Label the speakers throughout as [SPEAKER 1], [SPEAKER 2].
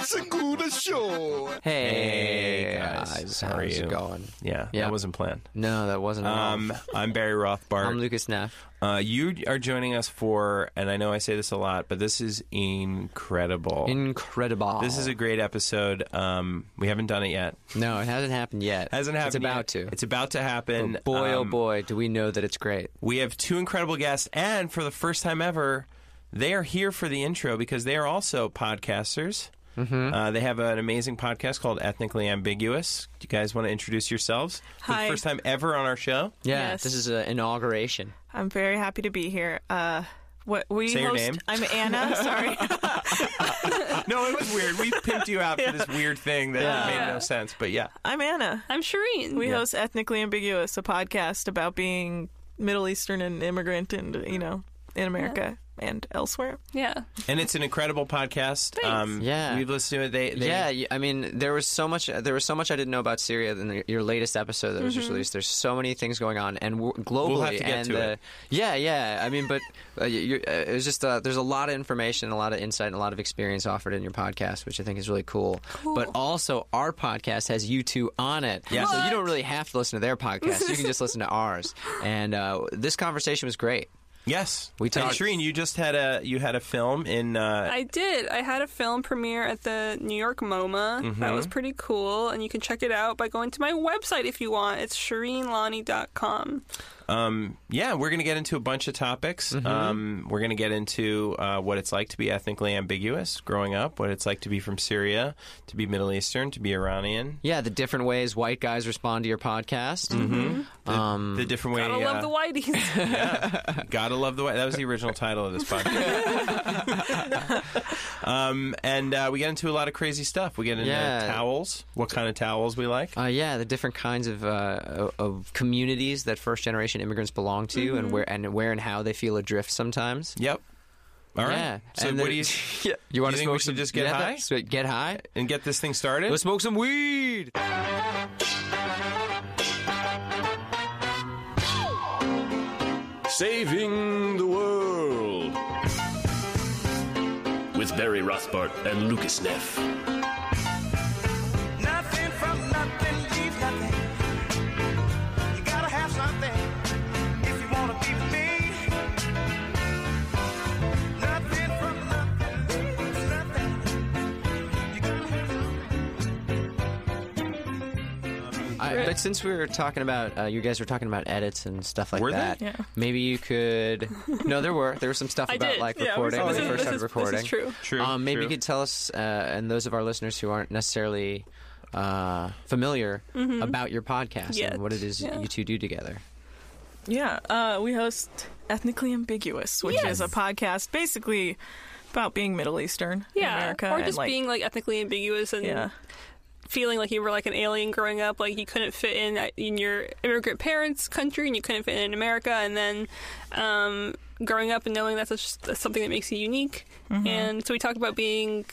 [SPEAKER 1] Segura Show.
[SPEAKER 2] Hey,
[SPEAKER 3] Hey,
[SPEAKER 2] guys.
[SPEAKER 3] guys.
[SPEAKER 2] How
[SPEAKER 3] How's
[SPEAKER 2] you?
[SPEAKER 3] it going?
[SPEAKER 2] Yeah,
[SPEAKER 3] Yeah.
[SPEAKER 2] that wasn't planned.
[SPEAKER 3] No, that wasn't. at all.
[SPEAKER 2] Um, I'm Barry Rothbart.
[SPEAKER 3] I'm Lucas Neff.
[SPEAKER 2] Uh, you are joining us for, and I know I say this a lot, but this is incredible.
[SPEAKER 3] Incredible.
[SPEAKER 2] Oh. this is a great episode. Um, we haven't done it yet.
[SPEAKER 3] no. It hasn't happened yet.
[SPEAKER 2] Hasn't happened.
[SPEAKER 3] It's about
[SPEAKER 2] yet.
[SPEAKER 3] to.
[SPEAKER 2] It's about to happen.
[SPEAKER 3] But boy, oh
[SPEAKER 2] Um,
[SPEAKER 3] boy, do we know that it's great.
[SPEAKER 2] We have two incredible guests, and for the first time ever, they are here for the intro because they are also podcasters.
[SPEAKER 3] Mm-hmm.
[SPEAKER 2] Uh, they have an amazing podcast called Ethnically Ambiguous. Do you guys want to introduce yourselves? For the
[SPEAKER 4] Hi.
[SPEAKER 2] first time ever on our show.
[SPEAKER 3] Yeah,
[SPEAKER 4] Yes.
[SPEAKER 3] this is an inauguration.
[SPEAKER 4] I'm very happy to be here. Uh, what we
[SPEAKER 2] Say your
[SPEAKER 4] host,
[SPEAKER 2] name.
[SPEAKER 4] I'm Anna. Sorry.
[SPEAKER 2] No, it was weird. We pimped you out for this weird thing that made no sense. But yeah,
[SPEAKER 4] I'm Anna.
[SPEAKER 5] I'm Shireen.
[SPEAKER 4] We host Ethnically Ambiguous, a podcast about being Middle Eastern and immigrant and, you know, in America and elsewhere.
[SPEAKER 5] yeah.
[SPEAKER 2] and it's an incredible podcast. Um,
[SPEAKER 3] Yeah.
[SPEAKER 2] we've listened to it. They, they
[SPEAKER 3] yeah, you- I mean, there was so much. There was so much I didn't know about Syria in the, your latest episode that was just released. There's so many things going on, and w- globally,
[SPEAKER 2] Mm-hmm. We'll have to get
[SPEAKER 3] and
[SPEAKER 2] to
[SPEAKER 3] uh,
[SPEAKER 2] it.
[SPEAKER 3] yeah, yeah. I mean, but uh, you- you, uh, it was just uh, there's a lot of information, a lot of insight, and a lot of experience offered in your podcast, which I think is really cool. But also, our podcast has you two on it,
[SPEAKER 2] Yeah.
[SPEAKER 3] so you don't really have to listen to their podcast. you can just listen to ours. And uh, this conversation was great.
[SPEAKER 2] yes.
[SPEAKER 3] We
[SPEAKER 2] And
[SPEAKER 3] talked-
[SPEAKER 2] Shireen, you just had a you had a film in. Uh,
[SPEAKER 5] I did. I had a film premiere at the New York MoMA. That
[SPEAKER 3] Mm-hmm.
[SPEAKER 5] was pretty cool. And you can check it out by going to my website if you want. It's ShireenLonnie.com.
[SPEAKER 2] Um, yeah, we're going to get into a bunch of topics.
[SPEAKER 3] Mm-hmm.
[SPEAKER 2] Um, we're going to get into uh, what it's like to be ethnically ambiguous growing up, what it's like to be from Syria, to be Middle Eastern, to be Iranian,
[SPEAKER 3] Yeah, the different ways white guys respond to your podcast. Mm-hmm. Um,
[SPEAKER 2] the different way.
[SPEAKER 5] I don't
[SPEAKER 2] uh,
[SPEAKER 5] love the Whiteys.
[SPEAKER 2] Gotta love the way. That was the original title of this podcast. um, and uh, we get into a lot of crazy stuff. We get into
[SPEAKER 3] Yeah.
[SPEAKER 2] towels, what kind of towels we like.
[SPEAKER 3] Uh, yeah, the different kinds of, uh, of communities that first generation immigrants belong to,
[SPEAKER 2] Mm-hmm.
[SPEAKER 3] and where and where and how they feel adrift sometimes.
[SPEAKER 2] Yep. All right.
[SPEAKER 3] Yeah.
[SPEAKER 2] So
[SPEAKER 3] And
[SPEAKER 2] what
[SPEAKER 3] the-
[SPEAKER 2] do you
[SPEAKER 3] Yeah. You want
[SPEAKER 2] You
[SPEAKER 3] to
[SPEAKER 2] think we
[SPEAKER 3] smoke
[SPEAKER 2] should
[SPEAKER 3] some?
[SPEAKER 2] just get
[SPEAKER 3] yeah,
[SPEAKER 2] high?
[SPEAKER 3] that's- Get high.
[SPEAKER 2] and get this thing started?
[SPEAKER 3] Let's smoke some weed.
[SPEAKER 6] Saving the World with Barry Rothbart and Lucas Neff.
[SPEAKER 7] Nothing from nothing leaves nothing. You gotta have something if you wanna be me. Nothing from nothing leaves nothing. You gotta have something.
[SPEAKER 3] I, but since we were talking about, uh, you guys were talking about edits and stuff like
[SPEAKER 2] Were they?
[SPEAKER 3] that.
[SPEAKER 4] Yeah.
[SPEAKER 3] Maybe you could. No, there were there was some stuff
[SPEAKER 5] I
[SPEAKER 3] about
[SPEAKER 5] did.
[SPEAKER 3] like
[SPEAKER 5] Yeah,
[SPEAKER 3] recording
[SPEAKER 5] this
[SPEAKER 3] when
[SPEAKER 5] is-
[SPEAKER 3] we first
[SPEAKER 5] this
[SPEAKER 3] started
[SPEAKER 5] is- this is
[SPEAKER 3] recording.
[SPEAKER 5] true.
[SPEAKER 2] True,
[SPEAKER 3] Um, maybe
[SPEAKER 2] true.
[SPEAKER 3] you could tell us, uh, and those of our listeners who aren't necessarily uh, familiar about your podcast
[SPEAKER 5] Yet.
[SPEAKER 3] and what it is
[SPEAKER 5] Mm-hmm. Yeah.
[SPEAKER 3] you two do together.
[SPEAKER 4] Yeah, uh, we host Ethnically Ambiguous, which is a podcast basically about being Middle Eastern in
[SPEAKER 5] yeah.
[SPEAKER 4] America.
[SPEAKER 5] or
[SPEAKER 4] and,
[SPEAKER 5] just
[SPEAKER 4] like,
[SPEAKER 5] being like ethnically ambiguous and
[SPEAKER 4] Yeah.
[SPEAKER 5] feeling like you were like an alien growing up, like you couldn't fit in at- in your immigrant parents' country and you couldn't fit in in America, and then um, growing up and knowing that's, just, that's something that makes you unique.
[SPEAKER 4] Mm-hmm.
[SPEAKER 5] And so we talked about being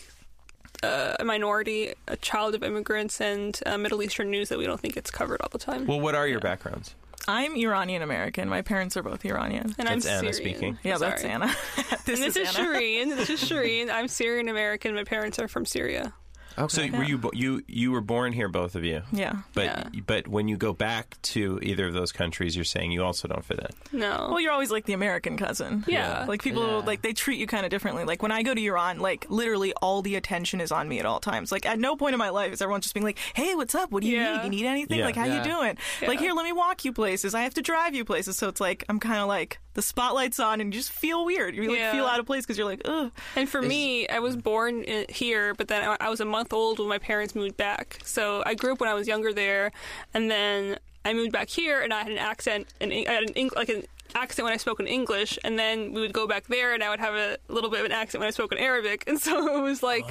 [SPEAKER 5] uh, a minority, a child of immigrants, and uh, Middle Eastern news that we don't think gets covered all the time.
[SPEAKER 2] well, what are your backgrounds?
[SPEAKER 4] I'm Iranian American. My parents are both Iranian.
[SPEAKER 5] and I'm
[SPEAKER 2] That's Anna
[SPEAKER 5] Syrian.
[SPEAKER 2] speaking.
[SPEAKER 4] Yeah, that's
[SPEAKER 5] Sorry.
[SPEAKER 4] Anna. this,
[SPEAKER 5] And this is
[SPEAKER 4] Anna.
[SPEAKER 5] Shireen. This is Shireen. I'm Syrian American. My parents are from Syria.
[SPEAKER 2] So
[SPEAKER 3] Okay.
[SPEAKER 2] were you bo- you you were born here, both of you?
[SPEAKER 4] Yeah.
[SPEAKER 2] But
[SPEAKER 5] Yeah.
[SPEAKER 2] but when you go back to either of those countries, you're saying you also don't fit in.
[SPEAKER 5] No.
[SPEAKER 4] Well, you're always like the American cousin.
[SPEAKER 5] Yeah.
[SPEAKER 4] Like people
[SPEAKER 3] Yeah.
[SPEAKER 4] like they treat you kind of differently. Like when I go to Iran, like literally all the attention is on me at all times. Like at no point in my life is everyone just being like, "Hey, what's up? What do you
[SPEAKER 5] Yeah.
[SPEAKER 4] need? You need anything?
[SPEAKER 2] Yeah.
[SPEAKER 4] Like how
[SPEAKER 3] Yeah.
[SPEAKER 4] you doing? Like here, let me walk you places. I have to drive you places." So it's like I'm kind of like the spotlight's on and you just feel weird. You like
[SPEAKER 5] Yeah.
[SPEAKER 4] feel out of place because you're like, "Ugh."
[SPEAKER 5] And for me, I was born i- here, but then I- I was a month old when my parents moved back. So I grew up when I was younger there, and then I moved back here, and I had an accent, an, Eng- I had an Eng- like an accent when I spoke in English, and then we would go back there, and I would have a little bit of an accent when I spoke in Arabic, and so it was like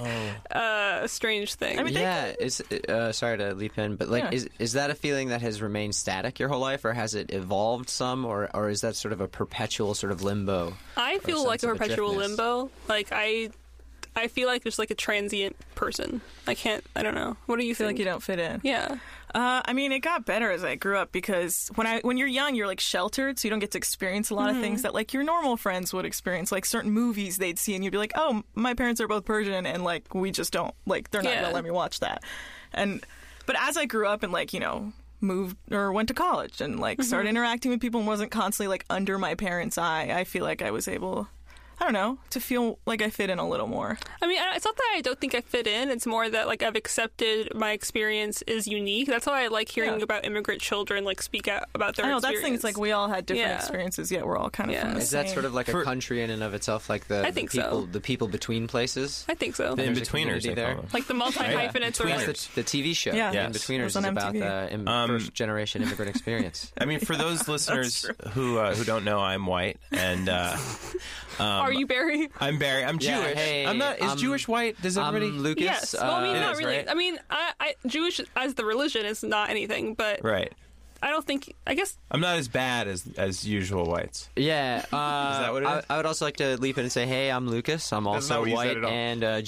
[SPEAKER 5] uh, a strange thing.
[SPEAKER 4] mean, they-
[SPEAKER 3] yeah, is uh, sorry to leap in, but like,
[SPEAKER 4] Yeah.
[SPEAKER 3] is is that a feeling that has remained static your whole life, or has it evolved some, or or is that sort of a perpetual sort of limbo?
[SPEAKER 5] I feel like a
[SPEAKER 3] sense of
[SPEAKER 5] perpetual
[SPEAKER 3] adriftness.
[SPEAKER 5] limbo. Like I, I feel like just like a transient person. I can't. I don't know. What do you
[SPEAKER 4] feel
[SPEAKER 5] feel
[SPEAKER 4] like you don't fit in.
[SPEAKER 5] Yeah.
[SPEAKER 4] Uh, I mean, it got better as I grew up because when I when you're young, you're like sheltered, so you don't get to experience a lot of
[SPEAKER 5] Mm-hmm.
[SPEAKER 4] things that like your normal friends would experience, like certain movies they'd see, and you'd be like, "Oh, my parents are both Persian, and like we just don't like they're not
[SPEAKER 5] Yeah.
[SPEAKER 4] gonna let me watch that." And but as I grew up and like you know moved or went to college and
[SPEAKER 5] Mm-hmm.
[SPEAKER 4] like started interacting with people and wasn't constantly like under my parents' eye, I feel like I was able, I don't know, to feel like I fit in a little more.
[SPEAKER 5] I mean, I- it's not that I don't think I fit in. It's more that like I've accepted my experience is unique. That's why I like hearing
[SPEAKER 4] Yeah.
[SPEAKER 5] about immigrant children like speak out about their.
[SPEAKER 4] I know that's the thing.
[SPEAKER 5] experience.
[SPEAKER 4] It's like we all had different
[SPEAKER 5] Yeah.
[SPEAKER 4] experiences, yet we're all kind of
[SPEAKER 5] Yeah.
[SPEAKER 4] from the
[SPEAKER 5] Is
[SPEAKER 3] Is that
[SPEAKER 4] same-
[SPEAKER 3] sort of like a country in and of itself, like the,
[SPEAKER 5] I
[SPEAKER 3] the
[SPEAKER 5] think so.
[SPEAKER 3] people the people between places?
[SPEAKER 5] I think so.
[SPEAKER 2] The in
[SPEAKER 3] There's a
[SPEAKER 2] betweeners,
[SPEAKER 3] community
[SPEAKER 2] they
[SPEAKER 3] there.
[SPEAKER 2] call them.
[SPEAKER 5] Like the multi hyphenates are
[SPEAKER 3] That's
[SPEAKER 5] like.
[SPEAKER 2] Betweeners.
[SPEAKER 3] the, the TV show.
[SPEAKER 4] Yeah.
[SPEAKER 2] Yes.
[SPEAKER 3] In Betweeners
[SPEAKER 4] It was
[SPEAKER 3] is
[SPEAKER 4] on
[SPEAKER 3] about
[SPEAKER 4] MTV.
[SPEAKER 3] the im-
[SPEAKER 2] Um,
[SPEAKER 3] first generation immigrant experience.
[SPEAKER 2] I mean, for those listeners who uh, who don't know, I'm white, and uh, Um,
[SPEAKER 5] Are you Barry?
[SPEAKER 2] I'm Barry. I'm
[SPEAKER 3] Yeah,
[SPEAKER 2] Jewish.
[SPEAKER 3] hey,
[SPEAKER 2] I'm not. Is
[SPEAKER 3] I'm-
[SPEAKER 2] Jewish white? Does everybody?
[SPEAKER 3] Um, Lucas.
[SPEAKER 5] Yes. well, I mean,
[SPEAKER 3] uh,
[SPEAKER 5] not
[SPEAKER 2] is,
[SPEAKER 5] really.
[SPEAKER 2] right?
[SPEAKER 5] I mean, I, I Jewish as the religion is not anything, but
[SPEAKER 2] right.
[SPEAKER 5] I don't think. I guess
[SPEAKER 2] I'm not as bad as as usual whites.
[SPEAKER 3] Yeah. Uh,
[SPEAKER 2] that what it
[SPEAKER 3] I,
[SPEAKER 2] is?
[SPEAKER 3] I would also like to leap in and say, hey, I'm Lucas. I'm
[SPEAKER 2] not
[SPEAKER 3] also
[SPEAKER 2] what you said
[SPEAKER 3] white
[SPEAKER 2] at all.
[SPEAKER 3] and uh,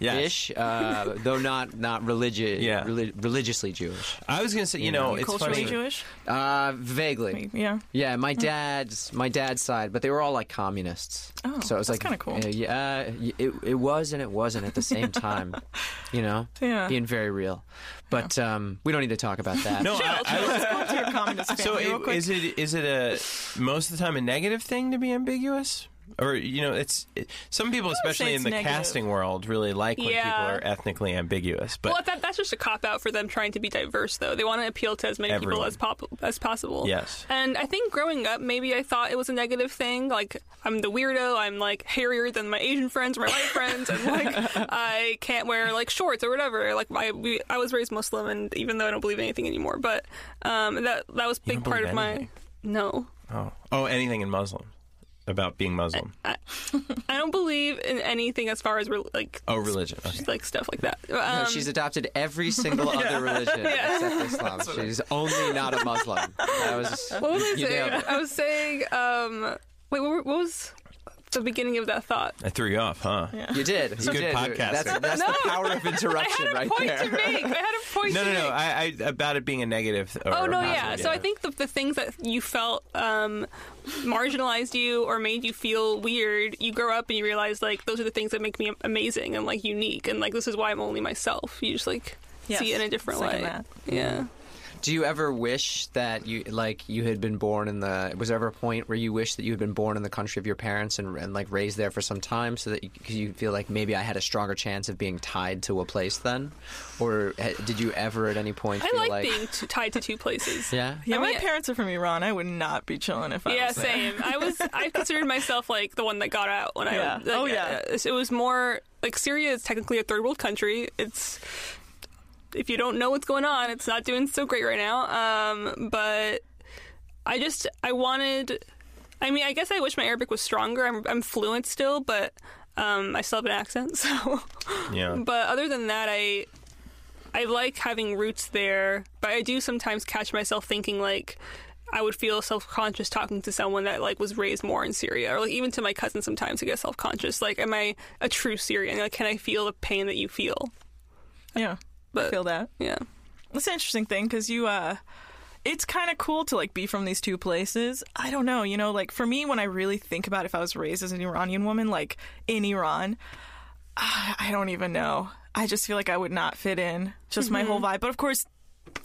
[SPEAKER 3] Jewish-ish, uh, though not not religious.
[SPEAKER 2] Yeah.
[SPEAKER 3] reli- religiously Jewish.
[SPEAKER 2] I was gonna say, you know, it's
[SPEAKER 4] culturally
[SPEAKER 2] funny.
[SPEAKER 4] Jewish.
[SPEAKER 3] Uh, vaguely.
[SPEAKER 4] Yeah.
[SPEAKER 3] Yeah,
[SPEAKER 4] Mm.
[SPEAKER 3] my dad's my dad's side, but they were all like communists.
[SPEAKER 4] Oh,
[SPEAKER 3] so it was
[SPEAKER 4] that's
[SPEAKER 3] like
[SPEAKER 4] kinda cool.
[SPEAKER 3] uh, yeah, uh, y- it it was and it wasn't at the same time. you know,
[SPEAKER 4] Yeah.
[SPEAKER 3] being very real. But um, we don't need to talk about that.
[SPEAKER 2] No, I, I was-
[SPEAKER 4] Let's go to a
[SPEAKER 2] so
[SPEAKER 4] communist family real
[SPEAKER 2] it-
[SPEAKER 4] quick.
[SPEAKER 2] is it is it a most of the time a negative thing to be ambiguous? Or you know, it's it, some people,
[SPEAKER 4] say
[SPEAKER 2] especially in
[SPEAKER 4] it's
[SPEAKER 2] the
[SPEAKER 4] negative.
[SPEAKER 2] casting world, really like when
[SPEAKER 5] Yeah.
[SPEAKER 2] people are ethnically ambiguous. But
[SPEAKER 5] well, that, that's just a cop out for them trying to be diverse, though. They want to appeal to as many people
[SPEAKER 2] Everyone.
[SPEAKER 5] as pop- as possible.
[SPEAKER 2] Yes.
[SPEAKER 5] And I think growing up, maybe I thought it was a negative thing. Like I'm the weirdo. I'm like hairier than my Asian friends or my white friends, and like I can't wear like shorts or whatever. Like I we, I was raised Muslim, and even though I don't believe in anything anymore, but um, that that was a big
[SPEAKER 2] don't
[SPEAKER 5] part
[SPEAKER 2] believe
[SPEAKER 5] of my
[SPEAKER 2] anything?
[SPEAKER 5] no.
[SPEAKER 2] oh, oh, anything in Muslim about being Muslim?
[SPEAKER 5] I don't believe in anything as far as re- like
[SPEAKER 2] oh, religion. Okay.
[SPEAKER 5] like stuff like that.
[SPEAKER 3] No,
[SPEAKER 5] Um,
[SPEAKER 3] Uh, She's adopted every single other religion except Islam. She's only not a Muslim. That was
[SPEAKER 5] What was I
[SPEAKER 3] you nailed
[SPEAKER 5] saying?
[SPEAKER 3] it.
[SPEAKER 5] I was saying, um, wait, what, were- what was the beginning of that thought?
[SPEAKER 2] I threw you off, huh?
[SPEAKER 3] You did. It's you
[SPEAKER 2] good
[SPEAKER 3] did.
[SPEAKER 2] podcasting.
[SPEAKER 3] That's, that's the power of
[SPEAKER 5] I
[SPEAKER 3] interruption
[SPEAKER 5] had a
[SPEAKER 3] right
[SPEAKER 5] point
[SPEAKER 3] there.
[SPEAKER 5] to make. I had a point
[SPEAKER 2] No,
[SPEAKER 5] to
[SPEAKER 2] no, no.
[SPEAKER 5] make.
[SPEAKER 2] I, I about it being a negative. Or
[SPEAKER 5] Oh no,
[SPEAKER 2] not
[SPEAKER 5] yeah. So I
[SPEAKER 2] negative.
[SPEAKER 5] think the, the things that you felt um, marginalized you or made you feel weird, you grow up and you realize like those are the things that make me amazing and like unique and like this is why I'm only myself. You just like
[SPEAKER 4] Yes,
[SPEAKER 5] see it in a different
[SPEAKER 4] second
[SPEAKER 5] light.
[SPEAKER 4] that.
[SPEAKER 5] Yeah.
[SPEAKER 3] Do you ever wish that you like you had been born in the? Was there ever a point where you wished that you had been born in the country of your parents and, and like raised there for some time, so that you, cause you feel like maybe I had a stronger chance of being tied to a place then, or eh, did you ever at any point
[SPEAKER 5] I
[SPEAKER 3] feel
[SPEAKER 5] like,
[SPEAKER 3] like,
[SPEAKER 5] being t- tied to two places.
[SPEAKER 3] yeah?
[SPEAKER 4] yeah,
[SPEAKER 5] I
[SPEAKER 4] my
[SPEAKER 5] mean-
[SPEAKER 4] parents are from Iran. I would not be chilling if I
[SPEAKER 5] Yeah,
[SPEAKER 4] was there.
[SPEAKER 5] same. I was. I considered myself like the one that got out when
[SPEAKER 4] Yeah.
[SPEAKER 5] I. Like,
[SPEAKER 4] Oh, yeah.
[SPEAKER 5] uh, It was more like Syria is technically a third world country. It's if you don't know what's going on, it's not doing so great right now. Um, but I just I wanted. I mean, I guess I wish my Arabic was stronger. I'm I'm fluent still, but um, I still have an accent. So,
[SPEAKER 2] Yeah.
[SPEAKER 5] but other than that, I I like having roots there, but I do sometimes catch myself thinking like I would feel self conscious talking to someone that like was raised more in Syria, or like even to my cousin sometimes I get self conscious. Like, am I a true Syrian? Like, can I feel the pain that you feel?
[SPEAKER 4] Yeah,
[SPEAKER 5] But
[SPEAKER 4] feel that.
[SPEAKER 5] yeah,
[SPEAKER 4] That's an interesting thing because you, uh, it's kind of cool to like be from these two places. I don't know, you know, like for me, when I really think about if I was raised as an Iranian woman, like in Iran, ah, I don't even know. I just feel like I would not fit in, just my whole
[SPEAKER 5] Mm-hmm.
[SPEAKER 4] vibe. But of course,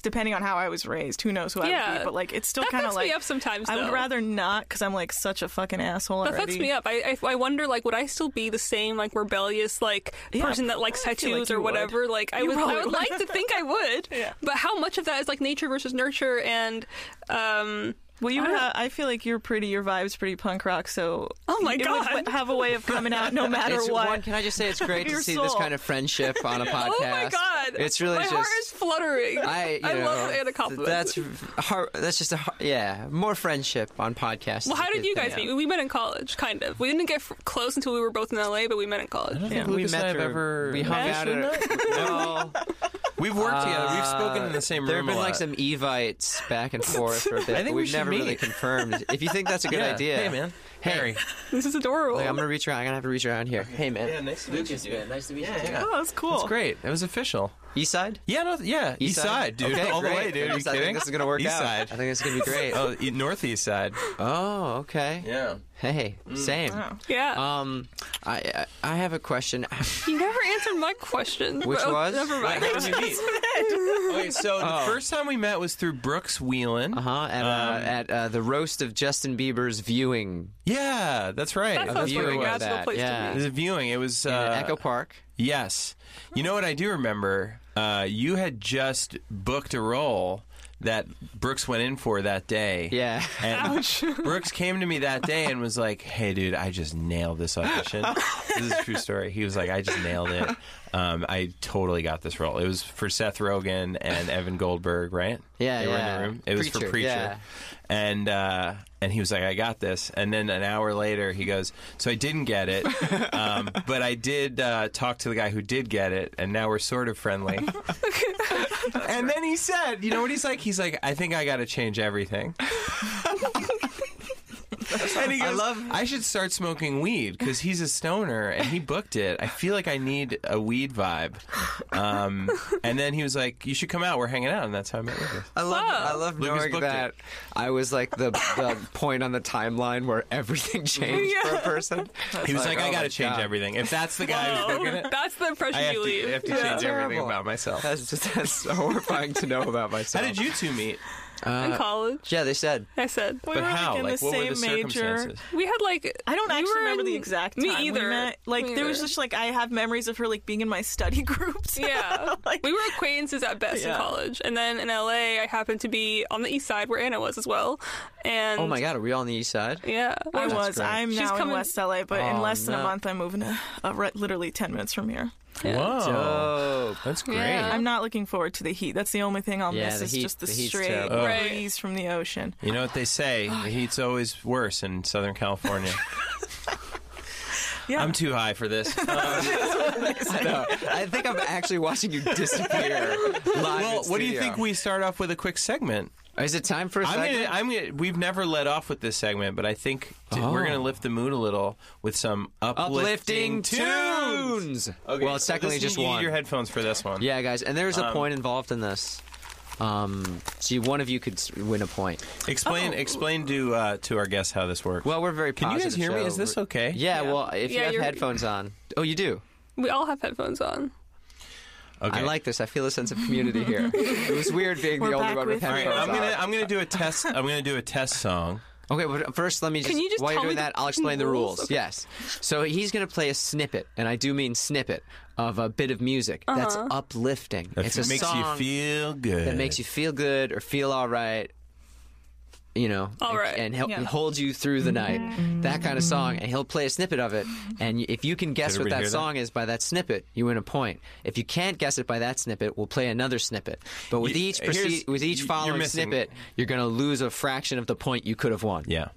[SPEAKER 4] depending on how I was raised, who knows who I would
[SPEAKER 5] Yeah.
[SPEAKER 4] be. But like, it's still
[SPEAKER 5] That
[SPEAKER 4] kind of
[SPEAKER 5] fucks me
[SPEAKER 4] like
[SPEAKER 5] up sometimes,
[SPEAKER 4] I would
[SPEAKER 5] though.
[SPEAKER 4] rather not because I'm like such a fucking asshole.
[SPEAKER 5] that
[SPEAKER 4] already.
[SPEAKER 5] fucks me up. I, I I wonder like would I still be the same like rebellious like
[SPEAKER 4] Yeah,
[SPEAKER 5] person that likes
[SPEAKER 4] I feel like
[SPEAKER 5] tattoos
[SPEAKER 4] you
[SPEAKER 5] or
[SPEAKER 4] would.
[SPEAKER 5] whatever? Like I
[SPEAKER 4] You
[SPEAKER 5] would I
[SPEAKER 4] probably
[SPEAKER 5] would
[SPEAKER 4] would.
[SPEAKER 5] like to think I would.
[SPEAKER 4] Yeah.
[SPEAKER 5] But how much of that is like nature versus nurture and um
[SPEAKER 4] Well, you
[SPEAKER 5] I
[SPEAKER 4] I,
[SPEAKER 5] don't-
[SPEAKER 4] ha- I feel like you're pretty. Your vibe's pretty punk rock. So
[SPEAKER 5] Oh my
[SPEAKER 4] it would
[SPEAKER 5] God.
[SPEAKER 4] w- have a way of coming out no matter
[SPEAKER 3] It's-
[SPEAKER 4] what.
[SPEAKER 3] One, can I just say it's great to
[SPEAKER 4] Your
[SPEAKER 3] see this
[SPEAKER 4] soul.
[SPEAKER 3] kind of friendship on a podcast?
[SPEAKER 5] Oh my god!
[SPEAKER 3] It's really
[SPEAKER 5] my
[SPEAKER 3] just
[SPEAKER 5] heart is fluttering.
[SPEAKER 3] I, you know,
[SPEAKER 5] love Anna compliments.
[SPEAKER 3] That's har that's just a har yeah, more friendship on podcasts.
[SPEAKER 5] well,
[SPEAKER 3] is a
[SPEAKER 5] how did
[SPEAKER 3] good
[SPEAKER 5] you guys
[SPEAKER 3] thing.
[SPEAKER 5] meet? We met in college, kind of. We didn't get f- close until we were both in LA, but we met in college.
[SPEAKER 2] I don't think
[SPEAKER 3] We
[SPEAKER 2] Lucas and I
[SPEAKER 3] met
[SPEAKER 2] have
[SPEAKER 3] through-
[SPEAKER 2] ever.
[SPEAKER 3] we hung out at well,
[SPEAKER 2] We've worked together. We've spoken in the same
[SPEAKER 3] There
[SPEAKER 2] room.
[SPEAKER 3] have been
[SPEAKER 2] a lot.
[SPEAKER 3] like some evites back and forth for a bit.
[SPEAKER 2] I think
[SPEAKER 3] but
[SPEAKER 2] we
[SPEAKER 3] we've
[SPEAKER 2] should
[SPEAKER 3] never really
[SPEAKER 2] meet.
[SPEAKER 3] confirmed. If you think that's a good
[SPEAKER 2] Yeah.
[SPEAKER 3] idea,
[SPEAKER 2] Hey, man. Harry.
[SPEAKER 5] This is adorable.
[SPEAKER 3] Like, I'm gonna reach around. I'm gonna have to reach around here. Hey, man.
[SPEAKER 2] nice to meet you, dude.
[SPEAKER 3] Nice to meet
[SPEAKER 2] Yeah, yeah.
[SPEAKER 4] Oh, that's cool.
[SPEAKER 2] It's great. It was official.
[SPEAKER 3] East side.
[SPEAKER 2] Yeah, no, yeah. East, side? dude.
[SPEAKER 3] Okay,
[SPEAKER 2] All
[SPEAKER 3] great.
[SPEAKER 2] the way, dude. Are you
[SPEAKER 3] I
[SPEAKER 2] kidding?
[SPEAKER 3] think this is gonna work
[SPEAKER 2] East
[SPEAKER 3] out.
[SPEAKER 2] Side.
[SPEAKER 3] I think it's gonna be great.
[SPEAKER 2] Oh, e- northeast side.
[SPEAKER 3] oh, okay.
[SPEAKER 2] Yeah. Mm.
[SPEAKER 3] Hey, same.
[SPEAKER 4] Oh.
[SPEAKER 5] yeah.
[SPEAKER 3] Um, I I- I have a question.
[SPEAKER 5] you never answered my question.
[SPEAKER 3] Which
[SPEAKER 5] Oh,
[SPEAKER 3] was?
[SPEAKER 5] Never mind.
[SPEAKER 2] How did you meet? okay, so
[SPEAKER 3] Oh.
[SPEAKER 2] the first time we met was through Brooks Wheelan.
[SPEAKER 3] Uh huh. At,
[SPEAKER 2] Um,
[SPEAKER 3] uh, at uh, the roast of Justin Bieber's viewing
[SPEAKER 2] Yeah, that's right.
[SPEAKER 5] That
[SPEAKER 2] That's
[SPEAKER 5] sounds like
[SPEAKER 2] what
[SPEAKER 5] a
[SPEAKER 2] it
[SPEAKER 3] viewing
[SPEAKER 2] was.
[SPEAKER 3] of
[SPEAKER 5] rational
[SPEAKER 3] that,
[SPEAKER 5] place
[SPEAKER 3] yeah.
[SPEAKER 5] to
[SPEAKER 2] It
[SPEAKER 5] meet.
[SPEAKER 2] was a viewing. It was uh,
[SPEAKER 3] in Echo Park.
[SPEAKER 2] Yes. You know what I do remember? Uh, you had just booked a role that Brooks went in for that day.
[SPEAKER 3] Yeah.
[SPEAKER 2] And Brooks came to me that day and was like, "Hey, dude, I just nailed this audition. this is a true story." He was like, "I just nailed it. Um, I totally got this role. It was for Seth Rogen and Evan Goldberg, right?
[SPEAKER 3] Yeah,
[SPEAKER 2] they were in
[SPEAKER 3] yeah.
[SPEAKER 2] the room. It was for
[SPEAKER 3] Preacher,
[SPEAKER 2] Preacher,
[SPEAKER 3] yeah.
[SPEAKER 2] and uh, and he was like, "I got this." And then an hour later, he goes, "So I didn't get it, um, but I did uh, talk to the guy who did get it, and now we're sort of friendly." and then he said, "You know what he's like? He's like, I think I got to change everything." and he goes, I
[SPEAKER 3] love-
[SPEAKER 2] should start smoking weed because he's a stoner and he booked it. I feel like I need a weed vibe. Um, and then he was like, "You should come out. We're hanging out." And that's how I met Lucas.
[SPEAKER 3] I love I love
[SPEAKER 2] Lucas
[SPEAKER 3] knowing
[SPEAKER 2] booked
[SPEAKER 3] that
[SPEAKER 2] it.
[SPEAKER 3] I was like the, the point on the timeline where everything changed for a person.
[SPEAKER 2] He was
[SPEAKER 3] like,
[SPEAKER 2] like, "I
[SPEAKER 3] oh
[SPEAKER 2] got
[SPEAKER 3] my
[SPEAKER 2] to change
[SPEAKER 3] God.
[SPEAKER 2] everything. If that's the guy who's booking it,
[SPEAKER 5] That's the impression
[SPEAKER 2] I have
[SPEAKER 5] you
[SPEAKER 2] to,
[SPEAKER 5] leave.
[SPEAKER 2] I have to
[SPEAKER 5] Yeah.
[SPEAKER 2] change everything
[SPEAKER 3] Terrible.
[SPEAKER 2] about myself."
[SPEAKER 3] That's just that's horrifying to know about
[SPEAKER 2] How
[SPEAKER 3] myself. Uh,
[SPEAKER 2] did you two meet?
[SPEAKER 5] in college.
[SPEAKER 3] Yeah, they said
[SPEAKER 5] I said
[SPEAKER 4] We
[SPEAKER 2] But
[SPEAKER 4] were
[SPEAKER 2] how?
[SPEAKER 4] like in
[SPEAKER 2] Like,
[SPEAKER 4] the
[SPEAKER 2] what were
[SPEAKER 4] same
[SPEAKER 2] the
[SPEAKER 4] major.
[SPEAKER 2] circumstances?
[SPEAKER 5] we had like
[SPEAKER 4] I don't
[SPEAKER 5] you
[SPEAKER 4] actually
[SPEAKER 5] were
[SPEAKER 4] remember the
[SPEAKER 5] in-
[SPEAKER 4] exact
[SPEAKER 5] me
[SPEAKER 4] time we
[SPEAKER 5] either.
[SPEAKER 4] met. Like
[SPEAKER 5] Me
[SPEAKER 4] there was
[SPEAKER 5] either.
[SPEAKER 4] just like I have memories of her like being in my study groups.
[SPEAKER 5] Yeah,
[SPEAKER 4] Like-
[SPEAKER 5] we were acquaintances at best
[SPEAKER 4] Yeah.
[SPEAKER 5] in college, and then in LA, I happened to be on the east side where Anna was as well. And
[SPEAKER 3] Oh my god, are we all on the east side?
[SPEAKER 5] yeah,
[SPEAKER 4] I was.
[SPEAKER 3] great.
[SPEAKER 4] I'm
[SPEAKER 5] She's
[SPEAKER 4] now
[SPEAKER 5] coming-
[SPEAKER 4] in West LA, but
[SPEAKER 3] Oh,
[SPEAKER 4] in less than
[SPEAKER 3] no.
[SPEAKER 4] a month, I'm moving to uh, re- literally 10 minutes from here.
[SPEAKER 2] Whoa,
[SPEAKER 3] Dope.
[SPEAKER 2] that's great.
[SPEAKER 5] Yeah.
[SPEAKER 4] I'm not looking forward to the heat. That's the only thing I'll
[SPEAKER 3] Yeah,
[SPEAKER 4] miss
[SPEAKER 3] the
[SPEAKER 4] is
[SPEAKER 3] heat-
[SPEAKER 4] just the,
[SPEAKER 3] the heat's
[SPEAKER 4] straight
[SPEAKER 3] terrible.
[SPEAKER 5] Right.
[SPEAKER 4] breeze from the ocean.
[SPEAKER 2] You know what they say?
[SPEAKER 4] Oh,
[SPEAKER 2] the heat's always worse in Southern California.
[SPEAKER 4] Yeah.
[SPEAKER 2] I'm too high for this. Um,
[SPEAKER 3] I know. I think I'm actually watching you disappear. Live
[SPEAKER 2] well,
[SPEAKER 3] in
[SPEAKER 2] what do you
[SPEAKER 3] studio.
[SPEAKER 4] um,
[SPEAKER 2] think? We start off with a quick segment.
[SPEAKER 3] Is it time for a
[SPEAKER 2] I'm
[SPEAKER 3] second?
[SPEAKER 2] gonna, I'm gonna, we've never let off with this segment, but I think t- we're gonna lift the mood a little with some uplifting,
[SPEAKER 3] Oh. Uplifting
[SPEAKER 2] tunes.
[SPEAKER 3] tunes. well,
[SPEAKER 2] so
[SPEAKER 3] secondly,
[SPEAKER 2] this-
[SPEAKER 3] just
[SPEAKER 2] you need
[SPEAKER 3] one.
[SPEAKER 2] your Um, headphones for this one.
[SPEAKER 3] Yeah, guys, and there's a point involved in this. Um, see, one of you could s- win a point.
[SPEAKER 2] Explain, explain to uh, to our guests how this works.
[SPEAKER 3] Oh. Well, we're very.
[SPEAKER 2] Can you guys
[SPEAKER 3] positive
[SPEAKER 2] hear me?
[SPEAKER 3] show.
[SPEAKER 2] Is this
[SPEAKER 3] We're-
[SPEAKER 2] okay?
[SPEAKER 3] Yeah, Well, if
[SPEAKER 5] Yeah,
[SPEAKER 3] you have
[SPEAKER 5] you're-
[SPEAKER 3] headphones on, oh, you do.
[SPEAKER 5] we all have headphones on.
[SPEAKER 2] Okay.
[SPEAKER 3] I like this. I feel a sense of community here. it was weird being
[SPEAKER 4] We're
[SPEAKER 3] the only
[SPEAKER 4] back
[SPEAKER 3] one with
[SPEAKER 4] with you.
[SPEAKER 2] All
[SPEAKER 3] headphones
[SPEAKER 2] right, I'm
[SPEAKER 3] on.
[SPEAKER 2] gonna I'm gonna do a test. I'm gonna do a test song.
[SPEAKER 3] Okay, but first let me just,
[SPEAKER 5] you just
[SPEAKER 3] while you're
[SPEAKER 5] tell
[SPEAKER 3] doing
[SPEAKER 5] me the
[SPEAKER 3] that, I'll explain the
[SPEAKER 5] fucking
[SPEAKER 3] rules.
[SPEAKER 5] rules? Okay.
[SPEAKER 3] Yes. So he's going to play a snippet, and I do mean snippet, of a bit of music that's
[SPEAKER 5] Uh-huh.
[SPEAKER 3] uplifting.
[SPEAKER 2] That
[SPEAKER 3] it's a
[SPEAKER 2] makes
[SPEAKER 3] song
[SPEAKER 2] you feel good.
[SPEAKER 3] that makes you feel good or feel all right. You know,
[SPEAKER 5] All
[SPEAKER 3] and-
[SPEAKER 5] right. Mm-hmm.
[SPEAKER 3] and help
[SPEAKER 4] Yeah.
[SPEAKER 3] hold you through the night. That kind of song, and he'll play a snippet of it. And y- if you can guess what
[SPEAKER 2] Did everybody
[SPEAKER 3] that
[SPEAKER 2] hear that?
[SPEAKER 3] song is by that snippet, you win a point. If you can't guess it by that snippet, we'll play another snippet. But with
[SPEAKER 2] You-
[SPEAKER 3] each
[SPEAKER 2] here's-
[SPEAKER 3] proceed, with each
[SPEAKER 2] you're
[SPEAKER 3] following
[SPEAKER 2] missing.
[SPEAKER 3] snippet, you're going to lose a fraction of the point you could have won.
[SPEAKER 2] Yeah.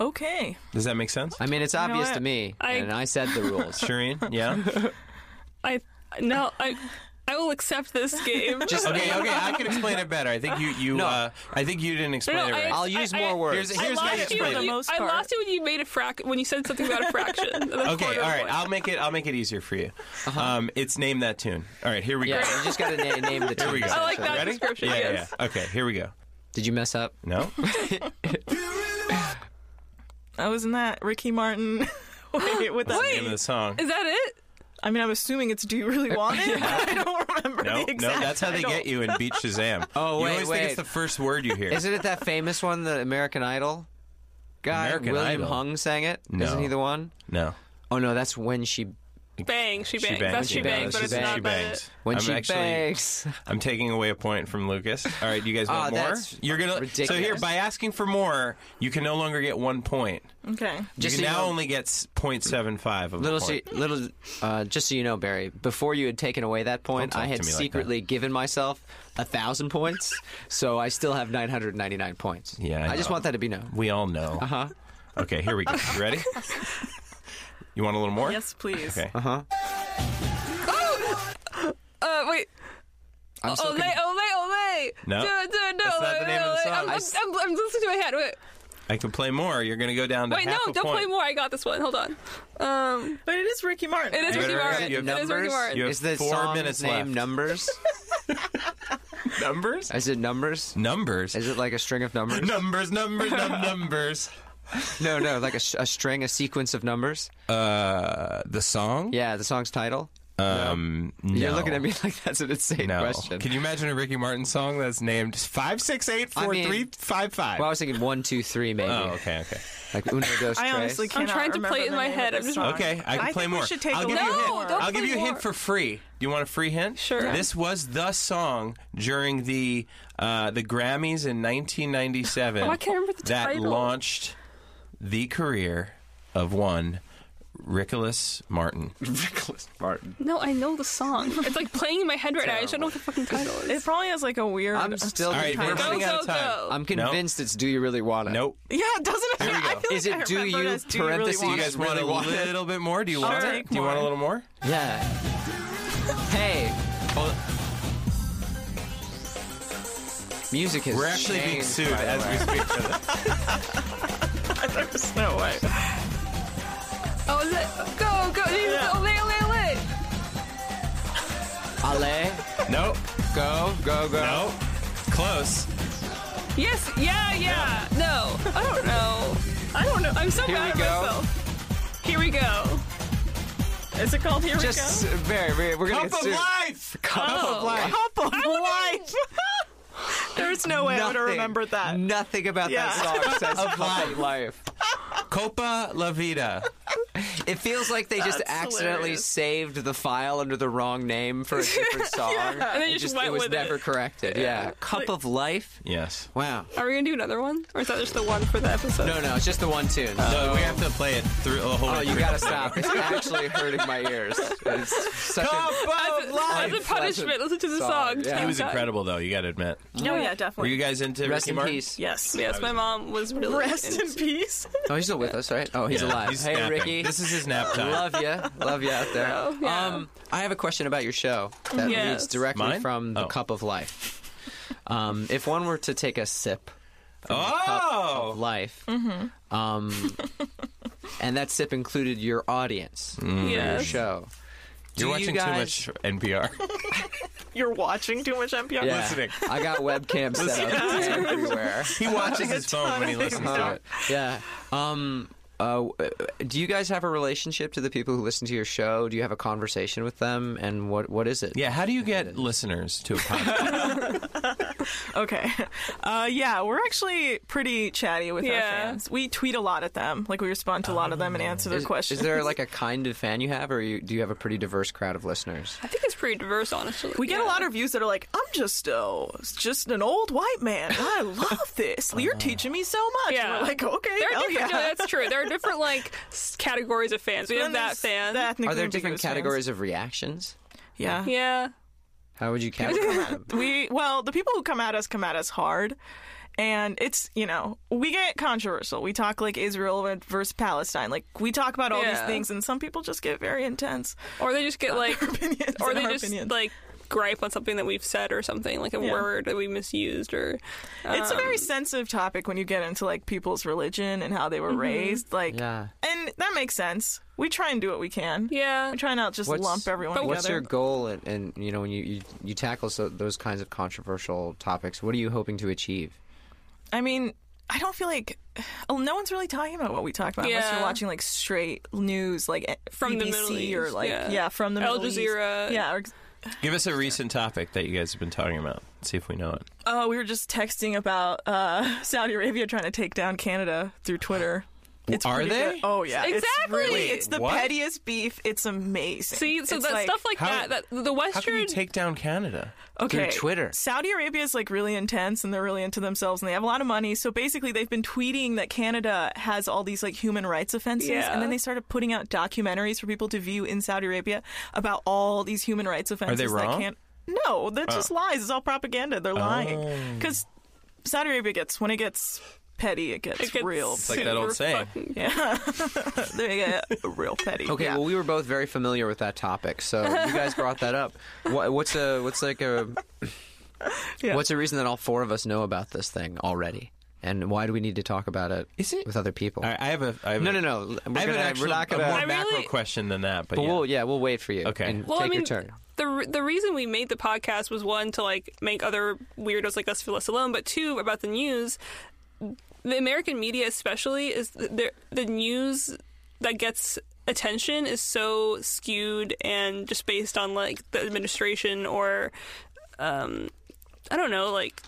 [SPEAKER 4] Okay.
[SPEAKER 2] Does that make sense?
[SPEAKER 3] I mean, it's
[SPEAKER 4] know
[SPEAKER 3] obvious
[SPEAKER 4] what?
[SPEAKER 3] to me,
[SPEAKER 5] I-
[SPEAKER 3] and I said the rules.
[SPEAKER 2] Shireen, yeah.
[SPEAKER 5] I no, I I will accept this game.
[SPEAKER 3] Just-
[SPEAKER 2] Okay, okay. I can explain it better. I think you you.
[SPEAKER 3] No.
[SPEAKER 2] Uh, I think you didn't explain it
[SPEAKER 5] No, I-
[SPEAKER 2] right.
[SPEAKER 3] I'll use
[SPEAKER 5] I-
[SPEAKER 3] more
[SPEAKER 5] I-
[SPEAKER 3] words.
[SPEAKER 2] Here's- here's
[SPEAKER 5] I
[SPEAKER 2] my
[SPEAKER 5] lost you,
[SPEAKER 2] explainer.
[SPEAKER 5] when
[SPEAKER 4] For the
[SPEAKER 5] you-
[SPEAKER 4] most
[SPEAKER 5] I
[SPEAKER 4] part.
[SPEAKER 5] lost you when you made a frac when you said something about a fraction. and a
[SPEAKER 2] okay,
[SPEAKER 5] quarter
[SPEAKER 2] all right.
[SPEAKER 5] point.
[SPEAKER 2] I'll make it. I'll make it easier for you. Um, it's name that tune. All right, here we
[SPEAKER 3] Uh-huh. Yeah,
[SPEAKER 2] go.
[SPEAKER 3] you just got to na- name the
[SPEAKER 2] Here we
[SPEAKER 3] team.
[SPEAKER 2] go.
[SPEAKER 5] I like that
[SPEAKER 2] Ready?
[SPEAKER 5] description,
[SPEAKER 2] Yeah, yeah,
[SPEAKER 5] yes.
[SPEAKER 2] yeah. Okay, here we go.
[SPEAKER 3] Did you mess up?
[SPEAKER 2] No.
[SPEAKER 4] I was in that Ricky Martin. Wait, with that
[SPEAKER 2] Name of the song.
[SPEAKER 5] Is that it?
[SPEAKER 4] I mean, I'm assuming it's Do You Really Want It? I don't remember
[SPEAKER 2] No, no.
[SPEAKER 4] the exact
[SPEAKER 2] That's how they
[SPEAKER 4] title.
[SPEAKER 2] get you in Beat Shazam.
[SPEAKER 3] Oh,
[SPEAKER 2] You
[SPEAKER 3] wait,
[SPEAKER 2] always think
[SPEAKER 3] wait.
[SPEAKER 2] it's the first word you hear.
[SPEAKER 3] Isn't it that famous one, the American Idol guy?
[SPEAKER 2] American
[SPEAKER 3] William
[SPEAKER 2] Idol?
[SPEAKER 3] Hung sang it.
[SPEAKER 2] No.
[SPEAKER 3] not he the one?
[SPEAKER 2] no.
[SPEAKER 3] Oh no, that's when she
[SPEAKER 5] Bang! She bangs.
[SPEAKER 2] bangs.
[SPEAKER 5] That's she
[SPEAKER 2] She
[SPEAKER 5] bangs,
[SPEAKER 3] bangs.
[SPEAKER 5] but
[SPEAKER 3] She
[SPEAKER 5] it's
[SPEAKER 3] bangs.
[SPEAKER 5] not
[SPEAKER 2] She
[SPEAKER 5] about
[SPEAKER 2] bangs.
[SPEAKER 5] it.
[SPEAKER 3] when
[SPEAKER 2] I'm
[SPEAKER 3] she
[SPEAKER 2] actually-
[SPEAKER 3] bangs.
[SPEAKER 2] I'm taking away a point from Lucas. All right, you guys
[SPEAKER 3] Ah,
[SPEAKER 2] want more?
[SPEAKER 3] that's
[SPEAKER 2] You're gonna. So here,
[SPEAKER 3] ridiculous.
[SPEAKER 2] by asking for more, you can no longer get one point.
[SPEAKER 4] Okay.
[SPEAKER 3] Just so you
[SPEAKER 2] you can now
[SPEAKER 3] know-
[SPEAKER 2] only get s- 0.75 of
[SPEAKER 3] Little,
[SPEAKER 2] a
[SPEAKER 3] so,
[SPEAKER 2] point.
[SPEAKER 3] little. Uh, just so you know, Barry, before you had taken away that point,
[SPEAKER 2] Don't talk
[SPEAKER 3] I had
[SPEAKER 2] to me like
[SPEAKER 3] secretly given myself a thousand points, so I still have nine hundred ninety-nine points.
[SPEAKER 2] Yeah, I
[SPEAKER 3] I, just
[SPEAKER 2] know.
[SPEAKER 3] want that to be known.
[SPEAKER 2] We all know. Uh
[SPEAKER 3] Uh-huh.
[SPEAKER 2] Okay, here we go. You ready? you want a little more?
[SPEAKER 4] Yes, please.
[SPEAKER 2] Okay.
[SPEAKER 3] Uh-huh.
[SPEAKER 5] Uh, wait.
[SPEAKER 3] I'm so
[SPEAKER 5] Ole, ole, ole!
[SPEAKER 2] No.
[SPEAKER 5] Do it, do it, do
[SPEAKER 2] That's not the
[SPEAKER 5] ole,
[SPEAKER 2] name of the
[SPEAKER 5] ole.
[SPEAKER 2] song.
[SPEAKER 5] I'm,
[SPEAKER 2] I
[SPEAKER 5] I'm,
[SPEAKER 2] s-
[SPEAKER 5] I'm, I'm listening to my head. Wait.
[SPEAKER 2] I can play more. You're going to go down to
[SPEAKER 5] Wait, no,
[SPEAKER 2] half a
[SPEAKER 5] don't
[SPEAKER 2] point.
[SPEAKER 5] play more. I got this one. Hold on. Um,
[SPEAKER 4] But it is Ricky Martin.
[SPEAKER 5] it is
[SPEAKER 4] right?
[SPEAKER 5] Ricky
[SPEAKER 2] better-
[SPEAKER 5] Martin.
[SPEAKER 2] you
[SPEAKER 5] It
[SPEAKER 2] have-
[SPEAKER 5] is Ricky
[SPEAKER 3] Numbers?
[SPEAKER 5] Martin.
[SPEAKER 2] You have
[SPEAKER 3] Is the
[SPEAKER 2] four
[SPEAKER 3] song's
[SPEAKER 2] minutes
[SPEAKER 3] name
[SPEAKER 2] left.
[SPEAKER 3] Numbers?
[SPEAKER 2] Numbers?
[SPEAKER 3] Is it Numbers?
[SPEAKER 2] Numbers.
[SPEAKER 3] Is it like a string of numbers?
[SPEAKER 2] Numbers, numbers, num- numbers.
[SPEAKER 3] no, no, like a, s- a string, a sequence of numbers.
[SPEAKER 2] Uh, the song?
[SPEAKER 3] Yeah, the song's title.
[SPEAKER 2] Um, no.
[SPEAKER 3] You're looking at me like that's an insane
[SPEAKER 2] No.
[SPEAKER 3] question.
[SPEAKER 2] Can you imagine a Ricky Martin song that's named five six eight
[SPEAKER 3] I
[SPEAKER 2] four
[SPEAKER 3] mean-
[SPEAKER 2] three five five?
[SPEAKER 3] well, I was thinking one, two, three, maybe.
[SPEAKER 2] Oh, okay, okay.
[SPEAKER 3] Like uno, dos, tres.
[SPEAKER 4] I honestly
[SPEAKER 5] I'm
[SPEAKER 4] can't.
[SPEAKER 5] trying to play it in my head. I'm just-
[SPEAKER 2] Okay, I can
[SPEAKER 4] think
[SPEAKER 2] play more.
[SPEAKER 4] We should take
[SPEAKER 2] I'll
[SPEAKER 4] a
[SPEAKER 2] give
[SPEAKER 4] look
[SPEAKER 2] you a hint.
[SPEAKER 4] more.
[SPEAKER 5] No, don't-
[SPEAKER 2] I'll give
[SPEAKER 5] play
[SPEAKER 2] you a hint
[SPEAKER 5] more.
[SPEAKER 2] for free. Do you want a free hint?
[SPEAKER 5] Sure. Yeah.
[SPEAKER 2] This was the song during the uh, the Grammys in 1997.
[SPEAKER 5] Oh, I can't remember the
[SPEAKER 2] that
[SPEAKER 5] title.
[SPEAKER 2] launched the career of one Rickolas Martin.
[SPEAKER 5] No, I know the song. It's like playing in my head right now. I just don't know what the fucking title is.
[SPEAKER 4] It probably has like a weird.
[SPEAKER 3] I'm still.
[SPEAKER 2] All right, we're
[SPEAKER 5] Go,
[SPEAKER 2] running out of
[SPEAKER 5] go,
[SPEAKER 2] time.
[SPEAKER 5] go.
[SPEAKER 3] I'm convinced it's Do You Really Wanna?
[SPEAKER 2] Nope.
[SPEAKER 4] Yeah, doesn't it? I feel like
[SPEAKER 3] Is it
[SPEAKER 4] I
[SPEAKER 3] do
[SPEAKER 4] remember
[SPEAKER 3] you
[SPEAKER 4] it as do you really
[SPEAKER 3] parentheses-
[SPEAKER 4] want
[SPEAKER 2] You
[SPEAKER 4] it?
[SPEAKER 2] guys
[SPEAKER 3] Really
[SPEAKER 2] want a
[SPEAKER 3] want it?
[SPEAKER 2] little bit more? Do you want
[SPEAKER 4] take
[SPEAKER 2] it? Do you want a
[SPEAKER 4] more.
[SPEAKER 2] little more?
[SPEAKER 3] Yeah. Hey. Music is.
[SPEAKER 2] We're actually being
[SPEAKER 3] changed,
[SPEAKER 2] sued
[SPEAKER 3] by the
[SPEAKER 2] as
[SPEAKER 3] way.
[SPEAKER 2] we speak for this.
[SPEAKER 4] There's no way.
[SPEAKER 5] oh, is it? Go, go. Yeah. Ole, ole, ole.
[SPEAKER 3] Ale,
[SPEAKER 2] Nope.
[SPEAKER 3] go, go, go.
[SPEAKER 2] Nope. Close.
[SPEAKER 5] Yes, yeah, yeah. No. I don't know. I don't know. I'm so
[SPEAKER 3] Here we
[SPEAKER 5] mad at
[SPEAKER 3] go.
[SPEAKER 5] myself. Here we go.
[SPEAKER 4] Is it called Here
[SPEAKER 3] Just
[SPEAKER 4] We
[SPEAKER 3] very, very. We're gonna
[SPEAKER 2] Cup
[SPEAKER 3] get
[SPEAKER 2] of
[SPEAKER 3] sued.
[SPEAKER 2] life. Cup
[SPEAKER 5] Oh.
[SPEAKER 2] of life.
[SPEAKER 4] Go? Cup of Life. There's no way I would have remembered that.
[SPEAKER 3] Nothing about
[SPEAKER 4] Yeah.
[SPEAKER 3] that song says of life.
[SPEAKER 2] Copa La Vida.
[SPEAKER 3] It feels like they just
[SPEAKER 4] That's
[SPEAKER 3] accidentally
[SPEAKER 4] hilarious.
[SPEAKER 3] saved the file under the wrong name for a different song.
[SPEAKER 5] And then you
[SPEAKER 3] It
[SPEAKER 5] just
[SPEAKER 3] just
[SPEAKER 5] went
[SPEAKER 3] it was
[SPEAKER 5] with
[SPEAKER 3] never
[SPEAKER 5] it.
[SPEAKER 3] corrected. Yeah. Cup of life.
[SPEAKER 2] Yes.
[SPEAKER 3] Wow.
[SPEAKER 5] Are we gonna do another one, or is that just the one for the episode?
[SPEAKER 3] No, no, it's just the one tune.
[SPEAKER 2] No, we have to play it through a whole.
[SPEAKER 3] Oh,
[SPEAKER 2] way
[SPEAKER 3] you
[SPEAKER 2] through.
[SPEAKER 3] gotta stop. It's actually hurting my ears. It's such a
[SPEAKER 2] Cup of
[SPEAKER 5] As
[SPEAKER 2] life.
[SPEAKER 5] a punishment, listen to the
[SPEAKER 3] song,
[SPEAKER 5] song.
[SPEAKER 3] yeah.
[SPEAKER 2] He was incredible, though. You got to admit.
[SPEAKER 4] No, Oh, yeah,
[SPEAKER 2] Were
[SPEAKER 4] definitely.
[SPEAKER 2] you guys into
[SPEAKER 3] Rest
[SPEAKER 2] Ricky
[SPEAKER 3] in
[SPEAKER 2] Martin?
[SPEAKER 3] peace.
[SPEAKER 4] yes.
[SPEAKER 5] Yes, my mom was really.
[SPEAKER 4] Rest in
[SPEAKER 5] into-
[SPEAKER 4] peace.
[SPEAKER 3] Oh, he's still with us, right? Oh, he's
[SPEAKER 2] Yeah,
[SPEAKER 3] alive.
[SPEAKER 2] he's
[SPEAKER 3] hey,
[SPEAKER 2] napping.
[SPEAKER 3] Ricky.
[SPEAKER 2] This is his nap time.
[SPEAKER 3] Love you. Love you out there.
[SPEAKER 5] Oh, yeah.
[SPEAKER 3] Um, I have a question about your show that
[SPEAKER 5] Yes.
[SPEAKER 3] leads directly
[SPEAKER 2] Mine?
[SPEAKER 3] from the
[SPEAKER 2] Oh.
[SPEAKER 3] cup of life. Um, if one were to take a sip of
[SPEAKER 2] Oh,
[SPEAKER 3] life, um,
[SPEAKER 2] Mm-hmm.
[SPEAKER 3] and that sip included your audience, your
[SPEAKER 5] Yes.
[SPEAKER 3] show.
[SPEAKER 2] Mm. you're
[SPEAKER 3] Do
[SPEAKER 2] watching
[SPEAKER 3] you guys-
[SPEAKER 2] too much NPR.
[SPEAKER 4] You're watching too much NPR.
[SPEAKER 3] Yeah.
[SPEAKER 2] Listening.
[SPEAKER 3] I got webcam set up everywhere.
[SPEAKER 2] he watches his phone when he listens to it.
[SPEAKER 3] yeah. Um. Uh, do you guys have a relationship to the people who listen to your show? Do you have a conversation with them, and what what is it?
[SPEAKER 2] Yeah. How do you get listeners to a podcast?
[SPEAKER 4] Okay. Uh, yeah, we're actually pretty chatty with our
[SPEAKER 5] Yeah.
[SPEAKER 4] fans. We tweet a lot at them. Like we respond to a lot of them and answer their
[SPEAKER 3] Um, Is,
[SPEAKER 4] questions.
[SPEAKER 3] is there like a kind of fan you have, or you, do you have a pretty diverse crowd of listeners?
[SPEAKER 5] I think it's pretty diverse, honestly.
[SPEAKER 4] we get
[SPEAKER 5] Yeah.
[SPEAKER 4] a lot of views that are like, "I'm just oh, just an old white man. I love this.
[SPEAKER 3] Uh,
[SPEAKER 4] You're teaching me so much."
[SPEAKER 5] Yeah.
[SPEAKER 4] We're like, "Okay,
[SPEAKER 5] There are
[SPEAKER 4] hell
[SPEAKER 5] different,
[SPEAKER 4] Oh, yeah."
[SPEAKER 5] no, that's true. There are different like s- categories of fans. We have
[SPEAKER 4] Then
[SPEAKER 5] that
[SPEAKER 4] there's
[SPEAKER 5] fan.
[SPEAKER 4] the ethnically
[SPEAKER 3] Are there different
[SPEAKER 4] ambiguous fans.
[SPEAKER 3] categories of reactions?
[SPEAKER 4] Yeah.
[SPEAKER 5] Yeah.
[SPEAKER 3] How would you categorize them?
[SPEAKER 4] We well, the people who come at us come at us hard. And it's, you know, we get controversial. We talk like Israel versus Palestine. Like we talk about all
[SPEAKER 5] Yeah.
[SPEAKER 4] these things and some people just get very intense.
[SPEAKER 5] Or they just get like,
[SPEAKER 4] opinions
[SPEAKER 5] or
[SPEAKER 4] and
[SPEAKER 5] they
[SPEAKER 4] our
[SPEAKER 5] just
[SPEAKER 4] opinions.
[SPEAKER 5] like gripe on something that we've said or something, like a
[SPEAKER 4] Yeah.
[SPEAKER 5] word that we misused or.
[SPEAKER 4] It's a
[SPEAKER 5] um,
[SPEAKER 4] very sensitive topic when you get into like people's religion and how they
[SPEAKER 5] Mm-hmm.
[SPEAKER 4] were raised. Like,
[SPEAKER 3] Yeah.
[SPEAKER 4] and that makes sense. We try and do what we can.
[SPEAKER 5] Yeah.
[SPEAKER 4] we try and not just
[SPEAKER 3] What's-
[SPEAKER 4] lump everyone
[SPEAKER 5] but
[SPEAKER 4] together.
[SPEAKER 3] What's your goal, and, and you know when you you, you tackle so, those kinds of controversial topics? What are you hoping to achieve?
[SPEAKER 4] I mean, I don't feel like oh, no one's really talking about what we talk about unless
[SPEAKER 5] Yeah.
[SPEAKER 4] you're watching like straight news, like eh,
[SPEAKER 5] From the
[SPEAKER 4] BBC
[SPEAKER 5] Middle East,
[SPEAKER 4] or like
[SPEAKER 5] yeah.
[SPEAKER 4] yeah, from the
[SPEAKER 5] Al
[SPEAKER 4] Middle East.
[SPEAKER 5] Jazeera.
[SPEAKER 4] Yeah. Or,
[SPEAKER 2] Give us a recent topic that you guys have been talking about. See if we know it.
[SPEAKER 4] oh, we were just texting about uh, Saudi Arabia trying to take down Canada through Twitter. It's
[SPEAKER 2] Are
[SPEAKER 4] pretty
[SPEAKER 2] they?
[SPEAKER 4] good. Oh yeah, It's
[SPEAKER 5] Exactly.
[SPEAKER 4] really-
[SPEAKER 5] Wait,
[SPEAKER 4] it's the
[SPEAKER 2] what?
[SPEAKER 4] pettiest beef. It's amazing.
[SPEAKER 5] See, so
[SPEAKER 4] It's
[SPEAKER 5] that
[SPEAKER 4] like-
[SPEAKER 5] stuff like
[SPEAKER 2] How-
[SPEAKER 5] that, that the
[SPEAKER 2] How can
[SPEAKER 5] Western.
[SPEAKER 2] you take down Canada?
[SPEAKER 4] okay.
[SPEAKER 3] Twitter.
[SPEAKER 4] Saudi Arabia is like really intense and they're really into themselves and they have a lot of money. So basically, they've been tweeting that Canada has all these like human rights offenses.
[SPEAKER 5] Yeah.
[SPEAKER 4] And then they started putting out documentaries for people to view in Saudi Arabia about all these human rights offenses.
[SPEAKER 2] they wrong?
[SPEAKER 4] That can't... No, that's just lies. It's all propaganda. They're lying. Because Saudi Arabia gets, when it gets petty, it gets,
[SPEAKER 5] it gets
[SPEAKER 4] real.
[SPEAKER 2] like that old
[SPEAKER 5] super
[SPEAKER 2] saying.
[SPEAKER 5] fucking-
[SPEAKER 4] Yeah. they get real petty.
[SPEAKER 3] Okay,
[SPEAKER 4] Yeah.
[SPEAKER 3] well, we were both very familiar with that topic, so you guys brought that up. What, what's a what's like a
[SPEAKER 4] Yeah.
[SPEAKER 3] what's a reason that all four of us know about this thing already? And why do we need to talk about it?
[SPEAKER 2] Is it-
[SPEAKER 3] with other people?
[SPEAKER 2] All right, I have a. I have
[SPEAKER 3] No,
[SPEAKER 2] a-
[SPEAKER 3] no, no. We're
[SPEAKER 2] I have
[SPEAKER 3] gonna-
[SPEAKER 2] an
[SPEAKER 3] we're
[SPEAKER 2] actual,
[SPEAKER 3] not gonna-
[SPEAKER 2] a more
[SPEAKER 5] I
[SPEAKER 2] macro
[SPEAKER 5] really-
[SPEAKER 2] question than that, but,
[SPEAKER 3] But
[SPEAKER 2] yeah.
[SPEAKER 3] we'll yeah we'll wait for you.
[SPEAKER 2] Okay.
[SPEAKER 3] and
[SPEAKER 5] Well,
[SPEAKER 3] take
[SPEAKER 5] I mean,
[SPEAKER 3] your turn.
[SPEAKER 5] the re- the reason we made the podcast was one to like make other weirdos like us feel less alone, but two about the news. The American media, especially, is th- the the news that gets attention is so skewed and just based on like the administration or um I don't know like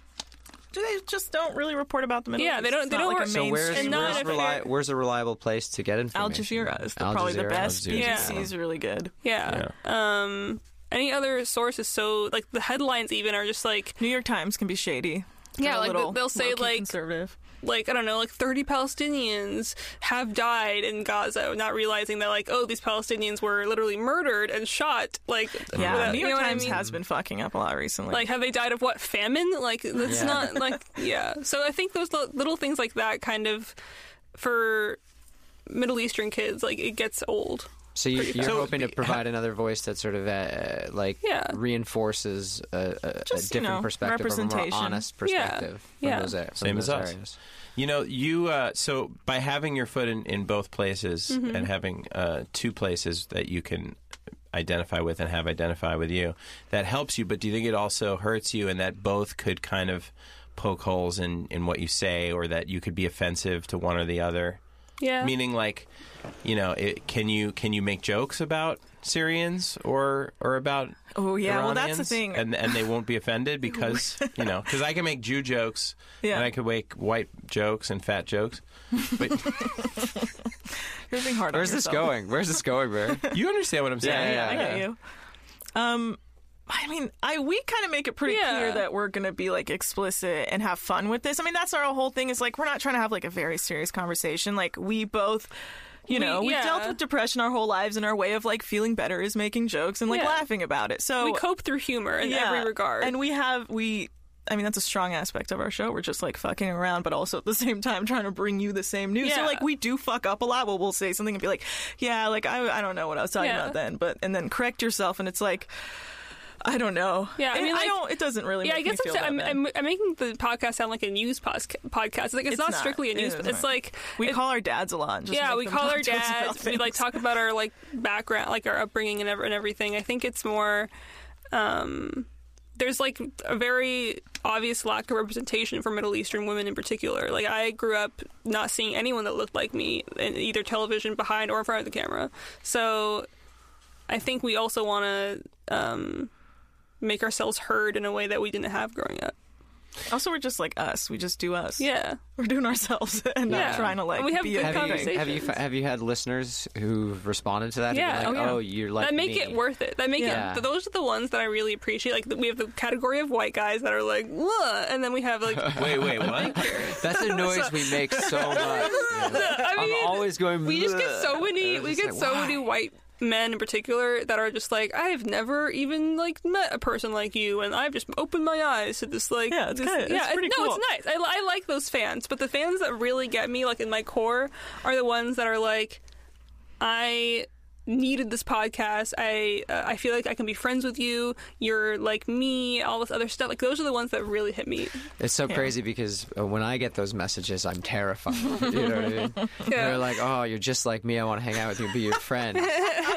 [SPEAKER 4] Do they just don't really report about them? At
[SPEAKER 5] Yeah,
[SPEAKER 4] all?
[SPEAKER 5] they don't-
[SPEAKER 4] It's
[SPEAKER 5] they
[SPEAKER 4] not
[SPEAKER 5] don't
[SPEAKER 4] like
[SPEAKER 5] work-
[SPEAKER 4] a
[SPEAKER 5] So
[SPEAKER 3] So
[SPEAKER 4] mainstream-
[SPEAKER 3] where's
[SPEAKER 5] mainstream.
[SPEAKER 4] not
[SPEAKER 3] where's,
[SPEAKER 4] if
[SPEAKER 3] reli-
[SPEAKER 4] you're-
[SPEAKER 3] where's a reliable place to get
[SPEAKER 4] Al
[SPEAKER 3] information?
[SPEAKER 4] Jazeera is the,
[SPEAKER 3] Al
[SPEAKER 4] probably the
[SPEAKER 3] Jazeera.
[SPEAKER 4] best.
[SPEAKER 2] Al Jazeera.
[SPEAKER 4] BBC is really good.
[SPEAKER 5] yeah. um any other source is so like the headlines even are just like
[SPEAKER 4] New York Times can be shady.
[SPEAKER 5] Yeah,
[SPEAKER 4] They're a
[SPEAKER 5] like,
[SPEAKER 4] little
[SPEAKER 5] they'll say,
[SPEAKER 4] low-key
[SPEAKER 5] like-
[SPEAKER 4] conservative.
[SPEAKER 5] like I don't know, like 30 Palestinians have died in Gaza, not realizing that like oh these Palestinians were literally murdered and shot. Like
[SPEAKER 4] Yeah,
[SPEAKER 5] without-
[SPEAKER 4] New
[SPEAKER 5] you
[SPEAKER 4] York
[SPEAKER 5] know what I
[SPEAKER 4] Times
[SPEAKER 5] mean?
[SPEAKER 4] has been fucking up a lot recently.
[SPEAKER 5] Like, have they died of what famine? Like, that's not like, yeah. So I think those li- little things like that, kind of, for Middle Eastern kids, like it gets old.
[SPEAKER 3] So you, you're
[SPEAKER 2] So-
[SPEAKER 3] hoping to provide another voice that sort of uh, like
[SPEAKER 5] Yeah.
[SPEAKER 3] reinforces a, a,
[SPEAKER 4] Just,
[SPEAKER 3] a
[SPEAKER 4] you
[SPEAKER 3] different
[SPEAKER 4] know,
[SPEAKER 3] perspective, or a more
[SPEAKER 4] representation.
[SPEAKER 3] honest
[SPEAKER 5] Yeah.
[SPEAKER 3] perspective from
[SPEAKER 5] Yeah.
[SPEAKER 3] those, a- from
[SPEAKER 2] Same as
[SPEAKER 3] those
[SPEAKER 2] us.
[SPEAKER 3] areas.
[SPEAKER 2] You know, you uh, so by having your foot in, in both places and having uh, two places that you can identify with and have identify with you, that helps you. But do you think it also hurts you, and that both could kind of poke holes in in what you say, or that you could be offensive to one or the other?
[SPEAKER 5] Yeah.
[SPEAKER 2] Meaning, like, you know, it, can you can you make jokes about Syrians or or about
[SPEAKER 4] oh yeah, well that's the
[SPEAKER 2] Iranians?
[SPEAKER 4] thing.
[SPEAKER 2] and and they won't be offended because you know because I can make Jew jokes
[SPEAKER 4] Yeah.
[SPEAKER 2] and I could make white jokes and fat jokes. But
[SPEAKER 4] You're being hard. on
[SPEAKER 3] Where's this
[SPEAKER 4] yourself.
[SPEAKER 3] going? Where's this going, Mary?
[SPEAKER 2] you understand what I'm saying?
[SPEAKER 3] yeah,
[SPEAKER 4] I get you. Um, I mean, I we kind of make it pretty
[SPEAKER 5] Yeah.
[SPEAKER 4] clear that we're gonna be like explicit and have fun with this. I mean, that's our whole thing. Is like we're not trying to have like a very serious conversation. Like we both. You know,
[SPEAKER 5] We-
[SPEAKER 4] we've dealt
[SPEAKER 5] yeah.
[SPEAKER 4] with depression our whole lives, and our way of like feeling better is making jokes and like
[SPEAKER 5] Yeah.
[SPEAKER 4] laughing about it. So
[SPEAKER 5] we cope through humor in
[SPEAKER 4] Oh, yeah.
[SPEAKER 5] every regard.
[SPEAKER 4] And we have we I mean that's a strong aspect of our show. We're just like fucking around, but also at the same time trying to bring you the same news. So
[SPEAKER 5] Yeah.
[SPEAKER 4] like we do fuck up a lot. Well, we'll say something and be like, "Yeah, like I I don't know what I was talking
[SPEAKER 5] Yeah.
[SPEAKER 4] about then," but and then correct yourself, and it's like, I don't know.
[SPEAKER 5] Yeah, I
[SPEAKER 4] And
[SPEAKER 5] mean, like-
[SPEAKER 4] I don't. It doesn't really.
[SPEAKER 5] yeah, I
[SPEAKER 4] make
[SPEAKER 5] guess
[SPEAKER 4] me
[SPEAKER 5] I'm,
[SPEAKER 4] feel
[SPEAKER 5] I'm,
[SPEAKER 4] that bad.
[SPEAKER 5] I'm, I'm making the podcast sound like a news pos- podcast. Like it's,
[SPEAKER 4] It's
[SPEAKER 5] not,
[SPEAKER 4] not.
[SPEAKER 5] strictly a
[SPEAKER 4] It
[SPEAKER 5] news.
[SPEAKER 4] isn't.
[SPEAKER 5] it's like
[SPEAKER 4] we
[SPEAKER 5] it-
[SPEAKER 4] call our dads a lot. and just
[SPEAKER 5] yeah,
[SPEAKER 4] make
[SPEAKER 5] we
[SPEAKER 4] them
[SPEAKER 5] call
[SPEAKER 4] talk
[SPEAKER 5] our
[SPEAKER 4] to us about
[SPEAKER 5] dads. We like
[SPEAKER 4] things.
[SPEAKER 5] talk about our like background, like our upbringing and ev- and everything. I think it's more. Um, there's like a very obvious lack of representation for Middle Eastern women in particular. Like I grew up not seeing anyone that looked like me in either television, behind or in front of the camera. So I think we also want to um, make ourselves heard in a way that we didn't have growing up.
[SPEAKER 4] Also, we're just like us. We just do us.
[SPEAKER 5] Yeah,
[SPEAKER 4] we're doing ourselves and
[SPEAKER 5] Yeah.
[SPEAKER 4] not trying to like.
[SPEAKER 5] We have
[SPEAKER 4] be
[SPEAKER 5] good
[SPEAKER 4] a
[SPEAKER 3] Have
[SPEAKER 4] thing.
[SPEAKER 5] conversation.
[SPEAKER 3] you, have you fi- have you had listeners who've responded to that? and
[SPEAKER 5] Yeah,
[SPEAKER 3] been like,
[SPEAKER 5] oh, yeah.
[SPEAKER 3] oh, you're like
[SPEAKER 5] that make
[SPEAKER 3] me.
[SPEAKER 5] it worth it. That make
[SPEAKER 3] Yeah.
[SPEAKER 5] it. th- Those are the ones that I really appreciate. Like we have the category of white guys that are like, "Ugh," and then we have like,
[SPEAKER 2] Wait, wait, what?
[SPEAKER 3] That's a noise we make so much.
[SPEAKER 5] I
[SPEAKER 3] I'm
[SPEAKER 5] mean,
[SPEAKER 3] always going.
[SPEAKER 5] we just get so
[SPEAKER 3] "Ugh."
[SPEAKER 5] many.
[SPEAKER 3] I'm
[SPEAKER 5] We
[SPEAKER 3] just
[SPEAKER 5] get
[SPEAKER 3] like,
[SPEAKER 5] so
[SPEAKER 3] "Why?"
[SPEAKER 5] many white men in particular that are just like, I have never even like met a person like you, and I've just opened my eyes to this like,
[SPEAKER 4] Yeah, it's
[SPEAKER 5] this,
[SPEAKER 4] kinda- it's
[SPEAKER 5] yeah, it-
[SPEAKER 4] pretty
[SPEAKER 5] no,
[SPEAKER 4] cool.
[SPEAKER 5] it's nice. I, li- I like those fans, but the fans that really get me, like in my core, are the ones that are like, I needed this podcast. I uh, I feel like I can be friends with you. You're like me. All this other stuff. Like those are the ones that really hit me.
[SPEAKER 3] It's so crazy because uh, when I get those messages, I'm terrified. you know what I mean? They're like, "Oh, you're just like me. I want to hang out with you, and be your friend.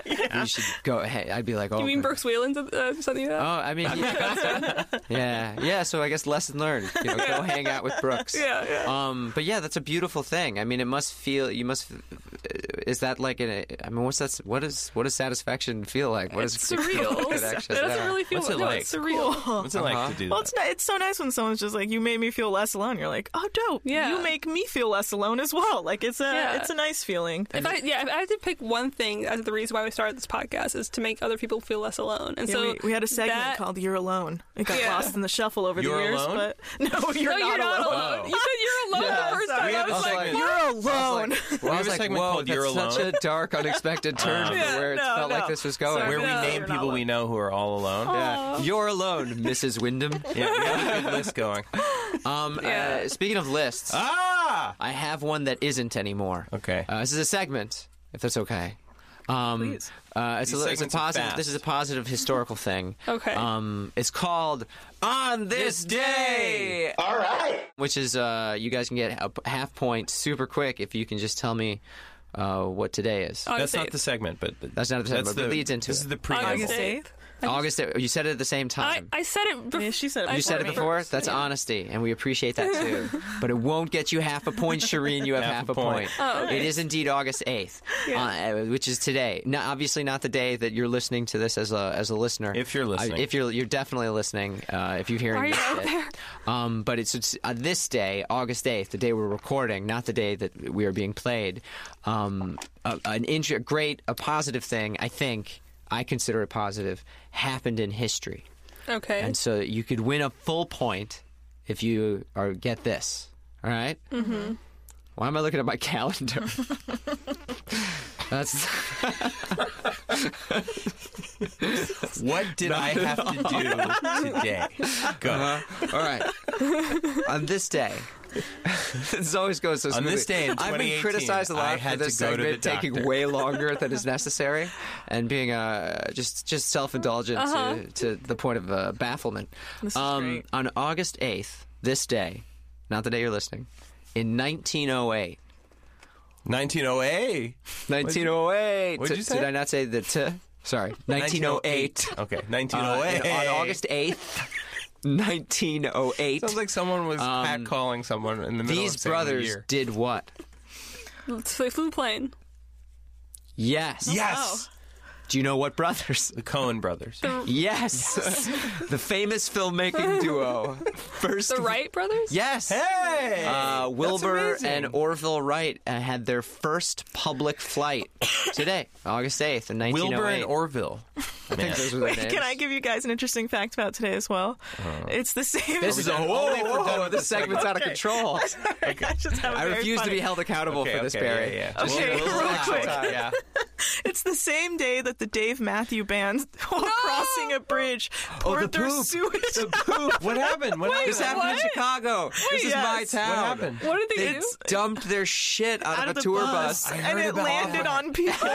[SPEAKER 3] You should go." Hey, I'd be like, "Oh."
[SPEAKER 5] You mean
[SPEAKER 3] good."
[SPEAKER 5] Brooks Whelan's uh, something like
[SPEAKER 3] Oh,
[SPEAKER 5] that?
[SPEAKER 3] I mean, yeah, yeah, yeah. So I guess lesson learned. You know, go hang out with Brooks.
[SPEAKER 5] Yeah, yeah.
[SPEAKER 3] Um, but yeah, that's a beautiful thing. I mean, it must feel you must. uh, Is that like an? I mean, what's that? What is what does satisfaction feel like? What is
[SPEAKER 5] It's surreal.
[SPEAKER 3] Good
[SPEAKER 5] That
[SPEAKER 3] action.
[SPEAKER 5] doesn't
[SPEAKER 3] Yeah.
[SPEAKER 5] really feel
[SPEAKER 2] What's it
[SPEAKER 5] no,
[SPEAKER 2] like?
[SPEAKER 5] It's surreal.
[SPEAKER 2] What's it
[SPEAKER 3] Uh-huh.
[SPEAKER 2] like to do
[SPEAKER 4] Well,
[SPEAKER 2] that?
[SPEAKER 4] it's, not, it's so nice when someone's just like, "You made me feel less alone." You're like, "Oh, dope!
[SPEAKER 5] Yeah.
[SPEAKER 4] you make me feel less alone as well." Like it's a
[SPEAKER 5] Yeah.
[SPEAKER 4] it's a nice feeling.
[SPEAKER 5] If I, yeah, if I had to pick one thing as the reason why we started this podcast is to make other people feel less alone. And
[SPEAKER 4] Yeah,
[SPEAKER 5] so
[SPEAKER 4] we, we had a segment
[SPEAKER 5] that-
[SPEAKER 4] called "You're Alone." It got
[SPEAKER 5] Yeah.
[SPEAKER 4] lost in the shuffle over
[SPEAKER 2] You're
[SPEAKER 4] the years,
[SPEAKER 2] alone?
[SPEAKER 4] but no, you're,
[SPEAKER 5] No,
[SPEAKER 4] not,
[SPEAKER 5] you're not alone.
[SPEAKER 2] Oh.
[SPEAKER 5] You said you're alone the first time.
[SPEAKER 4] sorry.
[SPEAKER 5] I
[SPEAKER 2] We
[SPEAKER 5] was
[SPEAKER 2] have a
[SPEAKER 5] like,
[SPEAKER 2] segment.
[SPEAKER 5] what?
[SPEAKER 4] You're
[SPEAKER 3] Well,
[SPEAKER 4] alone.
[SPEAKER 2] We
[SPEAKER 3] I was
[SPEAKER 2] have a
[SPEAKER 3] like,
[SPEAKER 2] segment
[SPEAKER 3] whoa, Uh,
[SPEAKER 2] called You're
[SPEAKER 3] that's such
[SPEAKER 2] Alone.
[SPEAKER 3] a dark, unexpected turn from
[SPEAKER 4] Yeah,
[SPEAKER 3] where it
[SPEAKER 4] no,
[SPEAKER 3] felt like
[SPEAKER 4] no.
[SPEAKER 3] this was going.
[SPEAKER 4] Sorry.
[SPEAKER 2] Where we
[SPEAKER 4] No,
[SPEAKER 2] name
[SPEAKER 4] you're not Oh.
[SPEAKER 2] people we
[SPEAKER 4] alone.
[SPEAKER 2] know who are all alone.
[SPEAKER 3] Yeah. You're alone, Mrs. Wyndham.
[SPEAKER 2] Yeah, we have a good list going.
[SPEAKER 3] Um,
[SPEAKER 5] Yeah.
[SPEAKER 3] uh, speaking of lists,
[SPEAKER 2] Ah.
[SPEAKER 3] I have one that isn't anymore.
[SPEAKER 2] Okay.
[SPEAKER 3] Uh, this is a segment, if that's okay. Um,
[SPEAKER 4] Please.
[SPEAKER 3] uh, it's,
[SPEAKER 2] These
[SPEAKER 3] a, it's a
[SPEAKER 2] segments are
[SPEAKER 3] positive.
[SPEAKER 2] fast.
[SPEAKER 3] This is a positive historical thing.
[SPEAKER 5] Okay.
[SPEAKER 3] Um, it's called "On This Day,"
[SPEAKER 8] All right.
[SPEAKER 3] which is uh, you guys can get a p- half point super quick if you can just tell me uh, what today is.
[SPEAKER 2] That's
[SPEAKER 5] August
[SPEAKER 2] not
[SPEAKER 5] 8th.
[SPEAKER 2] the segment, but, but
[SPEAKER 3] That's not the segment, but it leads into
[SPEAKER 2] This
[SPEAKER 3] it.
[SPEAKER 2] is the
[SPEAKER 4] August
[SPEAKER 2] preamble.
[SPEAKER 5] August
[SPEAKER 4] 8th.
[SPEAKER 5] eighth.
[SPEAKER 3] August. You said it at the same
[SPEAKER 5] I,
[SPEAKER 3] time.
[SPEAKER 5] I said it before.
[SPEAKER 4] Yeah, she said it
[SPEAKER 3] you
[SPEAKER 4] before
[SPEAKER 3] said it
[SPEAKER 4] me.
[SPEAKER 3] before. That's honesty, and we appreciate that too. but it won't get you half a point, Shireen. You have half, a point.
[SPEAKER 5] Oh, okay.
[SPEAKER 3] It is indeed August eighth, uh, which is today. Now, obviously, not the day that you're listening to this as a as a listener.
[SPEAKER 2] If you're
[SPEAKER 3] I-
[SPEAKER 2] listening.
[SPEAKER 3] if you're you're definitely listening. Uh, if you're hearing
[SPEAKER 5] Are you
[SPEAKER 3] this,
[SPEAKER 5] out
[SPEAKER 3] shit. Um, but it's, it's uh, this day, August eighth, the day we're recording, not the day that we are being played. Um, a, an inter- great, a positive thing, I think. I consider it positive. Happened in history.
[SPEAKER 5] Okay.
[SPEAKER 3] And so you could win a full point if you are get this. All Mm-hmm. Why am I looking at my calendar? That's
[SPEAKER 2] What did I have to do today? Go.
[SPEAKER 3] all right. On this day. this always goes so
[SPEAKER 2] On
[SPEAKER 3] smoothly.
[SPEAKER 2] this day in
[SPEAKER 3] I've been
[SPEAKER 2] 2018,
[SPEAKER 3] criticized a
[SPEAKER 2] I
[SPEAKER 3] lot for
[SPEAKER 2] had
[SPEAKER 3] this
[SPEAKER 2] to go to the
[SPEAKER 3] segment taking
[SPEAKER 2] doctor.
[SPEAKER 3] way longer than is necessary, and being uh, just just self indulgent to, to the point of uh, bafflement.
[SPEAKER 4] Uh-huh.
[SPEAKER 3] Um,
[SPEAKER 4] This is great.
[SPEAKER 3] On August eighth, this day, not the day you're listening, in 1908.
[SPEAKER 2] 1908.
[SPEAKER 3] 1908.
[SPEAKER 2] What'd you
[SPEAKER 3] Did-
[SPEAKER 2] say?
[SPEAKER 3] oh Did I not say the t? Sorry, 1908.
[SPEAKER 2] Okay,
[SPEAKER 3] Uh,
[SPEAKER 2] 1908.
[SPEAKER 3] in- on August 8th, 1908.
[SPEAKER 2] Sounds like someone was
[SPEAKER 3] Um,
[SPEAKER 2] cat calling someone in the middle
[SPEAKER 3] These
[SPEAKER 2] of saying the
[SPEAKER 3] brothers
[SPEAKER 2] year.
[SPEAKER 3] did what?
[SPEAKER 5] so they flew the plane.
[SPEAKER 3] Yes.
[SPEAKER 2] Yes.
[SPEAKER 3] Do you know what brothers?
[SPEAKER 2] The Cohen brothers.
[SPEAKER 3] Yes. the famous filmmaking duo. First.
[SPEAKER 5] The Wright brothers?
[SPEAKER 3] Yes.
[SPEAKER 2] Hey!
[SPEAKER 3] Uh, Wilbur
[SPEAKER 2] amazing.
[SPEAKER 3] and Orville Wright uh, had their first public flight today, August oh 8th, in 1908.
[SPEAKER 2] Wilbur and Orville. Man.
[SPEAKER 3] Those were their
[SPEAKER 4] Wait, can
[SPEAKER 3] names.
[SPEAKER 4] I give you guys an interesting fact about today as well? it's the same.
[SPEAKER 3] Uh-huh. This is a
[SPEAKER 2] done?
[SPEAKER 3] whoa,
[SPEAKER 2] Only if we're
[SPEAKER 3] whoa,
[SPEAKER 2] done with
[SPEAKER 3] this
[SPEAKER 2] this
[SPEAKER 3] segment's out of control.
[SPEAKER 4] I just have a
[SPEAKER 3] I
[SPEAKER 4] very
[SPEAKER 3] refuse to
[SPEAKER 4] funny-
[SPEAKER 3] be held accountable
[SPEAKER 2] Okay,
[SPEAKER 3] for this,
[SPEAKER 2] okay,
[SPEAKER 3] Barry.
[SPEAKER 2] yeah, yeah.
[SPEAKER 3] Just-
[SPEAKER 4] Okay,
[SPEAKER 3] we'll-
[SPEAKER 4] real
[SPEAKER 3] we'll-
[SPEAKER 4] quick.
[SPEAKER 3] Yeah.
[SPEAKER 4] It's the same day that the Dave Matthew Band, while crossing a bridge, poured
[SPEAKER 3] Oh, the
[SPEAKER 4] their
[SPEAKER 3] poop.
[SPEAKER 4] sewage.
[SPEAKER 2] What happened? What
[SPEAKER 3] This happened in Chicago. this is my
[SPEAKER 4] yes.
[SPEAKER 3] town.
[SPEAKER 2] What happened?
[SPEAKER 5] What did they,
[SPEAKER 3] They
[SPEAKER 5] do?
[SPEAKER 3] dumped their shit out, of
[SPEAKER 4] out of
[SPEAKER 3] a
[SPEAKER 4] the
[SPEAKER 3] tour
[SPEAKER 4] bus,
[SPEAKER 3] bus.
[SPEAKER 4] and it landed on people.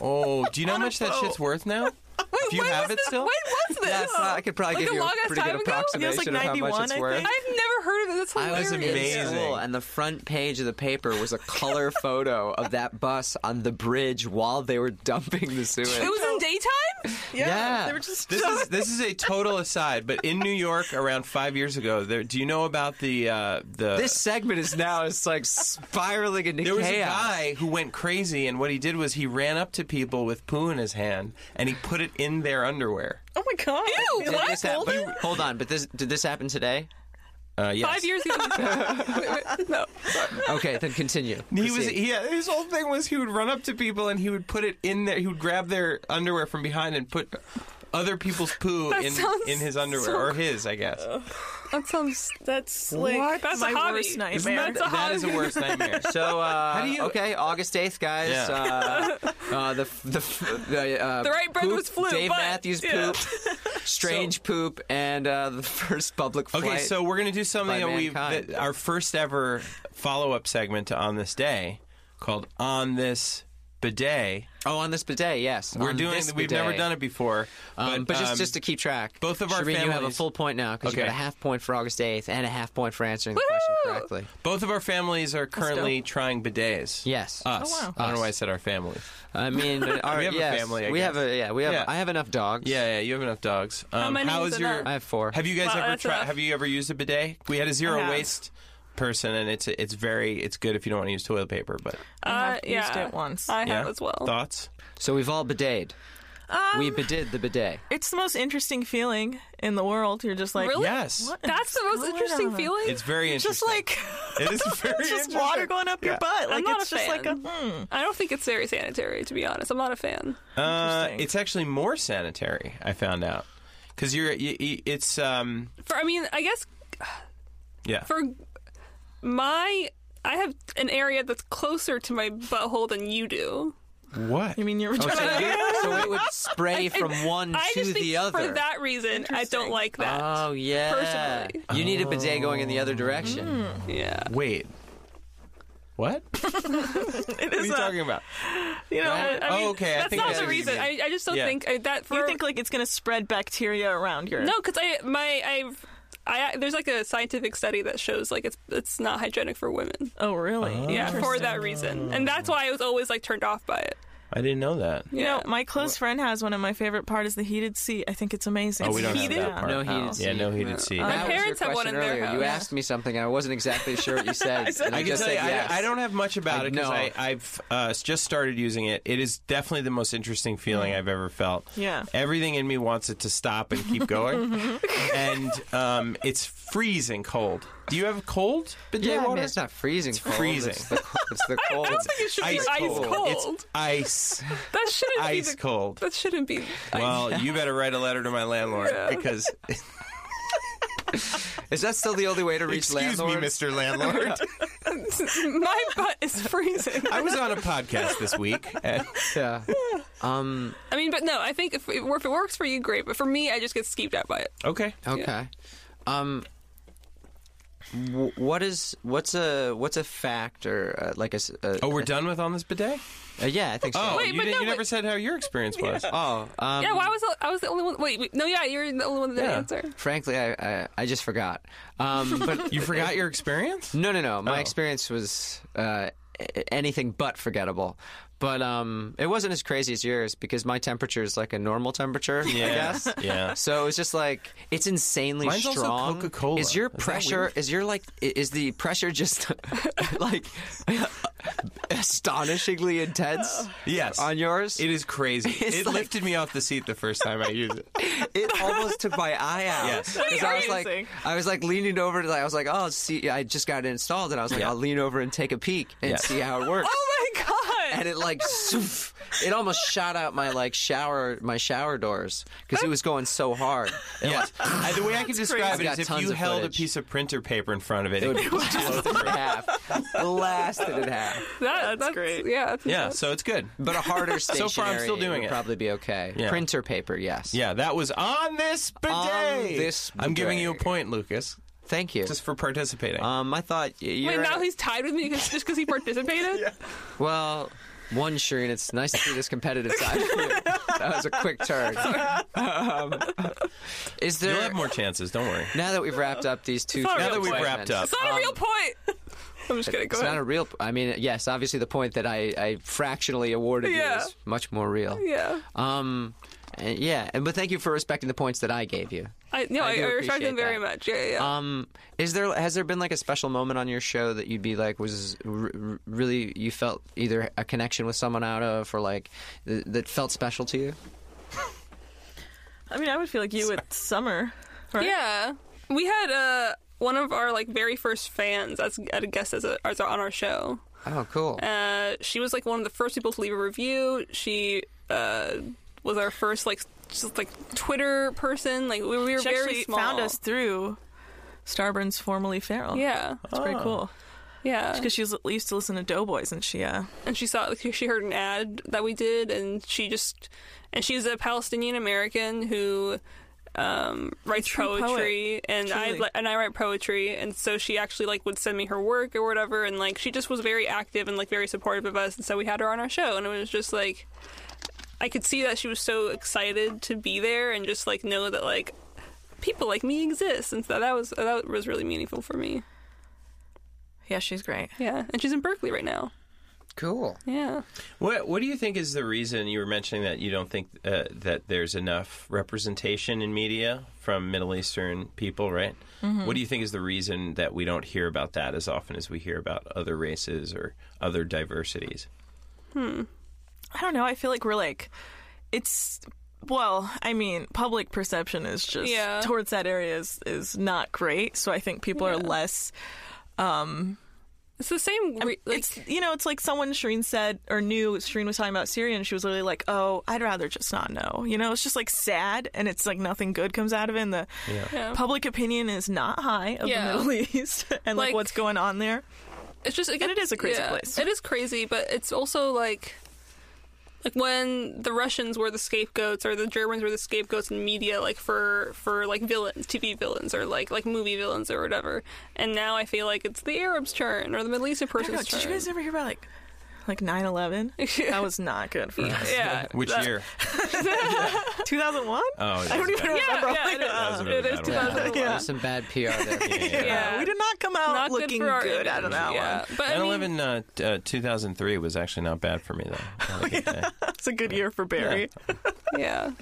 [SPEAKER 2] Oh, do you know how much that
[SPEAKER 4] boat.
[SPEAKER 2] shit's worth now? if you
[SPEAKER 5] when
[SPEAKER 2] have
[SPEAKER 5] was
[SPEAKER 2] it
[SPEAKER 5] this-
[SPEAKER 2] still?
[SPEAKER 5] When was this?
[SPEAKER 3] That's not, I could probably
[SPEAKER 5] Like
[SPEAKER 3] give
[SPEAKER 5] a
[SPEAKER 3] you a
[SPEAKER 5] long-ass
[SPEAKER 3] pretty good
[SPEAKER 5] time ago?
[SPEAKER 3] approximation
[SPEAKER 4] Yeah, it was like
[SPEAKER 3] of how much
[SPEAKER 4] 91,
[SPEAKER 3] it's
[SPEAKER 4] I
[SPEAKER 3] worth.
[SPEAKER 4] think.
[SPEAKER 5] I've never heard of it. That's
[SPEAKER 3] I
[SPEAKER 5] hilarious.
[SPEAKER 2] was amazed.
[SPEAKER 3] It's
[SPEAKER 2] Amazing.
[SPEAKER 3] cool. And the front page of the paper was a color photo of that bus on the bridge while they were dumping the sewage.
[SPEAKER 5] It was in daytime?
[SPEAKER 4] yeah,
[SPEAKER 3] Yeah.
[SPEAKER 4] they were just.
[SPEAKER 2] This is this is a total aside, but in New York around five years ago, there. Do you know about the uh, the
[SPEAKER 3] this segment is now it's like spiraling into
[SPEAKER 2] There was a
[SPEAKER 3] chaos.
[SPEAKER 2] guy who went crazy, and what he did was he ran up to people with poo in his hand, and he put it in their underwear.
[SPEAKER 4] oh my god!
[SPEAKER 5] Ew,
[SPEAKER 3] Did
[SPEAKER 5] what?
[SPEAKER 3] this happen-
[SPEAKER 5] Golden?
[SPEAKER 3] Hold on, but this did this happen today?
[SPEAKER 2] Uh, yes.
[SPEAKER 5] Five years ago. Wait, wait, no.
[SPEAKER 3] Okay, then continue.
[SPEAKER 2] He was
[SPEAKER 3] Proceed.
[SPEAKER 2] he, his whole thing was he would run up to people and he would put it in their he would grab their underwear from behind and put other people's poo
[SPEAKER 5] That
[SPEAKER 2] in
[SPEAKER 5] sounds
[SPEAKER 2] in his underwear
[SPEAKER 5] so
[SPEAKER 2] or his I guess.
[SPEAKER 5] That sounds.
[SPEAKER 4] That's like
[SPEAKER 5] What? That's a
[SPEAKER 4] my
[SPEAKER 5] hobby.
[SPEAKER 4] worst nightmare.
[SPEAKER 2] Isn't that,
[SPEAKER 5] That's a
[SPEAKER 2] that
[SPEAKER 5] hobby.
[SPEAKER 2] is a worst nightmare.
[SPEAKER 3] So uh,
[SPEAKER 2] How do you-
[SPEAKER 3] okay, August eighth, guys.
[SPEAKER 2] Yeah.
[SPEAKER 3] Uh, uh, the f- the f- the, uh,
[SPEAKER 5] The Wright brothers
[SPEAKER 3] poop,
[SPEAKER 5] flew,
[SPEAKER 3] Dave
[SPEAKER 5] but-
[SPEAKER 3] Matthews
[SPEAKER 5] yeah.
[SPEAKER 3] poop, strange poop, and uh, the first public flight.
[SPEAKER 2] Okay, so we're gonna do something
[SPEAKER 3] by
[SPEAKER 2] that we
[SPEAKER 3] mankind.
[SPEAKER 2] that our first ever follow up segment to on this day called on this bidet.
[SPEAKER 3] oh, on this bidet, yes,
[SPEAKER 2] We're doing we've never done it before,
[SPEAKER 3] Um, but just
[SPEAKER 2] um,
[SPEAKER 3] just to keep track,
[SPEAKER 2] both of our
[SPEAKER 3] Shireen, you have a
[SPEAKER 2] families-
[SPEAKER 3] full point now because you
[SPEAKER 2] Okay.
[SPEAKER 3] got a half point for August eighth and a half point for answering the question
[SPEAKER 5] Woohoo!
[SPEAKER 3] correctly.
[SPEAKER 2] Both of our families are currently trying bidets.
[SPEAKER 3] Yes,
[SPEAKER 2] Us.
[SPEAKER 4] Oh, wow.
[SPEAKER 2] I don't know why I
[SPEAKER 3] Us.
[SPEAKER 2] said our families.
[SPEAKER 3] I mean, our,
[SPEAKER 2] Uh, We have a
[SPEAKER 3] yes,
[SPEAKER 2] family, I
[SPEAKER 3] we have
[SPEAKER 2] guess.
[SPEAKER 3] a yeah, we have.
[SPEAKER 2] Yeah.
[SPEAKER 3] I have enough dogs.
[SPEAKER 2] Yeah, yeah, you have enough dogs. Um,
[SPEAKER 5] many
[SPEAKER 2] how
[SPEAKER 5] is
[SPEAKER 2] is your?
[SPEAKER 5] enough?
[SPEAKER 3] I have four.
[SPEAKER 2] Have you guys
[SPEAKER 5] Wow,
[SPEAKER 2] ever
[SPEAKER 5] that's
[SPEAKER 2] tried?
[SPEAKER 5] enough.
[SPEAKER 2] Have you ever used a bidet? We had a zero
[SPEAKER 4] have.
[SPEAKER 2] waste person, and it's it's very it's good if you don't want to use toilet paper. But
[SPEAKER 5] Uh,
[SPEAKER 4] I've
[SPEAKER 5] yeah.
[SPEAKER 4] used it once.
[SPEAKER 5] I
[SPEAKER 2] yeah,
[SPEAKER 5] have as well.
[SPEAKER 2] Thoughts?
[SPEAKER 3] So we've all bideted.
[SPEAKER 2] Um,
[SPEAKER 3] we bidid the bidet.
[SPEAKER 4] It's the most interesting feeling in the world. You're just like,
[SPEAKER 5] Really?
[SPEAKER 2] Yes,
[SPEAKER 4] What?
[SPEAKER 5] That's the most
[SPEAKER 4] What?
[SPEAKER 5] interesting feeling.
[SPEAKER 2] it's very interesting.
[SPEAKER 4] just like
[SPEAKER 2] it is very
[SPEAKER 4] just
[SPEAKER 2] interesting.
[SPEAKER 4] water going up your butt. Like
[SPEAKER 5] not
[SPEAKER 4] it's
[SPEAKER 5] a
[SPEAKER 4] just like a
[SPEAKER 5] fan.
[SPEAKER 4] mm.
[SPEAKER 5] I don't think it's very sanitary, to be honest. I'm not a fan.
[SPEAKER 2] Uh,
[SPEAKER 4] Interesting.
[SPEAKER 2] it's actually more sanitary. I found out because you're you, you- it's um
[SPEAKER 5] For I mean, I guess
[SPEAKER 2] yeah
[SPEAKER 5] for my, I have an area that's closer to my butthole than you do.
[SPEAKER 2] what
[SPEAKER 4] You mean you're
[SPEAKER 3] So,
[SPEAKER 4] trying
[SPEAKER 3] you- so it would spray from one
[SPEAKER 5] I
[SPEAKER 3] Mm, to
[SPEAKER 5] just think
[SPEAKER 3] the other.
[SPEAKER 5] for that reason, I don't like that.
[SPEAKER 3] oh yeah.
[SPEAKER 5] personally. Mm.
[SPEAKER 3] You need a bidet going in the other direction.
[SPEAKER 5] yeah.
[SPEAKER 2] wait What? what
[SPEAKER 4] It is
[SPEAKER 2] are you
[SPEAKER 4] a-
[SPEAKER 2] talking about?
[SPEAKER 4] You know,
[SPEAKER 5] I, I mean,
[SPEAKER 2] Oh, okay, I
[SPEAKER 5] That's
[SPEAKER 2] think
[SPEAKER 5] not
[SPEAKER 2] that's
[SPEAKER 5] the
[SPEAKER 2] what you
[SPEAKER 5] reason. I,
[SPEAKER 2] mean.
[SPEAKER 5] I just don't
[SPEAKER 2] Yeah.
[SPEAKER 5] think I, that for
[SPEAKER 4] you think like it's gonna spread bacteria around your
[SPEAKER 5] no, because I my I've. I, there's like a scientific study that shows like it's it's not hygienic for women.
[SPEAKER 4] Oh, really?
[SPEAKER 5] Yeah, for that reason, and that's why I was always like turned off by it.
[SPEAKER 2] I didn't know that.
[SPEAKER 5] You
[SPEAKER 4] You
[SPEAKER 5] know,
[SPEAKER 4] know, my close friend has one, and my favorite part is the heated seat. I think it's amazing.
[SPEAKER 2] Oh, we don't
[SPEAKER 4] heated?
[SPEAKER 2] have that part.
[SPEAKER 3] No heated
[SPEAKER 2] Yeah,
[SPEAKER 3] seat.
[SPEAKER 2] no heated seat.
[SPEAKER 5] My
[SPEAKER 3] That was
[SPEAKER 5] parents
[SPEAKER 3] your
[SPEAKER 5] have one
[SPEAKER 3] question
[SPEAKER 5] in their
[SPEAKER 3] earlier.
[SPEAKER 5] house.
[SPEAKER 3] You asked me something, and I wasn't exactly sure what you said.
[SPEAKER 4] I said-
[SPEAKER 3] and
[SPEAKER 4] I
[SPEAKER 3] I,
[SPEAKER 2] I can
[SPEAKER 3] just
[SPEAKER 2] tell you,
[SPEAKER 3] said yes.
[SPEAKER 2] I, I don't have much about
[SPEAKER 3] I
[SPEAKER 2] it because
[SPEAKER 3] know.
[SPEAKER 2] I, I've uh, s- just started using it. It is definitely the most interesting feeling I've ever felt.
[SPEAKER 4] Yeah.
[SPEAKER 2] everything in me wants it to stop and keep going, and um, it's freezing cold. Do you have cold bidet
[SPEAKER 3] Yeah, I mean,
[SPEAKER 2] water?
[SPEAKER 3] it's not freezing. cold.
[SPEAKER 2] freezing.
[SPEAKER 3] It's the, co- it's the cold.
[SPEAKER 5] I don't think it should be ice cold.
[SPEAKER 2] It's ice,
[SPEAKER 5] That shouldn't be
[SPEAKER 2] ice
[SPEAKER 5] the,
[SPEAKER 2] cold.
[SPEAKER 5] That shouldn't be.
[SPEAKER 2] Well, you better write a letter to my landlord because
[SPEAKER 3] Is that still the only way to reach
[SPEAKER 2] excuse me,
[SPEAKER 3] landlords?
[SPEAKER 2] Mister Landlord.
[SPEAKER 5] my butt is freezing.
[SPEAKER 2] I was on a podcast this week. and-
[SPEAKER 3] Yeah. Um.
[SPEAKER 5] I mean, but no, I think if, it- if it works for you, great. But for me, I just get skeeved out by it.
[SPEAKER 2] okay,
[SPEAKER 3] Okay. Um. wh- What is what's a what's a factor uh, like a, s- a-
[SPEAKER 2] oh, we're done with on this bidet.
[SPEAKER 3] uh, yeah I think so
[SPEAKER 2] Oh, you,
[SPEAKER 5] Wait, but
[SPEAKER 2] didn't-
[SPEAKER 5] no,
[SPEAKER 2] you
[SPEAKER 5] but-
[SPEAKER 2] never said how your experience was.
[SPEAKER 3] oh um,
[SPEAKER 5] yeah, well, I was the- I was the only one. Wait, wait, no, yeah, you're the only one that
[SPEAKER 2] Yeah.
[SPEAKER 5] answered.
[SPEAKER 3] frankly I, I I just forgot um but
[SPEAKER 2] You forgot your experience?
[SPEAKER 3] No, no, no. My
[SPEAKER 2] Oh.
[SPEAKER 3] experience was uh, a- anything but forgettable. But um, it wasn't as crazy as yours because my temperature is like a normal temperature. I guess.
[SPEAKER 2] Yeah.
[SPEAKER 3] So it's just like it's insanely
[SPEAKER 2] Mine's also
[SPEAKER 3] strong.
[SPEAKER 2] Coca-Cola.
[SPEAKER 3] Is your
[SPEAKER 2] Is that
[SPEAKER 3] pressure?
[SPEAKER 2] weird?
[SPEAKER 3] Is your like? i- Is the pressure just like astonishingly intense?
[SPEAKER 2] Yes.
[SPEAKER 3] On yours,
[SPEAKER 2] It is crazy.
[SPEAKER 3] It's
[SPEAKER 2] It
[SPEAKER 3] like-
[SPEAKER 2] lifted me off the seat the first time I used it.
[SPEAKER 3] it almost took my eye out.
[SPEAKER 2] Yes.
[SPEAKER 3] 'Cause
[SPEAKER 4] Wait,
[SPEAKER 3] I
[SPEAKER 4] are
[SPEAKER 3] was
[SPEAKER 4] you
[SPEAKER 3] like,
[SPEAKER 4] saying-
[SPEAKER 3] I was like leaning over to, like, I was like, oh, see, I just got it installed, and I was like,
[SPEAKER 2] Yeah.
[SPEAKER 3] I'll lean over and take a peek and
[SPEAKER 2] Yes.
[SPEAKER 3] see how it works.
[SPEAKER 5] Oh my god!
[SPEAKER 3] and it like zoof, it almost shot out my like shower my shower doors because it was going so hard. It
[SPEAKER 2] Yes. I- the way I can describe
[SPEAKER 3] crazy. I've
[SPEAKER 2] it
[SPEAKER 3] got
[SPEAKER 2] is if
[SPEAKER 3] tons
[SPEAKER 2] you
[SPEAKER 3] of
[SPEAKER 2] held
[SPEAKER 3] footage.
[SPEAKER 2] a piece of printer paper in front of it. it would-
[SPEAKER 3] blasted in half, blasted in half,
[SPEAKER 5] That- that's,
[SPEAKER 4] great.
[SPEAKER 5] Yeah, that's
[SPEAKER 2] yeah, so it's good.
[SPEAKER 3] but a harder stationary.
[SPEAKER 2] far, I'm still doing
[SPEAKER 3] would
[SPEAKER 2] it.
[SPEAKER 3] Probably be okay.
[SPEAKER 2] Yeah.
[SPEAKER 3] Printer paper, yes.
[SPEAKER 2] Yeah, that was on this bidet.
[SPEAKER 3] On this
[SPEAKER 2] I'm giving
[SPEAKER 3] bidet.
[SPEAKER 2] you a point, Lucas,
[SPEAKER 3] Thank you.
[SPEAKER 2] just for participating.
[SPEAKER 3] um, I thought y- you're
[SPEAKER 5] Wait, now he's tied with me 'cause- just because he participated.
[SPEAKER 3] well. One, Shireen, it's nice to see this competitive side. of you. that was a quick turn. Um, is there
[SPEAKER 2] You'll have more chances, don't worry.
[SPEAKER 3] now that we've wrapped up these two?
[SPEAKER 5] Sorry,
[SPEAKER 2] Now that we've
[SPEAKER 5] Wait.
[SPEAKER 2] wrapped up.
[SPEAKER 5] It's not a real point. I'm just kidding. Go
[SPEAKER 3] Um, it's
[SPEAKER 5] ahead.
[SPEAKER 3] not a real. I mean, yes, obviously the point that I, I fractionally awarded
[SPEAKER 5] Yeah.
[SPEAKER 3] you is much more real.
[SPEAKER 5] yeah,
[SPEAKER 3] Um, and yeah, and- but thank you for respecting the points that I gave you.
[SPEAKER 5] I no,
[SPEAKER 3] I
[SPEAKER 5] I, I,
[SPEAKER 3] do
[SPEAKER 5] respect him
[SPEAKER 3] appreciate
[SPEAKER 5] very
[SPEAKER 3] that.
[SPEAKER 5] much. Yeah, yeah. yeah.
[SPEAKER 3] Um, is there has there been like a special moment on your show that you'd be like was r- r- really you felt either a connection with someone out of or like th- that felt special to you?
[SPEAKER 4] I mean, I would feel like you with summer, right?
[SPEAKER 5] Yeah, we had uh, one of our like very first fans as at a guest as, a, as a, on our show.
[SPEAKER 3] Oh, cool.
[SPEAKER 5] Uh, she was like one of the first people to leave a review. She uh, was our first like just like Twitter person. Like we, we were
[SPEAKER 4] She
[SPEAKER 5] very
[SPEAKER 4] actually
[SPEAKER 5] small.
[SPEAKER 4] found us through Starburns, formerly Feral.
[SPEAKER 5] Yeah,
[SPEAKER 4] It's pretty cool
[SPEAKER 5] yeah.
[SPEAKER 4] because she was, used to listen to Doughboys, and she uh,
[SPEAKER 5] And she saw like, she heard an ad that we did, and she just and she's a Palestinian American who um writes
[SPEAKER 4] true poet,
[SPEAKER 5] poetry and I
[SPEAKER 4] truly.
[SPEAKER 5] li- and I write poetry and so she actually like would send me her work or whatever and like she just was very active and like very supportive of us and so we had her on our show and it was just like I could see that she was so excited to be there and just like know that like people like me exist and so that was that was really meaningful for me.
[SPEAKER 4] yeah, she's great.
[SPEAKER 5] Yeah, and she's in Berkeley right now.
[SPEAKER 3] cool.
[SPEAKER 5] Yeah.
[SPEAKER 2] What What do you think is the reason you were mentioning that you don't think uh, that there's enough representation in media from Middle Eastern people, right? What do you think is the reason that we don't hear about that as often as we hear about other races or other diversities?
[SPEAKER 4] I don't know. I feel like we're like, it's well. I mean, public perception is just
[SPEAKER 5] Yeah.
[SPEAKER 4] towards that area is is not great. So I think people are less.
[SPEAKER 5] It's the same re- like
[SPEAKER 4] it's you know, it's like someone Shireen said or knew Shireen was talking about Syria, and she was literally like, "Oh, I'd rather just not know." You know, it's just like sad, and it's like nothing good comes out of it. And the
[SPEAKER 5] Yeah.
[SPEAKER 4] public opinion is not high of
[SPEAKER 5] Yeah.
[SPEAKER 4] the Middle East and like,
[SPEAKER 5] Like-
[SPEAKER 4] what's going on there.
[SPEAKER 5] it's just
[SPEAKER 4] it is a crazy
[SPEAKER 5] yeah,
[SPEAKER 4] place.
[SPEAKER 5] It is crazy, but it's also like like when the Russians were the scapegoats or the Germans were the scapegoats in media, like for for like villains, TV villains or like like movie villains or whatever. And now I feel like it's the Arabs' turn or the Middle Eastern
[SPEAKER 4] I don't know,
[SPEAKER 5] person's
[SPEAKER 4] did you
[SPEAKER 5] turn.
[SPEAKER 4] guys ever hear about like like 9-11? that was not good for us.
[SPEAKER 5] yeah,
[SPEAKER 2] Which
[SPEAKER 5] that-
[SPEAKER 2] year?
[SPEAKER 4] 2001?
[SPEAKER 2] Oh,
[SPEAKER 4] I don't even
[SPEAKER 5] Yeah,
[SPEAKER 4] remember.
[SPEAKER 5] yeah,
[SPEAKER 4] Like,
[SPEAKER 5] it is-
[SPEAKER 4] uh,
[SPEAKER 2] was a really
[SPEAKER 5] it is
[SPEAKER 2] bad one.
[SPEAKER 5] 2001.
[SPEAKER 4] Yeah.
[SPEAKER 3] There's some bad PR there.
[SPEAKER 5] Yeah.
[SPEAKER 4] we did not come out
[SPEAKER 5] Not
[SPEAKER 4] looking
[SPEAKER 5] good, for our
[SPEAKER 4] good out of
[SPEAKER 5] image,
[SPEAKER 4] that
[SPEAKER 5] yeah.
[SPEAKER 4] one.
[SPEAKER 5] But I
[SPEAKER 2] And 11,
[SPEAKER 5] mean,
[SPEAKER 2] uh, t- uh, 2003 was actually not bad for me, though. I had a good day.
[SPEAKER 4] That's a good year for Barry.
[SPEAKER 5] yeah.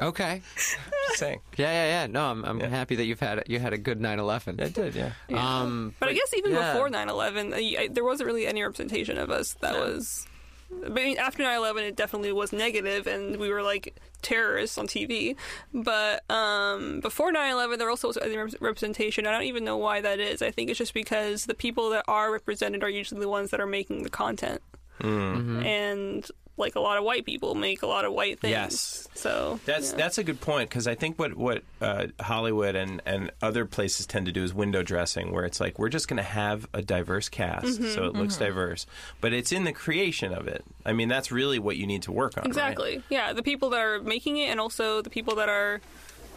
[SPEAKER 3] okay.
[SPEAKER 2] Just saying.
[SPEAKER 3] Yeah, yeah, yeah. No, I'm, I'm
[SPEAKER 2] Yeah.
[SPEAKER 3] happy that you've had you had a good 9/11.
[SPEAKER 2] I did, yeah.
[SPEAKER 3] Um,
[SPEAKER 5] But I guess even
[SPEAKER 3] yeah.
[SPEAKER 5] before 9 11, there wasn't really any representation of us that was. I mean, after 9 11, it definitely was negative, and we were like terrorists on TV. But um, before 9 11, there also was any rep- representation. I don't even know why that is. I think it's just because the people that are represented are usually the ones that are making the content.
[SPEAKER 2] Hmm.
[SPEAKER 5] And like a lot of white people make a lot of white things.
[SPEAKER 2] Yes.
[SPEAKER 5] So
[SPEAKER 2] That's
[SPEAKER 5] yeah.
[SPEAKER 2] that's a good point because I think what what uh, Hollywood and, and other places tend to do is window dressing, where it's like we're just going to have a diverse cast,
[SPEAKER 5] Mm-hmm,
[SPEAKER 2] so it looks diverse, but it's in the creation of it. I mean, that's really what you need to work on. right?
[SPEAKER 5] Exactly. Yeah, the people that are making it, and also the people that are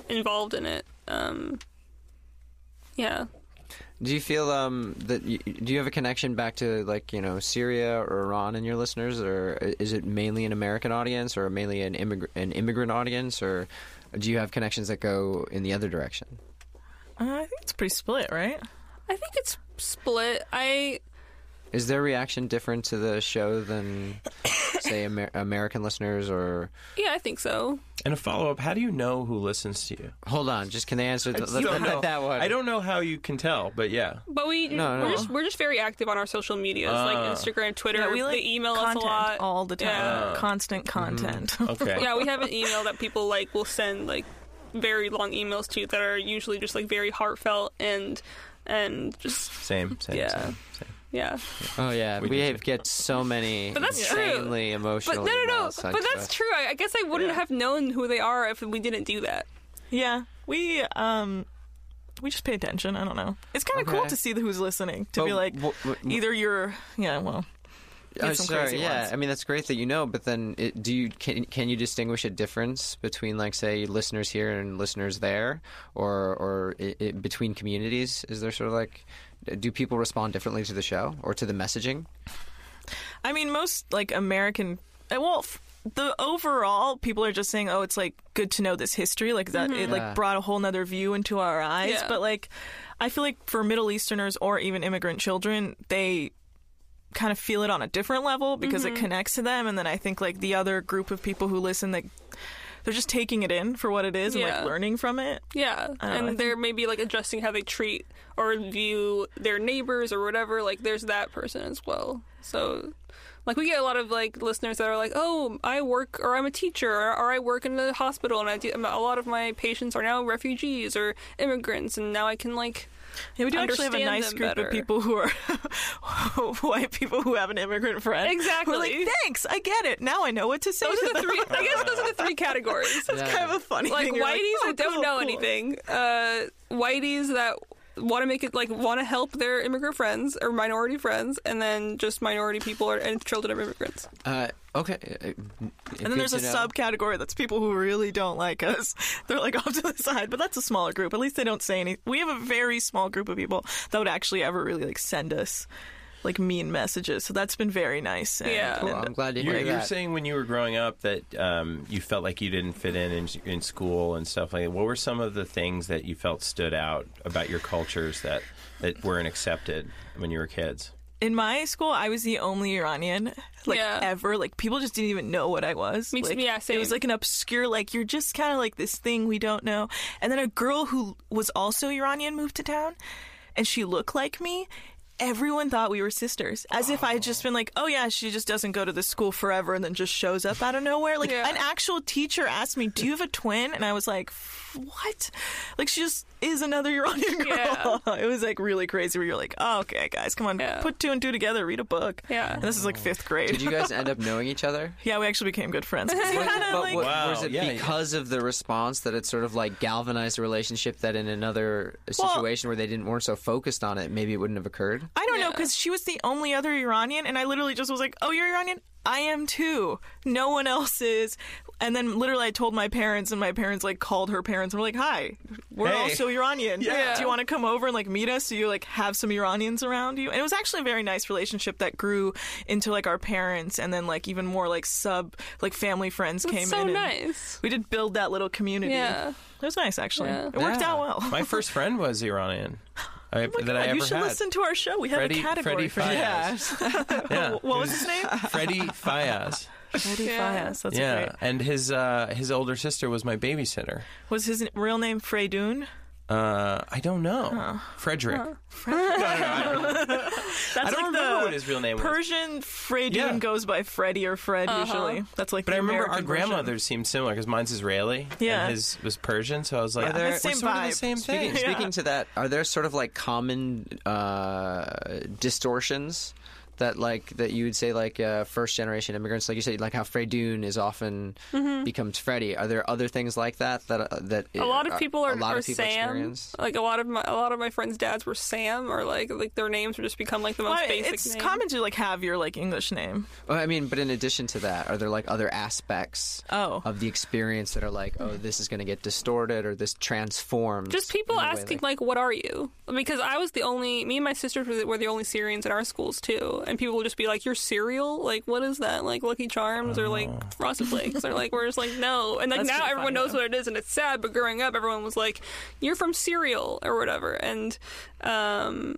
[SPEAKER 5] involved in it. Um, yeah.
[SPEAKER 3] do you feel um that you, do you have a connection back to like you know Syria or Iran in your listeners, or is it mainly an American audience, or mainly an immigr an immigrant audience, or do you have connections that go in the other direction?
[SPEAKER 4] Uh, I think it's pretty split, right?
[SPEAKER 5] I think it's split. I
[SPEAKER 3] Is their reaction different to the show than say Amer- American listeners or?
[SPEAKER 5] yeah, I think so.
[SPEAKER 2] And a follow up: How do you know who listens to you?
[SPEAKER 3] Hold on, just can they answer th-
[SPEAKER 2] You
[SPEAKER 3] let-
[SPEAKER 2] don't know.
[SPEAKER 3] let that one?
[SPEAKER 2] I don't know how you can tell, but yeah.
[SPEAKER 5] But we
[SPEAKER 3] No,
[SPEAKER 5] we're
[SPEAKER 3] no.
[SPEAKER 5] just we're just very active on our social medias, like
[SPEAKER 2] Ah.
[SPEAKER 5] Instagram, Twitter.
[SPEAKER 4] Yeah, we like
[SPEAKER 5] they email us a
[SPEAKER 4] content
[SPEAKER 5] lot
[SPEAKER 4] all the time.
[SPEAKER 5] Yeah.
[SPEAKER 4] Constant content.
[SPEAKER 2] Okay.
[SPEAKER 5] yeah, we have an email that people like will send like very long emails to that are usually just like very heartfelt and and just
[SPEAKER 2] Same. Same.
[SPEAKER 5] Yeah.
[SPEAKER 2] Same, same.
[SPEAKER 5] yeah.
[SPEAKER 3] Oh yeah, we,
[SPEAKER 2] do too.
[SPEAKER 3] have get so many
[SPEAKER 5] But that's true.
[SPEAKER 3] insanely
[SPEAKER 5] But
[SPEAKER 3] emotional.
[SPEAKER 5] no, no, no.
[SPEAKER 3] emails on
[SPEAKER 5] But that's
[SPEAKER 3] stuff.
[SPEAKER 5] true. I, I guess I wouldn't have known who they are if we didn't do that.
[SPEAKER 4] Yeah, we um, we just pay attention. I don't know. It's kind of cool
[SPEAKER 3] Okay.
[SPEAKER 4] to see who's listening. To
[SPEAKER 3] But
[SPEAKER 4] be like,
[SPEAKER 3] wh- wh-
[SPEAKER 4] either you're, yeah, well,
[SPEAKER 3] Oh,
[SPEAKER 4] some
[SPEAKER 3] sure,
[SPEAKER 4] crazy
[SPEAKER 3] yeah.
[SPEAKER 4] ones.
[SPEAKER 3] I mean, that's great that you know, but then it, do you can can you distinguish a difference between like say listeners here and listeners there, or or i i between communities? Is there sort of like do people respond differently to the show or to the messaging?
[SPEAKER 4] I mean, most like American, uh, well, f- the overall people are just saying, oh, it's like good to know this history, like that. It
[SPEAKER 3] Yeah.
[SPEAKER 4] like brought a whole nother view into our eyes.
[SPEAKER 5] Mm-hmm. Yeah.
[SPEAKER 4] But like, I feel like for Middle Easterners or even immigrant children, they kind of feel it on a different level because
[SPEAKER 5] Mm-hmm.
[SPEAKER 4] it connects to them. And then I think like the other group of people who listen, like they're just taking it in for what it is and
[SPEAKER 5] Yeah.
[SPEAKER 4] like learning from it.
[SPEAKER 5] Yeah,
[SPEAKER 4] know, I
[SPEAKER 5] and they're maybe like adjusting how they treat or view their neighbors or whatever. Like, there's that person as well. So, like, we get a lot of like listeners that are like, "Oh, I work or I'm a teacher or, or I work in a hospital and I do, a lot of my patients are now refugees or immigrants and now I can like."
[SPEAKER 4] Yeah, we do actually have a
[SPEAKER 5] understand
[SPEAKER 4] nice
[SPEAKER 5] them
[SPEAKER 4] group
[SPEAKER 5] better.
[SPEAKER 4] of people who are white people who have an immigrant friend. We're
[SPEAKER 5] Exactly.
[SPEAKER 4] like, thanks, I get it. Now I know what to say.
[SPEAKER 5] Those
[SPEAKER 4] to
[SPEAKER 5] are the
[SPEAKER 4] them."
[SPEAKER 5] three. I guess those are the three categories.
[SPEAKER 4] It's kind of a funny
[SPEAKER 5] like
[SPEAKER 4] thing.
[SPEAKER 5] whiteies
[SPEAKER 4] You're oh,
[SPEAKER 5] that don't
[SPEAKER 4] cool,
[SPEAKER 5] know
[SPEAKER 4] cool.
[SPEAKER 5] anything, uh, whiteies that want to make it like want to help their immigrant friends or minority friends, and then just minority people or, and children of immigrants.
[SPEAKER 3] Uh, okay.
[SPEAKER 4] And then there's a subcategory that's people who really don't like us. They're like off to the side, but that's a smaller group. At least they don't say any. We have a very small group of people that would actually ever really like send us like mean messages. So that's been very nice. And-
[SPEAKER 5] Yeah.
[SPEAKER 3] Well, I'm glad to hear
[SPEAKER 2] You're,
[SPEAKER 3] that.
[SPEAKER 2] you're saying when you were growing up that um, you felt like you didn't fit in, in in school and stuff like that. What were some of the things that you felt stood out about your cultures that, that weren't accepted when you were kids?
[SPEAKER 4] in my school, I was the only Iranian like
[SPEAKER 5] Yeah.
[SPEAKER 4] ever. Like people just didn't even know what I was.
[SPEAKER 5] Me too-
[SPEAKER 4] Like,
[SPEAKER 5] yeah,
[SPEAKER 4] It was
[SPEAKER 5] same.
[SPEAKER 4] like an obscure, like you're just kind of like this thing we don't know. And then a girl who was also Iranian moved to town, and she looked like me. Everyone thought we were sisters, as if I had just been like, "Oh yeah, she just doesn't go to this school forever and then just shows up out of nowhere." Like
[SPEAKER 5] Yeah.
[SPEAKER 4] an actual teacher asked me, "Do you have a twin?" And I was like, "What?" Like she just is another Iranian girl.
[SPEAKER 5] Yeah.
[SPEAKER 4] it was like really crazy. Where you're like, "Oh, okay, guys, come on,
[SPEAKER 5] Yeah.
[SPEAKER 4] put two and two together, read a book."
[SPEAKER 5] Yeah.
[SPEAKER 4] And this is like fifth grade.
[SPEAKER 3] Did you guys end up knowing each other?
[SPEAKER 4] yeah, we actually became good friends. 'Cause we
[SPEAKER 3] Like,
[SPEAKER 4] kinda,
[SPEAKER 3] but
[SPEAKER 4] like-
[SPEAKER 3] what,
[SPEAKER 2] Wow,
[SPEAKER 3] was it
[SPEAKER 2] yeah, yeah.
[SPEAKER 3] because of the response that it sort of like galvanized a relationship that in another
[SPEAKER 4] Well-
[SPEAKER 3] situation where they didn't weren't so focused on it, maybe it wouldn't have occurred?
[SPEAKER 4] I don't know
[SPEAKER 5] Yeah.
[SPEAKER 4] because she was the only other Iranian, and I literally just was like, "Oh, you're Iranian. I am too. No one else is." And then literally, I told my parents, and my parents like called her parents and were like, "Hi, we're
[SPEAKER 2] Hey.
[SPEAKER 4] also Iranian.
[SPEAKER 5] Yeah.
[SPEAKER 4] Do you want to come over and like meet us? So you like have some Iranians around you?" And it was actually a very nice relationship that grew into like our parents, and then like even more like sub like family friends came
[SPEAKER 5] It's so
[SPEAKER 4] in. and
[SPEAKER 5] nice.
[SPEAKER 4] We did build that little community.
[SPEAKER 5] Yeah.
[SPEAKER 4] It was nice actually.
[SPEAKER 5] Yeah.
[SPEAKER 4] It worked out well.
[SPEAKER 2] My first friend was Iranian. I,
[SPEAKER 4] Oh my
[SPEAKER 2] that I
[SPEAKER 4] God,
[SPEAKER 2] ever
[SPEAKER 4] you should
[SPEAKER 2] had.
[SPEAKER 4] listen to our show. We have
[SPEAKER 2] Freddie-
[SPEAKER 4] a
[SPEAKER 2] Freddie
[SPEAKER 4] category for
[SPEAKER 2] Fayez.
[SPEAKER 4] that.
[SPEAKER 2] Yeah.
[SPEAKER 4] What was his name?
[SPEAKER 2] Freddie Fayez.
[SPEAKER 4] Freddie
[SPEAKER 5] Yeah.
[SPEAKER 4] Fayez. That's
[SPEAKER 2] yeah,
[SPEAKER 4] great.
[SPEAKER 2] and his uh, his older sister was my babysitter.
[SPEAKER 4] Was his real name Freydoon?
[SPEAKER 2] Uh, I don't know. Frederick.
[SPEAKER 4] That's
[SPEAKER 2] I don't
[SPEAKER 4] like
[SPEAKER 2] remember
[SPEAKER 4] the
[SPEAKER 2] what his real name was.
[SPEAKER 4] Persian Freydoon
[SPEAKER 2] Yeah.
[SPEAKER 4] goes by Freddy or Fred usually. That's like.
[SPEAKER 2] But
[SPEAKER 4] the
[SPEAKER 2] I remember
[SPEAKER 4] American
[SPEAKER 2] our grandmothers seemed similar because mine's Israeli.
[SPEAKER 4] Yeah.
[SPEAKER 2] And his was Persian, so I was like,
[SPEAKER 4] Yeah,
[SPEAKER 2] they're
[SPEAKER 4] the same
[SPEAKER 2] we're sort of
[SPEAKER 4] vibe.
[SPEAKER 2] the same
[SPEAKER 3] Speaking,
[SPEAKER 2] thing.
[SPEAKER 3] speaking to that, are there sort of like common uh, distortions that like that you would say like uh, first generation immigrants, like you said, like how Fredoon is often becomes Freddy. Are there other things like that that uh, that
[SPEAKER 5] A lot of people are,
[SPEAKER 3] Mm-hmm. a lot
[SPEAKER 5] are
[SPEAKER 3] of people
[SPEAKER 5] Sam.
[SPEAKER 3] experience?
[SPEAKER 5] Like a lot of my a lot of my friends' dads were Sam, or like like their names would just become like the most
[SPEAKER 4] Well,
[SPEAKER 5] basic.
[SPEAKER 4] it's
[SPEAKER 5] name.
[SPEAKER 4] common to like have your like English name.
[SPEAKER 3] Well, I mean, but in addition to that, are there like other aspects
[SPEAKER 4] Oh.
[SPEAKER 3] of the experience that are like, oh, this is going to get distorted or this transforms?
[SPEAKER 5] Just people
[SPEAKER 3] in a way
[SPEAKER 5] asking,
[SPEAKER 3] that-
[SPEAKER 5] like, what are you? Because I was the only, me and my sisters were the, were the only Syrians in our schools, too. And people would just be like, you're cereal? Like, what is that? Like, Lucky Charms or like Frosted Flakes? or like, we're just like, no. And like,
[SPEAKER 4] That's
[SPEAKER 5] now
[SPEAKER 4] pretty
[SPEAKER 5] everyone
[SPEAKER 4] funny,
[SPEAKER 5] knows
[SPEAKER 4] though.
[SPEAKER 5] what it is, and it's sad, but growing up, everyone was like, you're from cereal or whatever. And, um,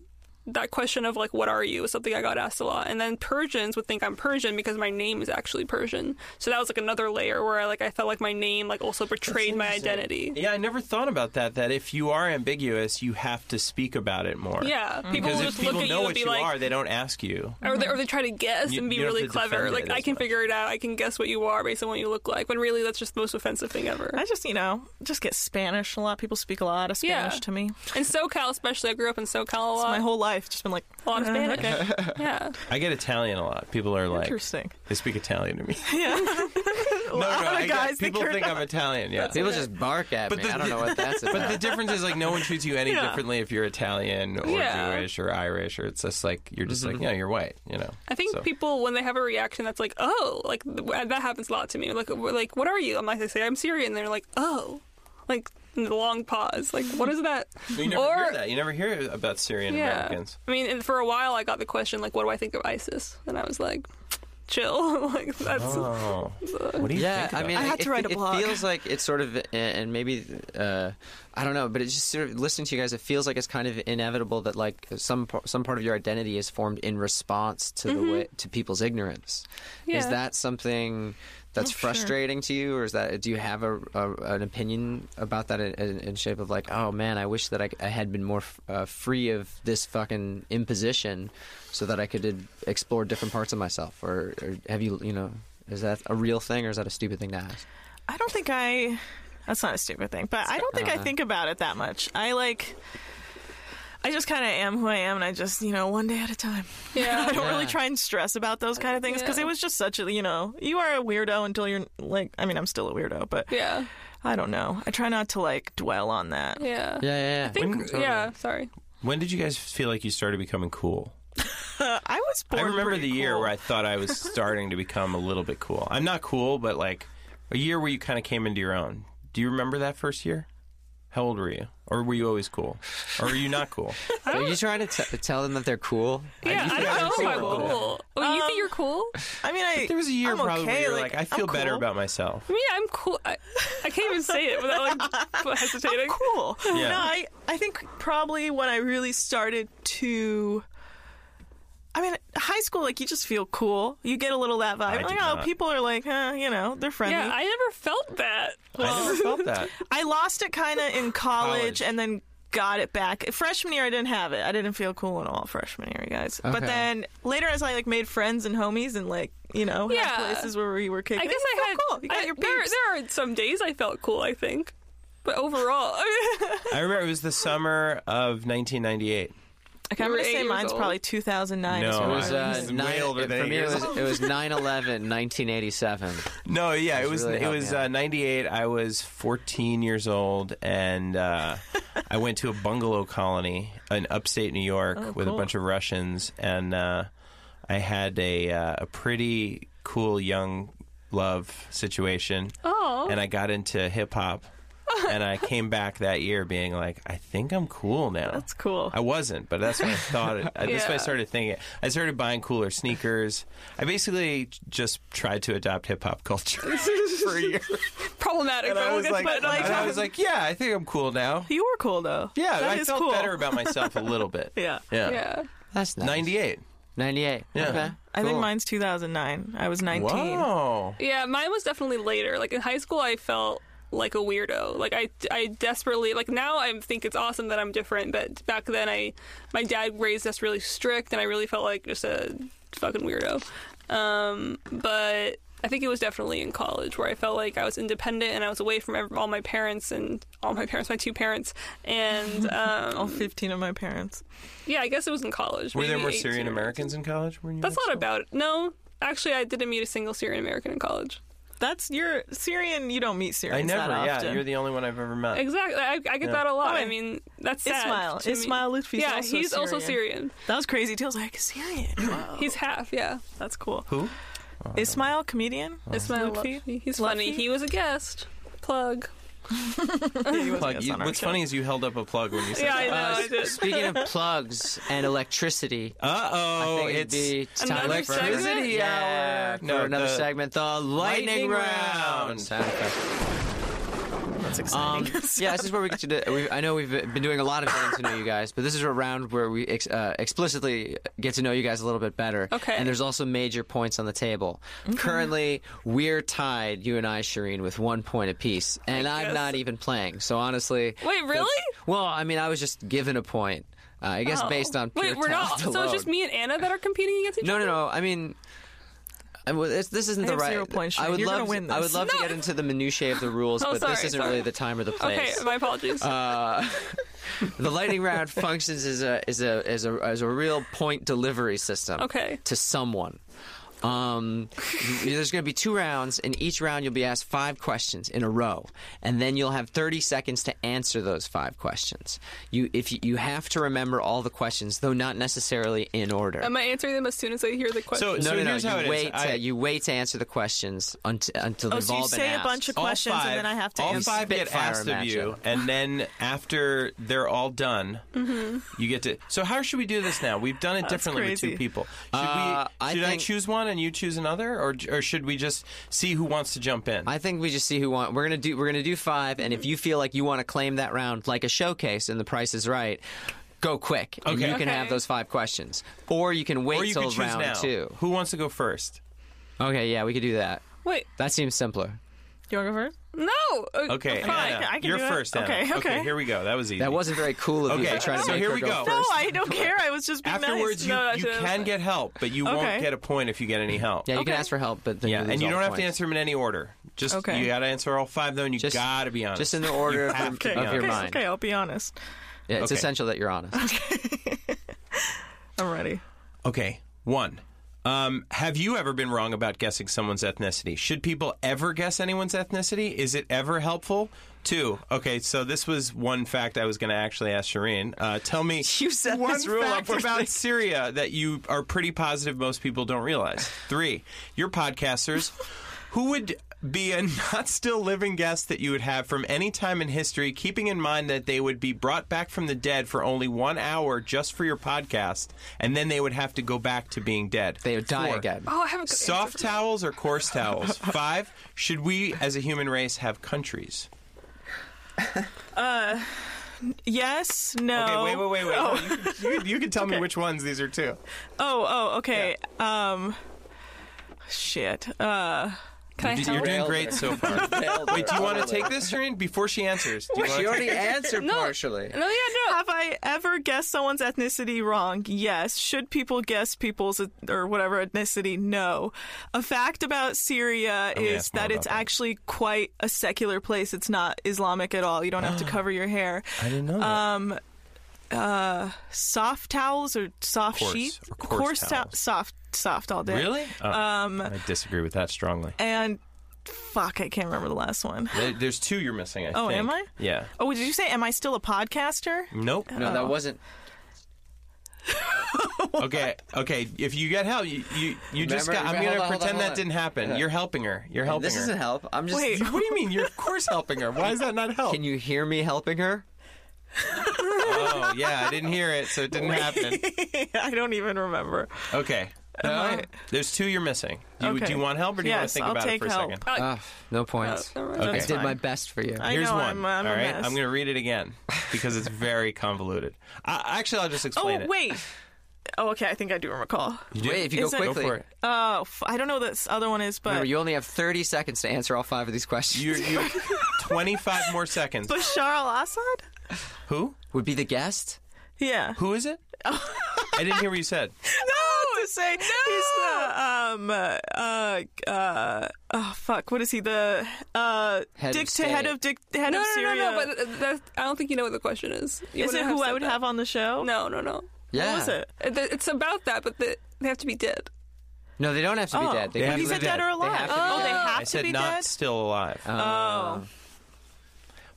[SPEAKER 5] that question of like what are you was something I got asked a lot, and then Persians would think I'm Persian because my name is actually Persian. So that was like another layer where I like I felt like my name like also betrayed my identity.
[SPEAKER 2] Yeah, I never thought about that. That if you are ambiguous, you have to speak about it more.
[SPEAKER 5] Yeah,
[SPEAKER 4] Mm.
[SPEAKER 5] people
[SPEAKER 2] because
[SPEAKER 5] will
[SPEAKER 2] if
[SPEAKER 5] just
[SPEAKER 2] people
[SPEAKER 5] look at
[SPEAKER 2] know
[SPEAKER 5] you and
[SPEAKER 2] what
[SPEAKER 5] be
[SPEAKER 2] you
[SPEAKER 5] like,
[SPEAKER 2] are, they don't ask you.
[SPEAKER 5] or they, or they try to guess
[SPEAKER 2] You-
[SPEAKER 5] and be
[SPEAKER 2] you don't have
[SPEAKER 5] really
[SPEAKER 2] to defend
[SPEAKER 5] clever.
[SPEAKER 2] it
[SPEAKER 5] Like I
[SPEAKER 2] as
[SPEAKER 5] can
[SPEAKER 2] much.
[SPEAKER 5] figure it out. I can guess what you are based on what you look like. When really that's just the most offensive thing ever.
[SPEAKER 4] I just you know just get Spanish a lot. People speak a lot of
[SPEAKER 5] Yeah.
[SPEAKER 4] Spanish to me.
[SPEAKER 5] And SoCal, especially, I grew up in SoCal a lot.
[SPEAKER 4] My whole life just been like
[SPEAKER 5] a lot of
[SPEAKER 4] "Uh,
[SPEAKER 5] Spanish.
[SPEAKER 4] okay."
[SPEAKER 5] Yeah,
[SPEAKER 2] I get Italian a lot. People are like,
[SPEAKER 4] Interesting.
[SPEAKER 2] they speak Italian to me.
[SPEAKER 4] Yeah.
[SPEAKER 2] no, no, I get-
[SPEAKER 4] guys think
[SPEAKER 2] people
[SPEAKER 4] you're
[SPEAKER 2] think
[SPEAKER 4] not-
[SPEAKER 2] I'm Italian. Yeah.
[SPEAKER 3] people just bark at
[SPEAKER 2] But
[SPEAKER 3] me.
[SPEAKER 2] the-
[SPEAKER 3] I don't know what that's about.
[SPEAKER 2] But the difference is like no one treats you any
[SPEAKER 4] Yeah.
[SPEAKER 2] differently if you're Italian or
[SPEAKER 5] Yeah.
[SPEAKER 2] Jewish or Irish or it's just like you're just like yeah you're white you know.
[SPEAKER 5] I think
[SPEAKER 2] So-
[SPEAKER 5] people when they have a reaction that's like, oh, like th- that happens a lot to me. Like, we're like what are you? I'm like, they say I'm Syrian. They're like, oh, like the long pause. Like, what is that?
[SPEAKER 2] you never
[SPEAKER 5] or
[SPEAKER 2] hear that you never hear about Syrian
[SPEAKER 5] yeah,
[SPEAKER 2] Americans.
[SPEAKER 5] I mean, and for a while I got the question like, what do I think of ISIS? And I was like, chill. like that's.
[SPEAKER 2] Oh, what do you
[SPEAKER 3] yeah,
[SPEAKER 2] think? About
[SPEAKER 3] I mean,
[SPEAKER 4] I
[SPEAKER 3] like,
[SPEAKER 2] that?
[SPEAKER 4] had to
[SPEAKER 3] it,
[SPEAKER 4] write a
[SPEAKER 3] it
[SPEAKER 4] blog.
[SPEAKER 3] feels like it's sort of, and maybe uh, I don't know, but it's just sort of listening to you guys. It feels like it's kind of inevitable that like some par- some part of your identity is formed in response to
[SPEAKER 5] Mm-hmm.
[SPEAKER 3] the way to people's ignorance. Is
[SPEAKER 5] Yeah. Oh,
[SPEAKER 3] that something that's frustrating to you, or is that do you have a, a an opinion about that in, in, in shape of like, oh man, I wish that I, I had been more f- uh, free of this fucking imposition, so that I could uh, explore different parts of myself, or, or have you you know? Is that a real thing or is that a stupid thing to ask?
[SPEAKER 4] I don't think I. That's not a stupid thing, but I don't think I think about it that much. I like. I just kind of am who I am, and I just you know one day at a time. I
[SPEAKER 5] Yeah.
[SPEAKER 4] don't really try and stress about those kind of things because
[SPEAKER 5] Yeah.
[SPEAKER 4] it was just such a you know you are a weirdo until you're like I mean I'm still a weirdo, but
[SPEAKER 5] Yeah.
[SPEAKER 4] I don't know. I try not to like dwell on that.
[SPEAKER 5] Yeah.
[SPEAKER 3] Yeah, yeah, yeah.
[SPEAKER 5] I think,
[SPEAKER 2] When-
[SPEAKER 5] yeah, sorry.
[SPEAKER 2] when did you guys feel like you started becoming cool?
[SPEAKER 4] Uh, I was born.
[SPEAKER 2] I remember the
[SPEAKER 4] pretty
[SPEAKER 2] year
[SPEAKER 4] cool.
[SPEAKER 2] where I thought I was starting to become a little bit cool. I'm not cool, but like a year where you kind of came into your own. Do you remember that first year? How old were you? Or were you always cool? Or were you not cool?
[SPEAKER 3] Are you trying to t- tell them that they're cool?
[SPEAKER 5] Yeah,
[SPEAKER 2] guys
[SPEAKER 5] I don't know
[SPEAKER 2] are
[SPEAKER 5] if I'm
[SPEAKER 2] cool.
[SPEAKER 5] cool. Oh, you think you're cool?
[SPEAKER 4] I mean I
[SPEAKER 2] There was a year
[SPEAKER 4] I'm
[SPEAKER 2] probably
[SPEAKER 4] okay,
[SPEAKER 2] where you're like, I feel
[SPEAKER 4] I'm
[SPEAKER 2] better
[SPEAKER 4] cool.
[SPEAKER 2] about myself.
[SPEAKER 5] I mean, I'm cool. I, I can't even say it without like hesitating.
[SPEAKER 4] cool.
[SPEAKER 2] Yeah.
[SPEAKER 4] No, I, I think probably when I really started to. I mean, high school, like, you just feel cool. You get a little that vibe.
[SPEAKER 2] I
[SPEAKER 4] like,
[SPEAKER 2] did
[SPEAKER 4] oh,
[SPEAKER 2] not.
[SPEAKER 4] people are like, huh, you know, they're friendly.
[SPEAKER 5] Yeah, I never felt that.
[SPEAKER 2] I never felt that.
[SPEAKER 4] I lost it kind of in college,
[SPEAKER 2] College.
[SPEAKER 4] and then got it back. Freshman year, I didn't have it. I didn't feel cool at all freshman year, you guys. But
[SPEAKER 3] Okay.
[SPEAKER 4] then later, as I, like, made friends and homies and, like, you know, had
[SPEAKER 5] Yeah.
[SPEAKER 4] places where we were kicking.
[SPEAKER 5] I guess
[SPEAKER 4] you
[SPEAKER 5] I
[SPEAKER 4] felt
[SPEAKER 5] had.
[SPEAKER 4] cool. You got
[SPEAKER 5] I-
[SPEAKER 4] your
[SPEAKER 5] there,
[SPEAKER 4] peeps.
[SPEAKER 5] there are some days I felt cool. I think, but overall,
[SPEAKER 2] I remember it was the summer of 1998.
[SPEAKER 4] Okay, I'm
[SPEAKER 5] You were
[SPEAKER 4] going to
[SPEAKER 5] eight
[SPEAKER 4] say
[SPEAKER 5] years
[SPEAKER 4] mine's
[SPEAKER 5] old.
[SPEAKER 4] probably 2009.
[SPEAKER 2] No,
[SPEAKER 4] is
[SPEAKER 2] it
[SPEAKER 4] when
[SPEAKER 3] It
[SPEAKER 4] I
[SPEAKER 3] was, uh,
[SPEAKER 2] Way
[SPEAKER 3] nine,
[SPEAKER 2] older than
[SPEAKER 3] for me,
[SPEAKER 2] eight
[SPEAKER 3] it
[SPEAKER 2] years
[SPEAKER 3] was, it was 9-11, 1987.
[SPEAKER 2] No, yeah, it was
[SPEAKER 3] really
[SPEAKER 2] it was,
[SPEAKER 3] helped me out.
[SPEAKER 2] uh, 98. I was 14 years old and uh, I went to a bungalow colony in upstate New York
[SPEAKER 4] Oh,
[SPEAKER 2] with a
[SPEAKER 4] cool.
[SPEAKER 2] bunch of Russians, and uh, I had a uh, a pretty cool young love situation.
[SPEAKER 5] Oh.
[SPEAKER 2] and I got into hip hop, and I came back that year being like, I think I'm cool now.
[SPEAKER 4] That's cool.
[SPEAKER 2] I wasn't, but that's what I thought. It, That's what I
[SPEAKER 5] Yeah.
[SPEAKER 2] started thinking. I started buying cooler sneakers. I basically just tried to adopt hip hop culture for a year.
[SPEAKER 5] Problematic,
[SPEAKER 2] And
[SPEAKER 5] but
[SPEAKER 2] I
[SPEAKER 5] we'll
[SPEAKER 2] was
[SPEAKER 5] get
[SPEAKER 2] like,
[SPEAKER 5] to that.
[SPEAKER 2] and I
[SPEAKER 5] another
[SPEAKER 2] was
[SPEAKER 5] time.
[SPEAKER 2] like, yeah, I think I'm cool now.
[SPEAKER 4] you were cool though.
[SPEAKER 2] Yeah,
[SPEAKER 4] That
[SPEAKER 2] I
[SPEAKER 4] is
[SPEAKER 2] felt
[SPEAKER 4] cool.
[SPEAKER 2] better about myself a little bit.
[SPEAKER 4] Yeah.
[SPEAKER 2] Yeah.
[SPEAKER 5] yeah.
[SPEAKER 3] That's nice.
[SPEAKER 2] 98.
[SPEAKER 3] 98.
[SPEAKER 2] Yeah.
[SPEAKER 3] Okay.
[SPEAKER 4] I think
[SPEAKER 3] Cool.
[SPEAKER 4] mine's 2009. I was 19.
[SPEAKER 2] Wow.
[SPEAKER 5] Yeah, mine was definitely later. Like in high school, I felt like a weirdo. Like I, I desperately like now I think it's awesome that I'm different, but back then I, my dad raised us really strict, and I really felt like just a fucking weirdo. Um, but I think it was definitely in college where I felt like I was independent and I was away from ev- all my parents and all my parents, my two parents, and
[SPEAKER 4] All
[SPEAKER 5] um,
[SPEAKER 4] 15 of my parents.
[SPEAKER 5] yeah, I guess it was in college.
[SPEAKER 2] Were there
[SPEAKER 5] maybe
[SPEAKER 2] more
[SPEAKER 5] 18
[SPEAKER 2] Syrian
[SPEAKER 5] or
[SPEAKER 2] Americans in college? Were you
[SPEAKER 5] That's not about it. No, actually, I didn't meet a single Syrian American in college.
[SPEAKER 4] That's your Syrian. You don't meet
[SPEAKER 2] I
[SPEAKER 4] Syrians
[SPEAKER 2] never.
[SPEAKER 4] that
[SPEAKER 2] Yeah,
[SPEAKER 4] often.
[SPEAKER 2] you're the only one I've ever met.
[SPEAKER 5] Exactly. I, I get that a lot. I mean, that's sad
[SPEAKER 4] Ismail.
[SPEAKER 5] to me.
[SPEAKER 4] Ismail Lutfi's
[SPEAKER 5] Yeah,
[SPEAKER 4] also
[SPEAKER 5] he's also Syrian.
[SPEAKER 4] that was crazy too. I was like, Syrian. Wow.
[SPEAKER 5] He's half. Yeah,
[SPEAKER 4] that's cool.
[SPEAKER 2] Who?
[SPEAKER 4] Ismail, comedian.
[SPEAKER 5] Ismail
[SPEAKER 4] Lutfi?
[SPEAKER 5] Lutfi. He's
[SPEAKER 4] Lutfi?
[SPEAKER 5] funny. He was a guest. Plug.
[SPEAKER 4] Yeah, he was a
[SPEAKER 2] Plug.
[SPEAKER 4] guest
[SPEAKER 2] You,
[SPEAKER 4] on our
[SPEAKER 2] what's
[SPEAKER 4] show.
[SPEAKER 2] funny is you held up a plug when you said.
[SPEAKER 5] Yeah, I know. I did.
[SPEAKER 3] Uh, Speaking of plugs and electricity,
[SPEAKER 2] Uh
[SPEAKER 3] I
[SPEAKER 2] oh,
[SPEAKER 3] think it'd
[SPEAKER 2] it's
[SPEAKER 3] be time
[SPEAKER 5] another
[SPEAKER 3] for
[SPEAKER 5] segment?
[SPEAKER 3] electricity
[SPEAKER 2] Yeah.
[SPEAKER 3] hour.
[SPEAKER 2] No,
[SPEAKER 3] for another
[SPEAKER 2] the-
[SPEAKER 3] segment, the lightning,
[SPEAKER 2] Lightning round.
[SPEAKER 3] round. Sound effect.
[SPEAKER 2] uh,
[SPEAKER 4] That's
[SPEAKER 3] Um,
[SPEAKER 4] exciting.
[SPEAKER 3] yeah, this is where we get to. Do, we, I know we've been doing a lot of getting to know you guys, but this is a round where we ex, uh, explicitly get to know you guys a little bit better.
[SPEAKER 5] Okay.
[SPEAKER 3] And there's also major points on the table. Currently, we're tied, you and I, Shireen, with one point apiece, and I'm
[SPEAKER 5] guess.
[SPEAKER 3] not even playing. So honestly,
[SPEAKER 5] Wait,
[SPEAKER 3] that's-
[SPEAKER 5] really?
[SPEAKER 3] Well, I mean, I was just given a point. Uh, I guess
[SPEAKER 5] Oh.
[SPEAKER 3] based on pure
[SPEAKER 5] wait, we're not.
[SPEAKER 3] talent
[SPEAKER 5] So it's
[SPEAKER 3] alone.
[SPEAKER 5] just me and Anna that are competing against each
[SPEAKER 3] No,
[SPEAKER 5] other.
[SPEAKER 3] no, no. I mean, I mean, this, this isn't
[SPEAKER 4] I
[SPEAKER 3] the
[SPEAKER 4] have
[SPEAKER 3] right.
[SPEAKER 4] zero points,
[SPEAKER 3] I
[SPEAKER 4] Shane.
[SPEAKER 3] would
[SPEAKER 4] You're
[SPEAKER 3] love.
[SPEAKER 4] gonna
[SPEAKER 3] to-
[SPEAKER 4] win
[SPEAKER 3] I would
[SPEAKER 4] this.
[SPEAKER 3] love to
[SPEAKER 5] No.
[SPEAKER 3] get into the minutiae of the rules,
[SPEAKER 5] Oh,
[SPEAKER 3] but this
[SPEAKER 5] sorry,
[SPEAKER 3] isn't
[SPEAKER 5] sorry.
[SPEAKER 3] really the time or the
[SPEAKER 5] Okay,
[SPEAKER 3] place.
[SPEAKER 5] my apologies.
[SPEAKER 3] Uh, the lightning round functions as a as a as a as a real point delivery system.
[SPEAKER 5] Okay.
[SPEAKER 3] To someone. Um, there's going to be two rounds, and each round you'll be asked five questions in a row, and then you'll have 30 seconds to answer those five questions. You, if you, you have to remember all the questions, though not necessarily in order.
[SPEAKER 5] Am I answering them as soon as I hear the question?
[SPEAKER 2] So-
[SPEAKER 3] No, no, no.
[SPEAKER 2] here's
[SPEAKER 3] you
[SPEAKER 2] how it is.
[SPEAKER 3] wait. To,
[SPEAKER 2] I-
[SPEAKER 3] you wait to answer the questions unt- until
[SPEAKER 4] Oh,
[SPEAKER 3] they've
[SPEAKER 4] so you
[SPEAKER 3] all been
[SPEAKER 4] say
[SPEAKER 3] asked.
[SPEAKER 4] a bunch of questions
[SPEAKER 2] all five,
[SPEAKER 4] and then I have to
[SPEAKER 2] all
[SPEAKER 4] answer.
[SPEAKER 2] five get
[SPEAKER 3] Spitfire
[SPEAKER 2] asked of you,
[SPEAKER 3] matchup.
[SPEAKER 2] and then after they're all done, you get to. So how should we do this now? We've done it differently with two
[SPEAKER 4] Mm-hmm. crazy.
[SPEAKER 2] people. Should
[SPEAKER 3] Uh,
[SPEAKER 2] we?
[SPEAKER 3] I
[SPEAKER 2] Should I,
[SPEAKER 3] think-
[SPEAKER 2] choose one and you choose another, or or should we just see who wants to jump in?
[SPEAKER 3] I think we just see who want. We're gonna do. We're gonna do five, and if you feel like you want to claim that round, like a showcase, and the Price is Right, go quick. And
[SPEAKER 2] Okay.
[SPEAKER 3] you can
[SPEAKER 5] Okay.
[SPEAKER 3] have those five questions, or you can wait
[SPEAKER 2] or you
[SPEAKER 3] till
[SPEAKER 2] could choose
[SPEAKER 3] round
[SPEAKER 2] now.
[SPEAKER 3] two.
[SPEAKER 2] Who wants to go first?
[SPEAKER 3] Okay, yeah, we could do that.
[SPEAKER 5] wait,
[SPEAKER 3] That seems simpler.
[SPEAKER 4] You want to go first?
[SPEAKER 5] no. Uh,
[SPEAKER 2] Okay,
[SPEAKER 5] fine.
[SPEAKER 2] Anna,
[SPEAKER 4] I can
[SPEAKER 2] you're
[SPEAKER 4] do it.
[SPEAKER 2] first. Anna.
[SPEAKER 4] Okay, okay.
[SPEAKER 2] Here we go. That was easy.
[SPEAKER 3] That wasn't very cool of you
[SPEAKER 2] Okay,
[SPEAKER 3] to try to
[SPEAKER 2] so
[SPEAKER 3] make
[SPEAKER 2] here
[SPEAKER 3] her
[SPEAKER 2] we
[SPEAKER 3] go
[SPEAKER 2] go.
[SPEAKER 4] No,
[SPEAKER 3] first.
[SPEAKER 4] I don't care. I was just being
[SPEAKER 2] Afterwards,
[SPEAKER 4] nice.
[SPEAKER 2] you,
[SPEAKER 5] No, that's
[SPEAKER 2] you
[SPEAKER 5] what I was
[SPEAKER 2] can
[SPEAKER 5] saying.
[SPEAKER 2] get help, but you
[SPEAKER 4] Okay.
[SPEAKER 2] won't get a point if you get any help.
[SPEAKER 3] Yeah, you
[SPEAKER 5] Okay.
[SPEAKER 3] can ask for help, but then
[SPEAKER 2] Yeah,
[SPEAKER 3] lose
[SPEAKER 2] and you
[SPEAKER 3] all
[SPEAKER 2] don't
[SPEAKER 3] the
[SPEAKER 2] have to
[SPEAKER 3] points.
[SPEAKER 2] answer them in any order. Just
[SPEAKER 4] Okay.
[SPEAKER 2] you got to answer all five though, and you
[SPEAKER 3] Just-
[SPEAKER 2] got to be honest.
[SPEAKER 3] Just in the order of,
[SPEAKER 2] have
[SPEAKER 3] your-
[SPEAKER 2] to be
[SPEAKER 3] of your
[SPEAKER 4] okay,
[SPEAKER 3] mind.
[SPEAKER 4] okay, I'll be honest.
[SPEAKER 3] Yeah, it's
[SPEAKER 2] Okay.
[SPEAKER 3] essential that you're honest.
[SPEAKER 4] I'm ready.
[SPEAKER 2] Okay, one. Um, have you ever been wrong about guessing someone's ethnicity? Should people ever guess anyone's ethnicity? Is it ever helpful? Two. Okay, so this was one fact I was going to actually ask Shireen. Uh, tell me
[SPEAKER 3] You set
[SPEAKER 2] one
[SPEAKER 3] this rule up
[SPEAKER 2] fact
[SPEAKER 3] for me.
[SPEAKER 2] about Syria that you are pretty positive most people don't realize. Three. Your podcasters. Who would be a not still living guest that you would have from any time in history, keeping in mind that they would be brought back from the dead for only one hour just for your podcast, and then they would have to go back to being dead?
[SPEAKER 3] They would die
[SPEAKER 2] Four.
[SPEAKER 3] again.
[SPEAKER 5] Oh, I have a good
[SPEAKER 2] Soft
[SPEAKER 5] answer.
[SPEAKER 2] towels or coarse towels? Five, should we as a human race have countries?
[SPEAKER 4] Yes. No.
[SPEAKER 2] Okay, wait, wait, wait, wait. You, you, you can tell me
[SPEAKER 4] Okay.
[SPEAKER 2] which ones these are too.
[SPEAKER 4] Oh, oh, okay. Um, shit. Uh,
[SPEAKER 5] Can I
[SPEAKER 2] You're
[SPEAKER 5] help?
[SPEAKER 2] doing great so far. Wait, do you want to take this, Shireen, before she answers? Do you wanna
[SPEAKER 3] She
[SPEAKER 2] take-
[SPEAKER 3] already answered partially.
[SPEAKER 5] No, yeah, no.
[SPEAKER 4] have I ever guessed someone's ethnicity wrong? Yes. Should people guess people's uh, or whatever ethnicity? No. A fact about Syria
[SPEAKER 2] gonna
[SPEAKER 4] is
[SPEAKER 2] ask more
[SPEAKER 4] that it's
[SPEAKER 2] about that.
[SPEAKER 4] actually quite a secular place. It's not Islamic at all. You don't have to cover your hair.
[SPEAKER 2] I didn't know that.
[SPEAKER 4] Um, uh, soft towels or soft
[SPEAKER 2] Coarse
[SPEAKER 4] sheets?
[SPEAKER 2] or coarse
[SPEAKER 4] to-
[SPEAKER 2] towels.
[SPEAKER 4] soft, soft all day.
[SPEAKER 2] Oh, really? um, I disagree with that strongly.
[SPEAKER 4] And Fuck, I can't remember the last one.
[SPEAKER 2] There- There's two you're missing. I
[SPEAKER 4] Oh,
[SPEAKER 2] think.
[SPEAKER 4] am I?
[SPEAKER 2] Yeah.
[SPEAKER 4] Oh, did you say, am I still a podcaster?
[SPEAKER 2] Nope.
[SPEAKER 3] No, that wasn't.
[SPEAKER 2] Okay. Okay. If you get help, you you, you just got.
[SPEAKER 3] Remember-
[SPEAKER 2] I'm
[SPEAKER 3] hold on,
[SPEAKER 2] gonna
[SPEAKER 3] hold on,
[SPEAKER 2] pretend
[SPEAKER 3] hold
[SPEAKER 2] that
[SPEAKER 3] on.
[SPEAKER 2] didn't happen. You're helping her. You're helping
[SPEAKER 3] This
[SPEAKER 2] her.
[SPEAKER 3] doesn't help. I'm just.
[SPEAKER 4] Wait.
[SPEAKER 2] What do you mean? You're of course helping her. Why is that not help?
[SPEAKER 3] Can you hear me helping her?
[SPEAKER 2] Oh yeah, I didn't hear it, so it didn't happen.
[SPEAKER 4] I don't even remember.
[SPEAKER 2] Okay. No,
[SPEAKER 4] I-
[SPEAKER 2] there's two you're missing. Do you,
[SPEAKER 4] Okay.
[SPEAKER 2] do you want help or do you want
[SPEAKER 4] Yes,
[SPEAKER 2] to think
[SPEAKER 4] I'll
[SPEAKER 2] about
[SPEAKER 4] take
[SPEAKER 2] it for
[SPEAKER 4] help.
[SPEAKER 2] a second?
[SPEAKER 3] Ugh, no points.
[SPEAKER 5] Never mind.
[SPEAKER 2] Okay.
[SPEAKER 3] I
[SPEAKER 4] That's
[SPEAKER 3] did my
[SPEAKER 4] fine.
[SPEAKER 3] best for you.
[SPEAKER 4] Uh, I
[SPEAKER 2] Here's
[SPEAKER 4] know,
[SPEAKER 2] one.
[SPEAKER 4] I'm, I'm
[SPEAKER 2] all right,
[SPEAKER 4] a mess.
[SPEAKER 2] I'm going to read it again because it's very convoluted. I, actually, I'll just explain
[SPEAKER 4] Oh,
[SPEAKER 2] it.
[SPEAKER 4] wait. Oh, okay, I think I do recall.
[SPEAKER 2] do-
[SPEAKER 3] Wait, if you go
[SPEAKER 4] Is it- Go
[SPEAKER 3] quickly.
[SPEAKER 2] for it.
[SPEAKER 4] Oh, f- I don't know what this other one is, but
[SPEAKER 3] Remember, you only have 30 seconds to answer all five of these questions.
[SPEAKER 2] You're, you're 25 more seconds.
[SPEAKER 4] Bashar al-Assad?
[SPEAKER 2] Who?
[SPEAKER 3] Would be the guest?
[SPEAKER 4] Yeah.
[SPEAKER 2] Who is it? I didn't hear what you said.
[SPEAKER 4] no, Oh. to say he's the um uh uh, uh oh fuck what is he the uh
[SPEAKER 3] Head of
[SPEAKER 4] dic-
[SPEAKER 3] state.
[SPEAKER 4] head of dic- head
[SPEAKER 5] No,
[SPEAKER 4] of
[SPEAKER 5] no, no,
[SPEAKER 4] Syria
[SPEAKER 5] no, but th- that, I don't think you know what the question is. You
[SPEAKER 4] is it
[SPEAKER 5] wouldn't
[SPEAKER 4] who I
[SPEAKER 5] said
[SPEAKER 4] would
[SPEAKER 5] that.
[SPEAKER 4] have on the show
[SPEAKER 5] No, no, no.
[SPEAKER 3] Yeah.
[SPEAKER 4] what was it
[SPEAKER 5] It- th- It's about that, but the, they have to be dead.
[SPEAKER 3] No, they don't have to be
[SPEAKER 4] oh
[SPEAKER 3] dead. They
[SPEAKER 2] They
[SPEAKER 3] can
[SPEAKER 2] have
[SPEAKER 4] he
[SPEAKER 3] be
[SPEAKER 2] to
[SPEAKER 4] said
[SPEAKER 2] be
[SPEAKER 4] dead
[SPEAKER 2] dead.
[SPEAKER 4] or
[SPEAKER 2] They
[SPEAKER 4] alive
[SPEAKER 3] have to be
[SPEAKER 4] oh they
[SPEAKER 5] dead.
[SPEAKER 4] have
[SPEAKER 2] I
[SPEAKER 4] to
[SPEAKER 2] said
[SPEAKER 4] be
[SPEAKER 2] not uh,
[SPEAKER 4] dead
[SPEAKER 2] still alive.
[SPEAKER 4] oh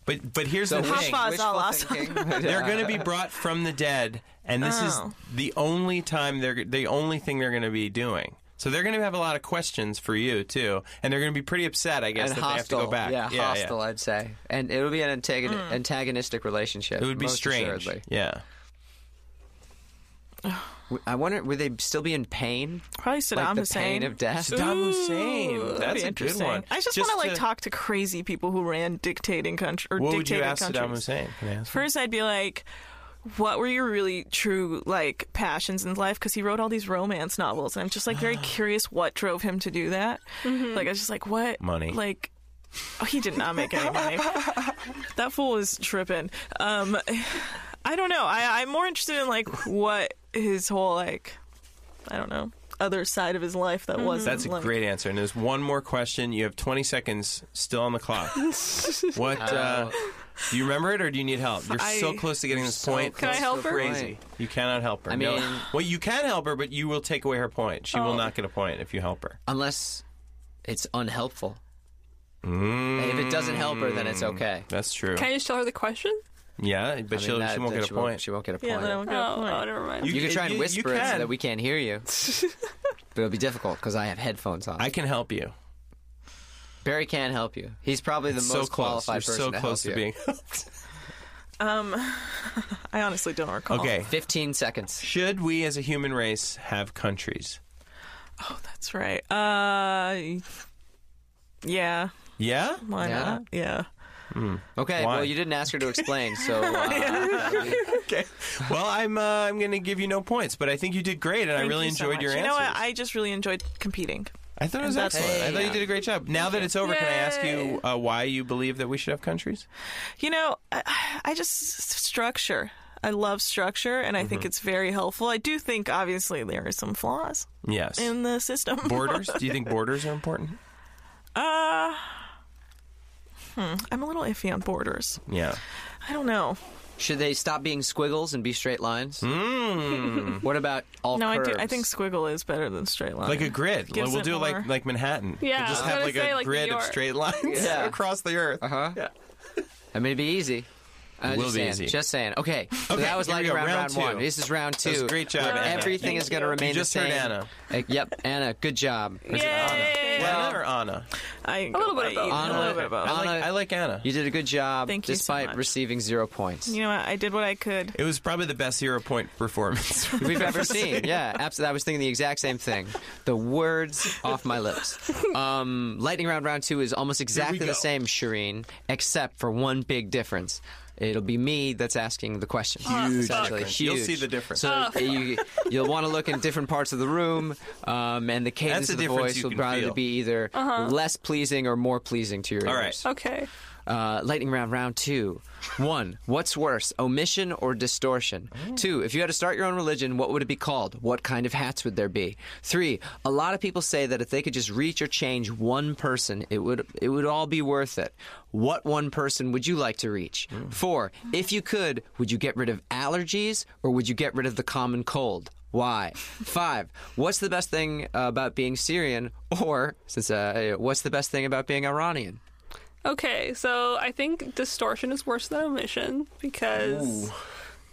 [SPEAKER 2] but but here's the
[SPEAKER 3] Uh, So
[SPEAKER 2] thing.
[SPEAKER 4] Hafaz
[SPEAKER 3] wishful
[SPEAKER 4] al-Assad.
[SPEAKER 3] thinking, but,
[SPEAKER 2] They're
[SPEAKER 3] uh,
[SPEAKER 2] going to be brought from the dead, and this
[SPEAKER 4] Oh.
[SPEAKER 2] is the only time they're the only thing they're going to be doing. So they're going to have a lot of questions for you too, and they're going to be pretty upset, I guess,
[SPEAKER 3] and
[SPEAKER 2] that
[SPEAKER 3] hostile.
[SPEAKER 2] they have to go back.
[SPEAKER 3] Yeah, hostile, I'd say. And it would be an antagon-
[SPEAKER 4] Mm.
[SPEAKER 3] antagonistic relationship.
[SPEAKER 2] It would be
[SPEAKER 3] most
[SPEAKER 2] strange.
[SPEAKER 3] assuredly.
[SPEAKER 2] Yeah.
[SPEAKER 3] W- I wonder, would they still be in pain?
[SPEAKER 4] probably Saddam
[SPEAKER 3] like the
[SPEAKER 4] Hussein
[SPEAKER 3] pain of death?
[SPEAKER 2] Saddam
[SPEAKER 4] Ooh,
[SPEAKER 2] Hussein.
[SPEAKER 4] that'd
[SPEAKER 2] That's
[SPEAKER 4] be
[SPEAKER 2] a good
[SPEAKER 4] interesting.
[SPEAKER 2] one.
[SPEAKER 4] I just, want to like talk to crazy people who ran dictating country or
[SPEAKER 2] What would
[SPEAKER 4] dictating
[SPEAKER 2] you ask
[SPEAKER 4] countries.
[SPEAKER 2] Saddam Hussein? Can I ask?
[SPEAKER 4] First, I'd be like, what were your really true like passions in life? Because he wrote all these romance novels, and I'm just like very curious what drove him to do that. Like I was just like, what
[SPEAKER 2] Money.
[SPEAKER 4] Like, oh, he did not make any money. that fool was tripping. Um, I don't know. I, I'm more interested in like what his whole like, I don't know, other side of his life that wasn't.
[SPEAKER 2] That's a
[SPEAKER 4] like-
[SPEAKER 2] great answer. And there's one more question. You have 20 seconds still on the clock. what? Uh, do you remember it, or do you need help? You're so
[SPEAKER 4] I-
[SPEAKER 2] close to getting this point.
[SPEAKER 4] Can I
[SPEAKER 3] Close
[SPEAKER 4] help
[SPEAKER 3] to a
[SPEAKER 4] her?
[SPEAKER 2] Crazy.
[SPEAKER 3] point.
[SPEAKER 2] You cannot help her.
[SPEAKER 3] I
[SPEAKER 2] No.
[SPEAKER 3] mean-
[SPEAKER 2] well, you can help her, but you will take away her point. She
[SPEAKER 4] Oh.
[SPEAKER 2] will not get a point if you help her.
[SPEAKER 3] Unless it's unhelpful. If it doesn't help her, then it's okay.
[SPEAKER 2] Mm. That's true.
[SPEAKER 5] Can I just tell her the question?
[SPEAKER 2] yeah, Mm. but
[SPEAKER 3] I mean,
[SPEAKER 2] she'll,
[SPEAKER 3] that-
[SPEAKER 2] she won't
[SPEAKER 3] that
[SPEAKER 2] get a point.
[SPEAKER 3] She won't get a point.
[SPEAKER 4] Yeah, that I won't get a
[SPEAKER 5] oh,
[SPEAKER 4] point.
[SPEAKER 5] oh, never mind.
[SPEAKER 3] You can try and
[SPEAKER 2] you-
[SPEAKER 3] whisper
[SPEAKER 2] you
[SPEAKER 3] it so
[SPEAKER 2] can.
[SPEAKER 3] that we can't hear you. but it'll be difficult because I have headphones on.
[SPEAKER 2] I can help you.
[SPEAKER 3] Barry can help you. He's probably the
[SPEAKER 2] so
[SPEAKER 3] most
[SPEAKER 2] close.
[SPEAKER 3] qualified person
[SPEAKER 2] You're so
[SPEAKER 3] to
[SPEAKER 2] close
[SPEAKER 3] help
[SPEAKER 2] to
[SPEAKER 3] you.
[SPEAKER 2] being.
[SPEAKER 4] I honestly don't
[SPEAKER 3] Oh.
[SPEAKER 4] recall.
[SPEAKER 2] okay.
[SPEAKER 3] 15 seconds.
[SPEAKER 2] Should we, as a human race, have countries?
[SPEAKER 4] that's right. Uh, yeah.
[SPEAKER 2] Yeah.
[SPEAKER 4] Why
[SPEAKER 3] Yeah.
[SPEAKER 4] not? Yeah.
[SPEAKER 3] Okay,
[SPEAKER 2] Why?
[SPEAKER 3] well, you didn't ask her to explain, so uh,
[SPEAKER 2] Okay. Well, I'm uh, I'm going to give you no points, but I think you did great, and I
[SPEAKER 4] Thank
[SPEAKER 2] really
[SPEAKER 4] you so
[SPEAKER 2] enjoyed
[SPEAKER 4] much.
[SPEAKER 2] your
[SPEAKER 4] You
[SPEAKER 2] answers.
[SPEAKER 4] know what? I just really enjoyed competing.
[SPEAKER 2] I thought it was
[SPEAKER 4] That's-
[SPEAKER 2] excellent. I thought you did a great job. Now that it's over, can I ask
[SPEAKER 5] Yay.
[SPEAKER 2] you uh, why you believe that we should have countries?
[SPEAKER 4] You know, I, I just structure. I love structure, and I
[SPEAKER 2] Mm-hmm.
[SPEAKER 4] think it's very helpful. I do think, obviously, there are some flaws
[SPEAKER 2] Yes.
[SPEAKER 4] in the system.
[SPEAKER 2] borders? Do you think borders are important?
[SPEAKER 4] Uh, hmm, I'm a little iffy on borders.
[SPEAKER 2] Yeah.
[SPEAKER 4] I don't know.
[SPEAKER 3] should they stop being squiggles and be straight lines?
[SPEAKER 2] Hmm.
[SPEAKER 3] What about all
[SPEAKER 4] No, I
[SPEAKER 3] curves?
[SPEAKER 4] do. I think squiggle is better than straight line.
[SPEAKER 2] Like a grid.
[SPEAKER 4] Gives
[SPEAKER 2] Like, we'll
[SPEAKER 4] it
[SPEAKER 2] do it
[SPEAKER 4] more-
[SPEAKER 2] like like Manhattan.
[SPEAKER 5] Yeah,
[SPEAKER 2] We'll just
[SPEAKER 5] I was
[SPEAKER 2] have
[SPEAKER 5] gonna
[SPEAKER 2] like
[SPEAKER 5] say,
[SPEAKER 2] a
[SPEAKER 5] like New
[SPEAKER 2] grid of
[SPEAKER 5] York.
[SPEAKER 2] straight lines
[SPEAKER 3] Yeah.
[SPEAKER 2] across the earth.
[SPEAKER 3] Uh-huh.
[SPEAKER 2] Yeah.
[SPEAKER 3] I mean, it'd be easy. Uh,
[SPEAKER 2] It will
[SPEAKER 3] just
[SPEAKER 2] be
[SPEAKER 3] saying,
[SPEAKER 2] easy.
[SPEAKER 3] Just saying. Okay, so
[SPEAKER 2] Okay,
[SPEAKER 3] that was
[SPEAKER 2] here we
[SPEAKER 3] lightning
[SPEAKER 2] go.
[SPEAKER 3] round,
[SPEAKER 2] Round
[SPEAKER 3] round
[SPEAKER 2] two.
[SPEAKER 3] one. This is round two.
[SPEAKER 2] was a great job, Anna.
[SPEAKER 3] Everything
[SPEAKER 5] Thank
[SPEAKER 3] is going to
[SPEAKER 5] you.
[SPEAKER 3] remain
[SPEAKER 2] You just
[SPEAKER 3] the
[SPEAKER 2] heard
[SPEAKER 3] same.
[SPEAKER 2] Anna.
[SPEAKER 3] Uh, yep, Anna, good job.
[SPEAKER 5] Yay!
[SPEAKER 2] Anna or Anna?
[SPEAKER 4] I
[SPEAKER 5] A little bit of
[SPEAKER 4] A
[SPEAKER 5] both.
[SPEAKER 4] little
[SPEAKER 3] Anna-
[SPEAKER 4] bit of both.
[SPEAKER 2] I like,
[SPEAKER 3] Anna-
[SPEAKER 2] I like Anna.
[SPEAKER 3] You did a good job
[SPEAKER 4] Thank you so
[SPEAKER 3] despite
[SPEAKER 4] much.
[SPEAKER 3] receiving zero points.
[SPEAKER 4] You know what? I did what I could.
[SPEAKER 2] It was probably the best zero point performance.
[SPEAKER 3] we've ever seen. Yeah, absolutely. I was thinking the exact same thing. The words off my lips. Um, lightning round round two is almost exactly the
[SPEAKER 2] go.
[SPEAKER 3] same, Shireen, except for one big difference. It'll be me that's asking the questions. Huge, essentially.
[SPEAKER 2] difference.
[SPEAKER 3] huge.
[SPEAKER 2] You'll see the difference.
[SPEAKER 3] So
[SPEAKER 4] Oh.
[SPEAKER 3] you, you'll want to look in different parts of the room, um, and the cadence
[SPEAKER 2] That's the
[SPEAKER 3] of the
[SPEAKER 2] difference
[SPEAKER 3] voice
[SPEAKER 2] you
[SPEAKER 3] will
[SPEAKER 2] can
[SPEAKER 3] probably
[SPEAKER 2] feel.
[SPEAKER 3] be either
[SPEAKER 4] Uh-huh.
[SPEAKER 3] less pleasing or more pleasing to your
[SPEAKER 2] All right.
[SPEAKER 3] ears.
[SPEAKER 5] Okay.
[SPEAKER 3] Uh, lightning round, round two. One, what's worse, omission or distortion? Two, if you had to start your own religion, what would it be called? What kind of hats would there be? Three, a lot of people say that if they could just reach or change one person, it would it would all be worth it. What one person would you like to reach? Four, if you could, would you get rid of allergies or would you get rid of the common cold? Why? Five. What's the best thing about being Syrian? Or since uh, what's the best thing about being Iranian?
[SPEAKER 5] Okay, so I think distortion is worse than omission because.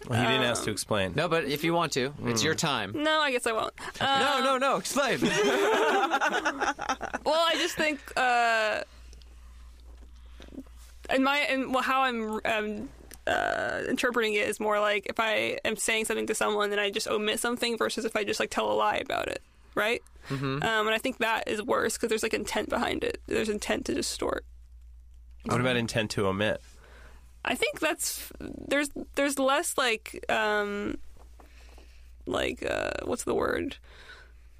[SPEAKER 2] Well, he didn't ask to explain.
[SPEAKER 3] No, but if you want to, it's
[SPEAKER 2] Hmm.
[SPEAKER 3] your time.
[SPEAKER 5] No, I guess I won't. Uh,
[SPEAKER 3] No, no, no. Explain.
[SPEAKER 5] Um, Well, I just think uh, in my in well, how I'm um, uh, interpreting it is more like if I am saying something to someone, then I just omit something versus if I just like tell a lie about it, right?
[SPEAKER 3] Mm-hmm.
[SPEAKER 5] Um, and I think that is worse because there's like intent behind it. There's intent to distort.
[SPEAKER 2] What about intent to omit?
[SPEAKER 5] I think that's there's there's less like um like uh what's the word?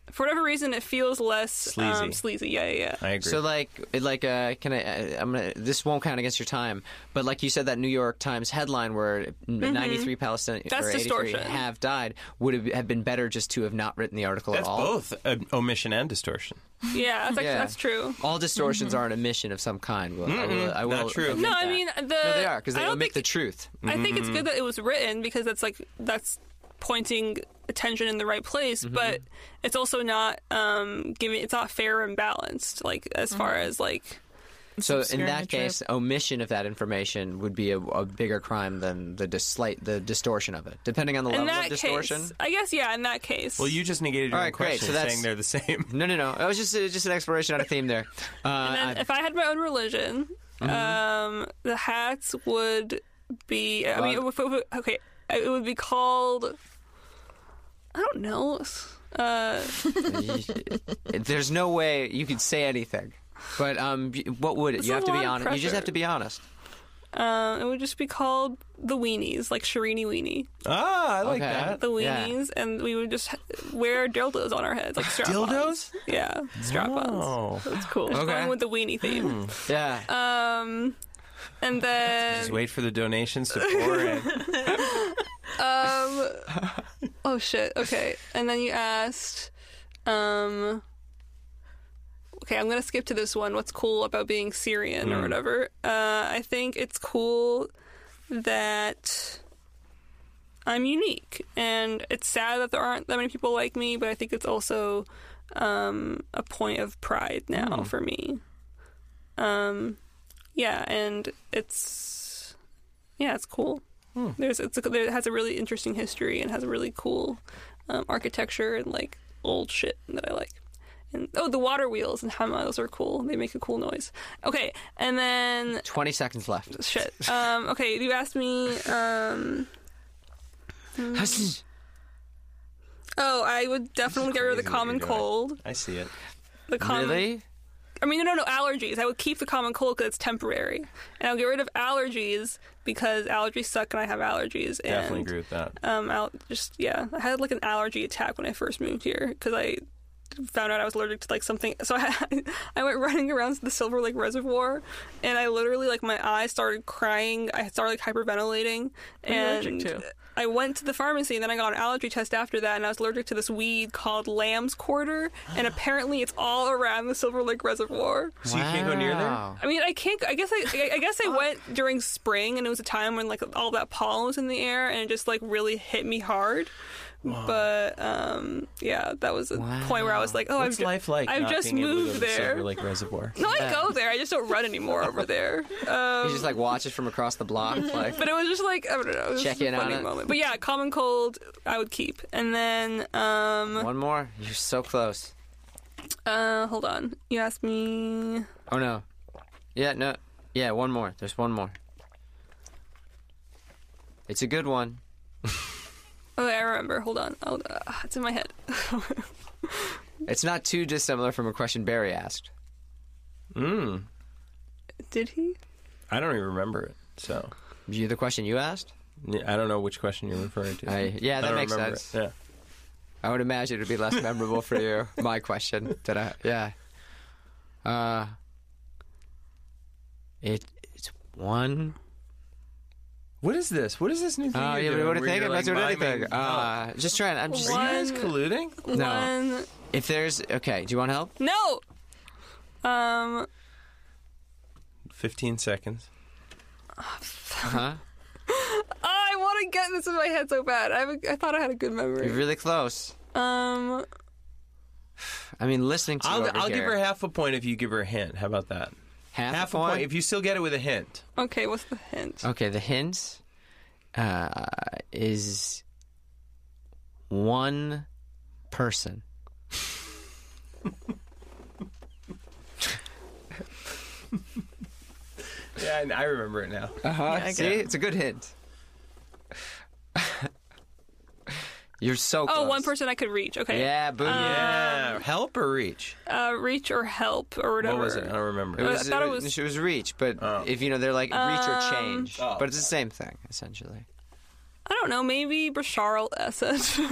[SPEAKER 5] For whatever reason, it feels less
[SPEAKER 2] Sleazy.
[SPEAKER 5] Um, sleazy. Yeah, yeah, yeah.
[SPEAKER 2] I agree.
[SPEAKER 3] So like like uh can I uh, I'm gonna this won't count against your time but like you said that New York Times headline where 93 Palestinians
[SPEAKER 5] Mm-hmm. That's
[SPEAKER 3] or 83
[SPEAKER 5] distortion.
[SPEAKER 3] have died would have have been better just to have not written the article
[SPEAKER 2] That's
[SPEAKER 3] at all.
[SPEAKER 2] both uh, omission and distortion.
[SPEAKER 5] yeah, that's,
[SPEAKER 3] Yeah.
[SPEAKER 5] that's true.
[SPEAKER 3] All distortions are an omission of some kind. Well, I will, I will
[SPEAKER 2] not true.
[SPEAKER 3] admit
[SPEAKER 5] Mm-hmm. No, I
[SPEAKER 3] that.
[SPEAKER 5] mean the
[SPEAKER 3] no, they are because
[SPEAKER 5] I
[SPEAKER 3] they
[SPEAKER 5] don't
[SPEAKER 3] omit
[SPEAKER 5] think,
[SPEAKER 3] the mm-hmm. truth.
[SPEAKER 5] I think it's good that it was written because that's like that's pointing attention in the right place, but it's also not um giving it's not fair and balanced like as far as like
[SPEAKER 3] So in
[SPEAKER 4] obscuring
[SPEAKER 3] that
[SPEAKER 4] the truth.
[SPEAKER 3] case, omission of that information would be a, a bigger crime than the dislight the distortion of it, depending on the
[SPEAKER 5] in
[SPEAKER 3] level
[SPEAKER 5] that
[SPEAKER 3] of distortion.
[SPEAKER 5] case. I guess yeah, in that case.
[SPEAKER 2] Well, you just negated your
[SPEAKER 3] All
[SPEAKER 2] own
[SPEAKER 3] right, great.
[SPEAKER 2] question,
[SPEAKER 3] So that's-
[SPEAKER 2] saying they're the same.
[SPEAKER 3] No, no, no. It was just uh, just an exploration on a theme there. Uh,
[SPEAKER 5] And
[SPEAKER 3] I- Mm-hmm.
[SPEAKER 5] if I had my own religion, um, the hats would be. I mean,
[SPEAKER 3] Well,
[SPEAKER 5] if- if- okay, it would be called. I don't know. Uh,
[SPEAKER 3] There's no way you could say anything. But um, y- what would it?
[SPEAKER 5] It's
[SPEAKER 3] you
[SPEAKER 5] a
[SPEAKER 3] have to be
[SPEAKER 5] lot
[SPEAKER 3] honest.
[SPEAKER 5] of
[SPEAKER 3] You just
[SPEAKER 5] pressure.
[SPEAKER 3] have to be honest.
[SPEAKER 5] um, it would just be called the weenies, like Sharini Weenie,
[SPEAKER 2] ah, I like
[SPEAKER 3] Okay.
[SPEAKER 2] that.
[SPEAKER 5] the
[SPEAKER 3] Yeah.
[SPEAKER 5] weenies, and we would just wear dildos on our heads, like strap-ons.
[SPEAKER 2] Dildos?
[SPEAKER 5] Yeah, strap-ons.
[SPEAKER 2] Oh.
[SPEAKER 5] That's cool.
[SPEAKER 3] Okay. Hmm.
[SPEAKER 5] Going with the weenie theme.
[SPEAKER 3] Yeah.
[SPEAKER 5] um,
[SPEAKER 2] Just
[SPEAKER 5] and then
[SPEAKER 2] wait for the donations to pour in.
[SPEAKER 5] Um. oh shit. Okay. And then you asked. Um. Okay, I'm gonna skip to this one. What's cool about being Syrian or whatever? Uh, I think it's cool that I'm unique, and it's sad that there aren't that many people like me. But I think it's also um, a point of pride now for me. Um, yeah, and it's yeah, it's cool. There's it's a, there it has a really interesting history and has a really cool um, architecture and like old shit that I like. And oh, the water wheels and Hama, those are cool. They make a cool noise. Okay, and then
[SPEAKER 3] Twenty seconds left.
[SPEAKER 5] shit. Um, okay, you asked me. Um, mm, oh, I would definitely get rid of the
[SPEAKER 2] Crazy what
[SPEAKER 5] common
[SPEAKER 2] you're doing.
[SPEAKER 5] cold.
[SPEAKER 2] I see it.
[SPEAKER 5] The common
[SPEAKER 3] really?
[SPEAKER 5] I mean, no, no, no, allergies. I would keep the common cold because it's temporary. And I'll get rid of allergies because allergies suck and I have allergies.
[SPEAKER 2] Definitely
[SPEAKER 5] and,
[SPEAKER 2] agree with that.
[SPEAKER 5] Um, I'll just, yeah. I had like an allergy attack when I first moved here because I found out I was allergic to like something. So I, had, I went running around the Silver Lake Reservoir and I literally, like, my eyes started crying. I started like hyperventilating.
[SPEAKER 4] are you
[SPEAKER 5] and
[SPEAKER 4] allergic to?
[SPEAKER 5] I went to the pharmacy and then I got an allergy test after that, and I was allergic to this weed called lamb's quarter, and apparently it's all around the Silver Lake Reservoir.
[SPEAKER 2] So you can't go near there?
[SPEAKER 5] I mean, I can't. I guess I, I- I guess I went during spring, and it was a time when like all that pollen was in the air, and it just like really hit me hard. But um, yeah, that was a point where I was like, oh,
[SPEAKER 2] What's
[SPEAKER 5] I've ju-
[SPEAKER 2] life like?
[SPEAKER 5] I've
[SPEAKER 2] not
[SPEAKER 5] just
[SPEAKER 2] being able to go
[SPEAKER 5] moved
[SPEAKER 2] to the
[SPEAKER 5] there.
[SPEAKER 2] Silver Lake Reservoir.
[SPEAKER 5] No, I go there. I just don't run anymore over there. Um,
[SPEAKER 3] You just like watch it from across the block. Like
[SPEAKER 5] but it was just like I don't know. It was
[SPEAKER 3] Check
[SPEAKER 5] just a
[SPEAKER 3] in on
[SPEAKER 5] funny
[SPEAKER 3] it.
[SPEAKER 5] moment. But yeah, common cold I would keep, and then um,
[SPEAKER 3] one more. You're so close.
[SPEAKER 5] Uh, hold on. You asked me.
[SPEAKER 3] Oh no. Yeah. No. Yeah. One more. There's one more. It's a good one.
[SPEAKER 5] Oh, I remember. Hold on. Oh, uh, it's in my head.
[SPEAKER 3] It's not too dissimilar from a question Barry asked.
[SPEAKER 2] Mm.
[SPEAKER 5] Did he?
[SPEAKER 2] I don't even remember it. So
[SPEAKER 3] You the question you asked?
[SPEAKER 2] yeah, I don't know which question you're referring to.
[SPEAKER 3] I- yeah,
[SPEAKER 2] I
[SPEAKER 3] that
[SPEAKER 2] don't
[SPEAKER 3] makes
[SPEAKER 2] remember
[SPEAKER 3] sense.
[SPEAKER 2] it. Yeah.
[SPEAKER 3] I would imagine it'd be less memorable for you. My question that I yeah. Uh it it's one
[SPEAKER 2] What is this? What is this new thing?
[SPEAKER 3] Oh
[SPEAKER 2] you're
[SPEAKER 3] yeah, but
[SPEAKER 2] doing
[SPEAKER 3] what do you
[SPEAKER 2] where
[SPEAKER 3] think?
[SPEAKER 2] you're,
[SPEAKER 3] I'm not
[SPEAKER 2] like,
[SPEAKER 3] doing anything.
[SPEAKER 2] miming-
[SPEAKER 3] Uh just trying I'm just
[SPEAKER 2] Are you guys
[SPEAKER 5] One-
[SPEAKER 2] colluding?
[SPEAKER 5] One.
[SPEAKER 3] if there's okay, do you want help?
[SPEAKER 5] No. Um.
[SPEAKER 2] 15 seconds.
[SPEAKER 3] Huh?
[SPEAKER 5] I want thought I'd get this in my head so bad. I, have a, I thought I had a good memory.
[SPEAKER 3] You're really close.
[SPEAKER 5] Um,
[SPEAKER 3] I mean, listening to you
[SPEAKER 2] I'll,
[SPEAKER 3] over
[SPEAKER 2] I'll give
[SPEAKER 3] here-
[SPEAKER 2] her half a point if you give her a hint. How about that?
[SPEAKER 3] half,
[SPEAKER 2] Half a point if you still get it with a hint.
[SPEAKER 5] okay, what's the hint?
[SPEAKER 2] Oh,
[SPEAKER 3] Okay, the hint uh, is one person.
[SPEAKER 2] Yeah, and I remember it now.
[SPEAKER 3] Uh huh.
[SPEAKER 4] I
[SPEAKER 3] See,
[SPEAKER 4] get it.
[SPEAKER 3] it's a good hint. You're so close.
[SPEAKER 5] Oh, one Uh, person I could reach. Okay.
[SPEAKER 3] Yeah, boom.
[SPEAKER 2] yeah, help or reach?
[SPEAKER 5] Uh, reach or help or whatever.
[SPEAKER 2] What was it? I don't remember.
[SPEAKER 3] It was,
[SPEAKER 5] I thought
[SPEAKER 3] it
[SPEAKER 5] it
[SPEAKER 3] was,
[SPEAKER 5] was- Um,
[SPEAKER 3] reach, but if you know, they're like reach or change,
[SPEAKER 2] Oh.
[SPEAKER 3] but it's the same thing essentially.
[SPEAKER 5] I don't know. Maybe Bashar al-Assad.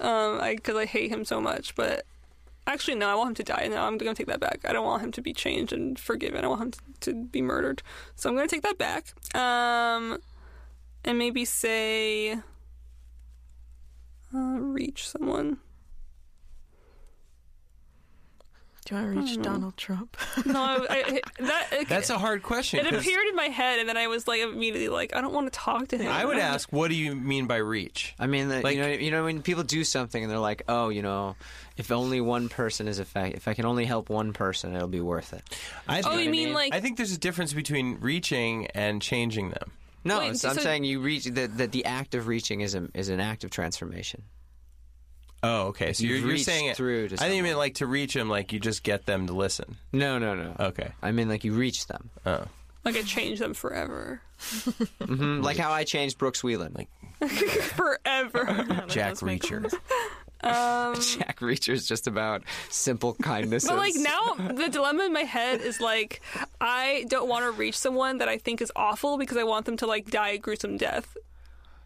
[SPEAKER 5] um, I because I hate him so much, but. Actually, no. I want him to die. No, I'm gonna take that back. I don't want him to be changed and forgiven. I want him to, to be murdered. So I'm gonna take that back. Um, and maybe say, uh, reach someone.
[SPEAKER 4] Do I reach Donald Trump?
[SPEAKER 5] No, I, I, that it,
[SPEAKER 2] That's a hard question.
[SPEAKER 5] it
[SPEAKER 2] 'cause
[SPEAKER 5] appeared in my head, and then I was like immediately like, I don't want to talk to him.
[SPEAKER 2] I would ask, what do you mean by reach?
[SPEAKER 3] I mean, the,
[SPEAKER 2] Like-
[SPEAKER 3] you know, you know, when people do something and they're like, "Oh, you know, if only one person is affected, if I can only help one person, it'll be worth it."
[SPEAKER 2] I
[SPEAKER 5] Oh,
[SPEAKER 2] think-
[SPEAKER 5] you mean like
[SPEAKER 2] I think there's a difference between reaching and changing them.
[SPEAKER 3] No,
[SPEAKER 5] Wait,
[SPEAKER 3] so I'm
[SPEAKER 5] so-
[SPEAKER 3] saying you reach that, that the act of reaching is a, is an act of transformation.
[SPEAKER 2] Oh, okay. So
[SPEAKER 3] You've
[SPEAKER 2] you're, you're
[SPEAKER 3] reached
[SPEAKER 2] saying it
[SPEAKER 3] through to
[SPEAKER 2] I think you
[SPEAKER 3] someone.
[SPEAKER 2] meant like to reach them, like you just get them to listen.
[SPEAKER 3] No, no, no.
[SPEAKER 2] Okay.
[SPEAKER 3] I mean, like you reach them,
[SPEAKER 2] Oh,
[SPEAKER 5] like I changed them forever,
[SPEAKER 3] Mm, like how I changed Brooks Wheelan, like
[SPEAKER 5] forever.
[SPEAKER 2] Jack
[SPEAKER 4] does make
[SPEAKER 2] Reacher.
[SPEAKER 3] Jack Reacher is just about simple kindness.
[SPEAKER 5] but like now, the dilemma in my head is like, I don't want to reach someone that I think is awful because I want them to like die a gruesome death.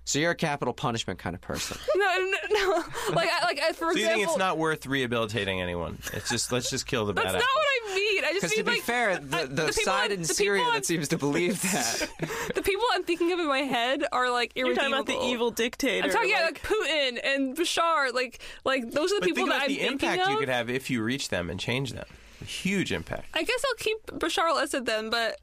[SPEAKER 3] so you're a capital punishment kind of person.
[SPEAKER 5] No, no, no. like I, like I- for
[SPEAKER 2] So you
[SPEAKER 5] example,
[SPEAKER 2] think it's not worth rehabilitating anyone? It's just let's just kill the bad
[SPEAKER 5] that's not
[SPEAKER 2] apple.
[SPEAKER 5] what I mean. I just
[SPEAKER 3] Because
[SPEAKER 5] mean
[SPEAKER 3] to be
[SPEAKER 5] like
[SPEAKER 3] fair, the,
[SPEAKER 5] I-
[SPEAKER 3] the,
[SPEAKER 5] people
[SPEAKER 3] side
[SPEAKER 5] I-
[SPEAKER 3] in
[SPEAKER 5] uh, the
[SPEAKER 3] Syria
[SPEAKER 5] people I-
[SPEAKER 3] that seems to believe that.
[SPEAKER 5] the people I'm thinking of in my head are like
[SPEAKER 4] You're
[SPEAKER 5] irredeemable.
[SPEAKER 4] talking about the evil dictator.
[SPEAKER 5] I'm talking
[SPEAKER 4] like,
[SPEAKER 5] yeah, like Putin and Bashar, like like those are the
[SPEAKER 2] But
[SPEAKER 5] people
[SPEAKER 2] think
[SPEAKER 5] that
[SPEAKER 2] about
[SPEAKER 5] I'm
[SPEAKER 2] the
[SPEAKER 5] thinking
[SPEAKER 2] impact
[SPEAKER 5] of.
[SPEAKER 2] you could have if you reach them and change them. A huge impact.
[SPEAKER 5] I guess I'll keep Bashar al-Assad then, but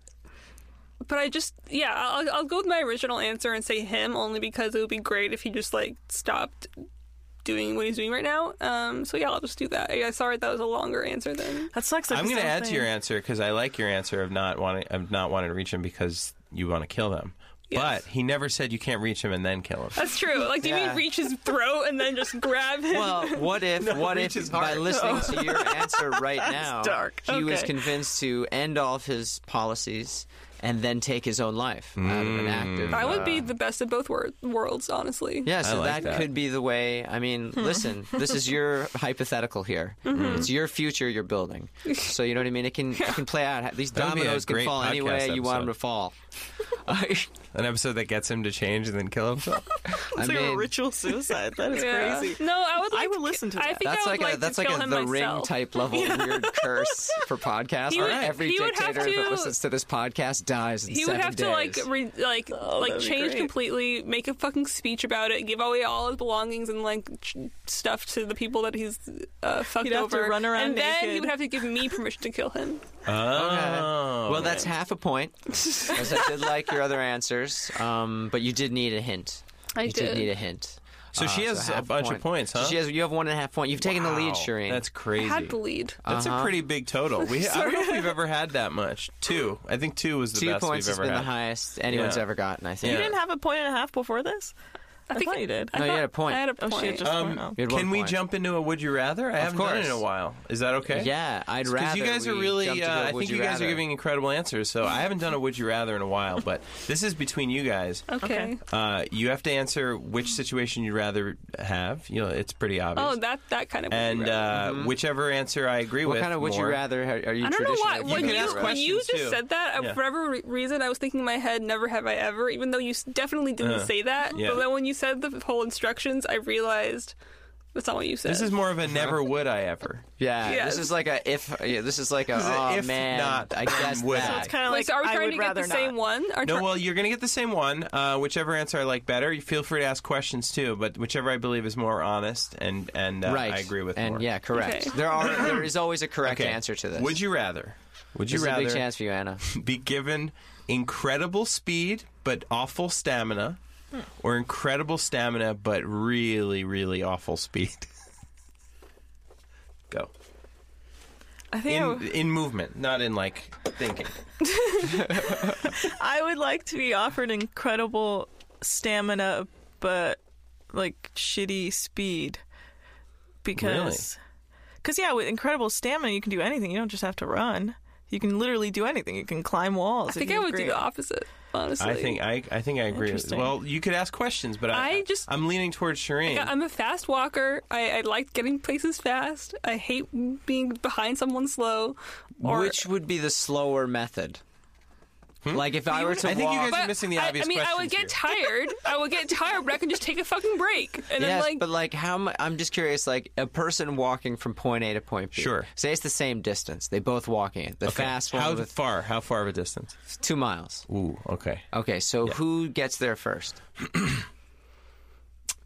[SPEAKER 5] but I just yeah, I'll, I'll go with my original answer and say him only because it would be great if he just like stopped doing what he's doing right now. Um, so yeah, I'll just do that. I, I sorry that was a longer answer then.
[SPEAKER 4] that sucks. Like
[SPEAKER 2] I'm
[SPEAKER 4] going
[SPEAKER 2] going to add to your answer because I like your answer of not wanting of not wanting to reach him because you want to kill them.
[SPEAKER 5] Yes.
[SPEAKER 2] But he never said you can't reach him and then kill him.
[SPEAKER 5] That's true. Like, do you
[SPEAKER 3] Yeah.
[SPEAKER 5] mean reach his throat and then just grab him?
[SPEAKER 3] Well, what if what
[SPEAKER 2] reach his
[SPEAKER 3] if by
[SPEAKER 2] heart.
[SPEAKER 3] listening to your answer right now,
[SPEAKER 4] dark.
[SPEAKER 3] he was
[SPEAKER 4] Okay.
[SPEAKER 3] convinced to end all of his policies and then take his own life out of an active.
[SPEAKER 5] that would be the best of both wor- worlds, honestly.
[SPEAKER 3] Yeah, so that,
[SPEAKER 2] like that.
[SPEAKER 3] could be the way. I mean, listen, this is your hypothetical here.
[SPEAKER 5] Mm-hmm.
[SPEAKER 3] It's your future you're building. So you know what I mean. It can it can play out. These
[SPEAKER 2] That would be a
[SPEAKER 3] dominoes can
[SPEAKER 2] great
[SPEAKER 3] fall any
[SPEAKER 2] podcast
[SPEAKER 3] way you want them
[SPEAKER 2] episode.
[SPEAKER 3] to fall.
[SPEAKER 2] An episode that gets him to change and then kill himself.
[SPEAKER 4] It's
[SPEAKER 3] I
[SPEAKER 4] like a
[SPEAKER 3] mean,
[SPEAKER 4] ritual suicide. That is
[SPEAKER 5] Yeah.
[SPEAKER 4] crazy.
[SPEAKER 5] No, I would. Like
[SPEAKER 4] I would
[SPEAKER 5] to-
[SPEAKER 4] listen to
[SPEAKER 5] I
[SPEAKER 4] that.
[SPEAKER 5] think
[SPEAKER 3] that's
[SPEAKER 5] I would
[SPEAKER 3] like,
[SPEAKER 5] like,
[SPEAKER 3] a that's
[SPEAKER 5] to
[SPEAKER 3] like
[SPEAKER 5] kill
[SPEAKER 3] a
[SPEAKER 5] him
[SPEAKER 3] the ring
[SPEAKER 5] myself.
[SPEAKER 3] type level weird curse for podcasts.
[SPEAKER 5] He
[SPEAKER 3] where
[SPEAKER 5] would-
[SPEAKER 3] every
[SPEAKER 5] he would have
[SPEAKER 3] dictator that
[SPEAKER 5] to-
[SPEAKER 3] listens to this podcast dies in
[SPEAKER 5] He
[SPEAKER 3] seven
[SPEAKER 5] would have
[SPEAKER 3] days.
[SPEAKER 5] to like re- like like
[SPEAKER 4] Oh, that'd be
[SPEAKER 5] change
[SPEAKER 4] great.
[SPEAKER 5] completely, make a fucking speech about it, give away all his belongings and like ch- stuff to the people that he's uh, fucked
[SPEAKER 4] He'd have to
[SPEAKER 5] over,
[SPEAKER 4] run around
[SPEAKER 5] and then he
[SPEAKER 4] naked.
[SPEAKER 5] would have to give me permission to kill him.
[SPEAKER 2] Oh.
[SPEAKER 3] Well, that's half a point. As I did like your other answers, um, but you did need a hint.
[SPEAKER 5] I
[SPEAKER 3] you did.
[SPEAKER 5] did.
[SPEAKER 3] need a hint.
[SPEAKER 2] Ah, So she has a
[SPEAKER 3] Ah, half
[SPEAKER 2] bunch of points, huh?
[SPEAKER 3] So she has. You have one and a half point. You've taken the lead,
[SPEAKER 2] Wow.
[SPEAKER 3] Shireen.
[SPEAKER 2] That's crazy. Uh, Uh-huh.
[SPEAKER 5] I had to lead.
[SPEAKER 2] That's a pretty big total. We, I don't know if we've ever had that much. Two. I think two was the
[SPEAKER 3] two
[SPEAKER 2] best
[SPEAKER 3] points
[SPEAKER 2] we've
[SPEAKER 3] has
[SPEAKER 2] ever
[SPEAKER 3] been
[SPEAKER 2] had.
[SPEAKER 3] the highest anyone's
[SPEAKER 2] Yeah.
[SPEAKER 3] ever gotten. I think.
[SPEAKER 2] Yeah.
[SPEAKER 4] You didn't have a point and a half before this. I,
[SPEAKER 5] think-
[SPEAKER 4] thought you did.
[SPEAKER 5] I
[SPEAKER 3] No, you
[SPEAKER 5] thought-
[SPEAKER 3] had a point.
[SPEAKER 5] I had a
[SPEAKER 4] oh
[SPEAKER 5] point.
[SPEAKER 4] shit, just
[SPEAKER 2] Um,
[SPEAKER 4] point oh.
[SPEAKER 3] You had one
[SPEAKER 2] Can we
[SPEAKER 3] point.
[SPEAKER 2] jump into a would you rather? I haven't done it in a
[SPEAKER 3] course.
[SPEAKER 2] while. Is that okay?
[SPEAKER 3] Yeah, I'd rather.
[SPEAKER 2] Because you guys are
[SPEAKER 3] we
[SPEAKER 2] really,
[SPEAKER 3] jumped into
[SPEAKER 2] uh,
[SPEAKER 3] a
[SPEAKER 2] I
[SPEAKER 3] would
[SPEAKER 2] think you guys
[SPEAKER 3] rather.
[SPEAKER 2] are giving incredible answers. So I haven't done a would you rather in a while, but this is between you guys.
[SPEAKER 5] Okay.
[SPEAKER 2] Uh, you have to answer which situation you'd rather have. You know, it's pretty obvious.
[SPEAKER 5] Oh, that that kind of.
[SPEAKER 2] and uh, whichever answer I agree
[SPEAKER 3] Mm-hmm. What
[SPEAKER 2] with,
[SPEAKER 3] kind of would you
[SPEAKER 2] more-
[SPEAKER 3] rather? Are are you?
[SPEAKER 5] I don't know why.
[SPEAKER 3] traditionally-
[SPEAKER 5] When
[SPEAKER 2] can
[SPEAKER 5] you,
[SPEAKER 2] ask
[SPEAKER 5] when you
[SPEAKER 2] questions,
[SPEAKER 5] just
[SPEAKER 2] too.
[SPEAKER 5] said that,
[SPEAKER 2] Yeah.
[SPEAKER 5] for whatever re- reason, I was thinking in my head, never have I ever, even though you s- definitely didn't
[SPEAKER 2] Uh,
[SPEAKER 5] say that.
[SPEAKER 2] yeah.
[SPEAKER 5] But then when you said the whole instructions, I realized that's not what you said.
[SPEAKER 2] This is more of a never would I ever.
[SPEAKER 3] Yeah,
[SPEAKER 5] Yes.
[SPEAKER 3] this is like a if. Yeah, this is like a
[SPEAKER 2] is a
[SPEAKER 3] oh
[SPEAKER 2] if
[SPEAKER 3] man.
[SPEAKER 2] not,
[SPEAKER 3] I
[SPEAKER 2] then
[SPEAKER 3] guess
[SPEAKER 2] would
[SPEAKER 3] that.
[SPEAKER 2] I.
[SPEAKER 4] It's kind of
[SPEAKER 5] Wait,
[SPEAKER 4] like
[SPEAKER 5] so are we
[SPEAKER 4] I
[SPEAKER 5] trying
[SPEAKER 4] would
[SPEAKER 5] to get
[SPEAKER 4] rather
[SPEAKER 5] the same
[SPEAKER 4] not.
[SPEAKER 5] one? Are
[SPEAKER 2] No,
[SPEAKER 5] try-
[SPEAKER 2] well, you're going to get the same one. Uh, whichever answer I like better, you feel free to ask questions too. But whichever I believe is more honest and and uh,
[SPEAKER 3] right.
[SPEAKER 2] I agree with.
[SPEAKER 3] And
[SPEAKER 2] more.
[SPEAKER 3] yeah, correct.
[SPEAKER 5] Okay.
[SPEAKER 3] There are there is always a correct
[SPEAKER 2] Okay.
[SPEAKER 3] answer to this.
[SPEAKER 2] Would you rather? Would you
[SPEAKER 3] There's a
[SPEAKER 2] rather
[SPEAKER 3] big chance for you, Anna.
[SPEAKER 2] be given incredible speed but awful stamina,
[SPEAKER 5] Hmm.
[SPEAKER 2] or incredible stamina, but really, really awful speed. Go.
[SPEAKER 4] I think I,
[SPEAKER 2] In,
[SPEAKER 4] w-
[SPEAKER 2] in movement, not in like thinking.
[SPEAKER 4] I would like to be offered incredible stamina, but like shitty speed. Because, because yeah, with incredible stamina, you can do anything. You don't just have to run. You can literally do anything. You can climb walls.
[SPEAKER 5] I
[SPEAKER 4] if
[SPEAKER 5] think I
[SPEAKER 4] you
[SPEAKER 5] would do
[SPEAKER 4] agree.
[SPEAKER 5] the opposite, honestly.
[SPEAKER 2] I think I, I think I agree. With,
[SPEAKER 4] Interesting.
[SPEAKER 2] well, you could ask questions, but I,
[SPEAKER 5] I just-
[SPEAKER 2] I'm leaning towards Shireen.
[SPEAKER 5] Yeah, I'm a fast walker. I, I like getting places fast. I hate being behind someone slow. Or,
[SPEAKER 3] Which would be the slower method? Like if I were to
[SPEAKER 2] Hmm? I think you
[SPEAKER 3] walk,
[SPEAKER 2] guys are missing the
[SPEAKER 5] I-
[SPEAKER 2] obvious
[SPEAKER 5] I, mean, I would get
[SPEAKER 2] questions
[SPEAKER 5] tired. I would get tired, but I could just take a fucking break. And then,
[SPEAKER 3] yes,
[SPEAKER 5] like,
[SPEAKER 3] but like how? Mu- I'm just curious. Like a person walking from point A to point B.
[SPEAKER 2] Sure.
[SPEAKER 3] Say it's the same distance. They both walking it. The
[SPEAKER 2] Okay.
[SPEAKER 3] fast one
[SPEAKER 2] How
[SPEAKER 3] with
[SPEAKER 2] far? How far of a distance?
[SPEAKER 3] two miles.
[SPEAKER 2] Ooh, okay.
[SPEAKER 3] Okay, so who gets there first?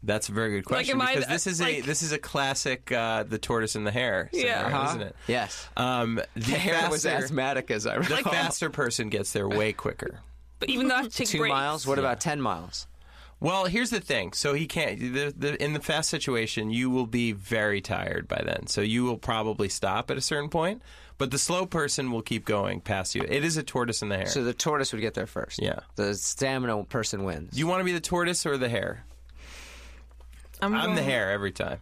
[SPEAKER 2] That's a very good question
[SPEAKER 5] am I
[SPEAKER 2] because
[SPEAKER 5] the-
[SPEAKER 2] this is a
[SPEAKER 5] like-
[SPEAKER 2] this is a classic uh, the tortoise and the hare, scenario,
[SPEAKER 5] Yeah. Uh-huh.
[SPEAKER 2] isn't it?
[SPEAKER 3] Yes.
[SPEAKER 2] Um, the
[SPEAKER 3] The hair was
[SPEAKER 2] faster-
[SPEAKER 3] asthmatic as I
[SPEAKER 2] The
[SPEAKER 3] recall.
[SPEAKER 2] faster person gets there way quicker.
[SPEAKER 5] but even though I have to take
[SPEAKER 3] two
[SPEAKER 5] breaks.
[SPEAKER 3] miles. What about ten miles?
[SPEAKER 2] Well, here's the thing. So he can't. The, the, in the fast situation, you will be very tired by then. So you will probably stop at a certain point. But the slow person will keep going past you. It is a tortoise and the hare.
[SPEAKER 3] So the tortoise would get there first.
[SPEAKER 2] Yeah.
[SPEAKER 3] The stamina person wins.
[SPEAKER 2] Do you want to be the tortoise or the hare?
[SPEAKER 4] I'm,
[SPEAKER 2] I'm
[SPEAKER 4] going,
[SPEAKER 2] the hare every time.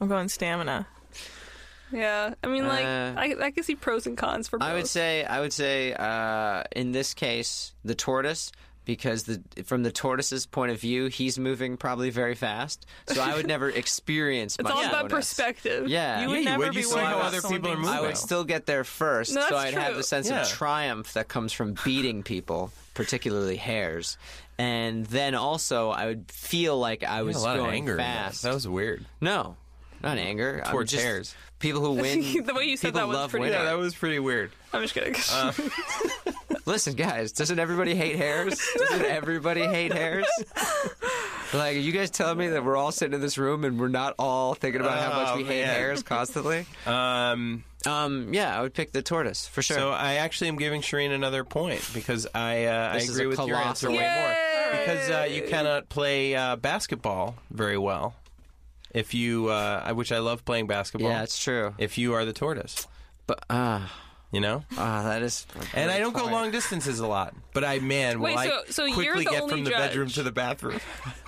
[SPEAKER 4] I'm going stamina.
[SPEAKER 5] Yeah, I mean, like,
[SPEAKER 3] Uh,
[SPEAKER 5] I, I can see pros and cons for both.
[SPEAKER 3] I would say I would say uh, in this case the tortoise because the from the tortoise's point of view he's moving probably very fast so I would never experience
[SPEAKER 5] it's
[SPEAKER 3] my
[SPEAKER 5] all about
[SPEAKER 3] slowness.
[SPEAKER 5] perspective.
[SPEAKER 3] Yeah.
[SPEAKER 4] You would never
[SPEAKER 2] would.
[SPEAKER 4] be
[SPEAKER 2] You see
[SPEAKER 4] worried
[SPEAKER 2] how
[SPEAKER 4] about
[SPEAKER 2] other
[SPEAKER 4] someone
[SPEAKER 2] people are
[SPEAKER 4] being
[SPEAKER 2] moving.
[SPEAKER 3] I
[SPEAKER 2] Well.
[SPEAKER 3] would still get there first,
[SPEAKER 5] No,
[SPEAKER 3] so
[SPEAKER 5] that's
[SPEAKER 3] I'd have
[SPEAKER 5] true.
[SPEAKER 3] the sense
[SPEAKER 2] Yeah.
[SPEAKER 3] of triumph that comes from beating people, particularly hares. And then also, I would feel like I was
[SPEAKER 2] a lot
[SPEAKER 3] going
[SPEAKER 2] of anger. in that.
[SPEAKER 3] fast.
[SPEAKER 2] That was weird.
[SPEAKER 3] No, not anger. I'm
[SPEAKER 2] Towards
[SPEAKER 3] just-
[SPEAKER 2] hares.
[SPEAKER 3] People who win.
[SPEAKER 5] The way you said
[SPEAKER 3] people
[SPEAKER 5] that was
[SPEAKER 3] love
[SPEAKER 5] pretty-
[SPEAKER 3] winning.
[SPEAKER 5] Yeah, that
[SPEAKER 2] was pretty weird.
[SPEAKER 5] I'm just kidding.
[SPEAKER 3] Listen, guys, doesn't everybody hate hares? Doesn't everybody hate hares? Like, are you guys telling me that we're all sitting in this room and we're not all thinking about how much
[SPEAKER 2] Oh,
[SPEAKER 3] we hate
[SPEAKER 2] man.
[SPEAKER 3] hares constantly?
[SPEAKER 2] Um,
[SPEAKER 3] Um, yeah, I would pick the tortoise for sure.
[SPEAKER 2] So I actually am giving Shireen another point because I uh, I
[SPEAKER 3] This is
[SPEAKER 2] agree
[SPEAKER 3] a
[SPEAKER 2] with your answer
[SPEAKER 3] colossal-
[SPEAKER 2] way
[SPEAKER 5] Yay!
[SPEAKER 2] more because uh, you cannot play uh, basketball very well if you uh, I- which I love playing basketball.
[SPEAKER 3] yeah, it's true.
[SPEAKER 2] If you are the tortoise,
[SPEAKER 3] But ah,
[SPEAKER 2] you know.
[SPEAKER 3] ah, that is.
[SPEAKER 2] And I don't go
[SPEAKER 3] fire.
[SPEAKER 2] long distances a lot, but I man will
[SPEAKER 5] Wait,
[SPEAKER 2] I
[SPEAKER 5] so- so you're
[SPEAKER 2] quickly
[SPEAKER 5] the
[SPEAKER 2] get
[SPEAKER 5] only
[SPEAKER 2] from the
[SPEAKER 5] judge.
[SPEAKER 2] bedroom to the bathroom.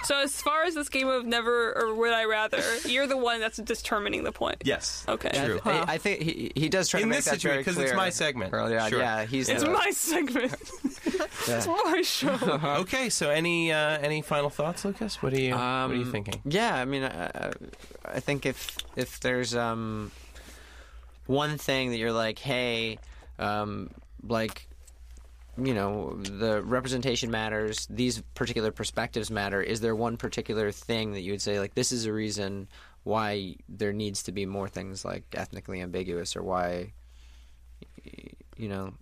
[SPEAKER 5] so, as far as this game of never or would I rather, you're the one that's determining the point.
[SPEAKER 2] Yes.
[SPEAKER 5] Okay.
[SPEAKER 3] I-
[SPEAKER 2] True.
[SPEAKER 3] I, I think he, he does try
[SPEAKER 2] In
[SPEAKER 3] to make
[SPEAKER 2] this
[SPEAKER 3] that very
[SPEAKER 2] situation, 'cause it's
[SPEAKER 3] clear
[SPEAKER 2] my segment.
[SPEAKER 3] Early on.
[SPEAKER 2] Sure.
[SPEAKER 3] Yeah, he's
[SPEAKER 5] It's
[SPEAKER 3] the-
[SPEAKER 5] my segment. it's my show.
[SPEAKER 2] Okay. So any uh, any final thoughts, Lucas? What are you What are you
[SPEAKER 3] Um,
[SPEAKER 2] thinking?
[SPEAKER 3] Yeah, I mean, I, I I think if if there's um one thing that you're like, hey, um, like you know, the representation matters. These particular perspectives matter. Is there one particular thing that you would say like this is a reason why there needs to be more things like ethnically ambiguous, or why you know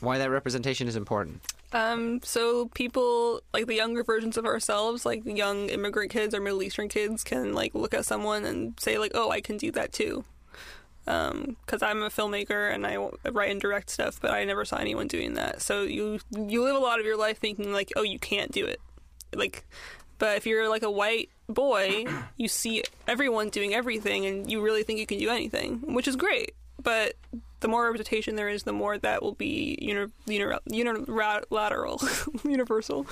[SPEAKER 3] why that representation is important?
[SPEAKER 5] Um, so people like the younger versions of ourselves, like the young immigrant kids or Middle Eastern kids, can like look at someone and say like, "Oh, I can do that too," because I'm a filmmaker and I w- write and direct stuff, but I never saw anyone doing that. So you you live a lot of your life thinking like, "Oh, you can't do it," like. But if you're like a white boy, you see everyone doing everything, and you really think you can do anything, which is great. But the more representation there is, the more that will be uni- uni- unilateral, universal.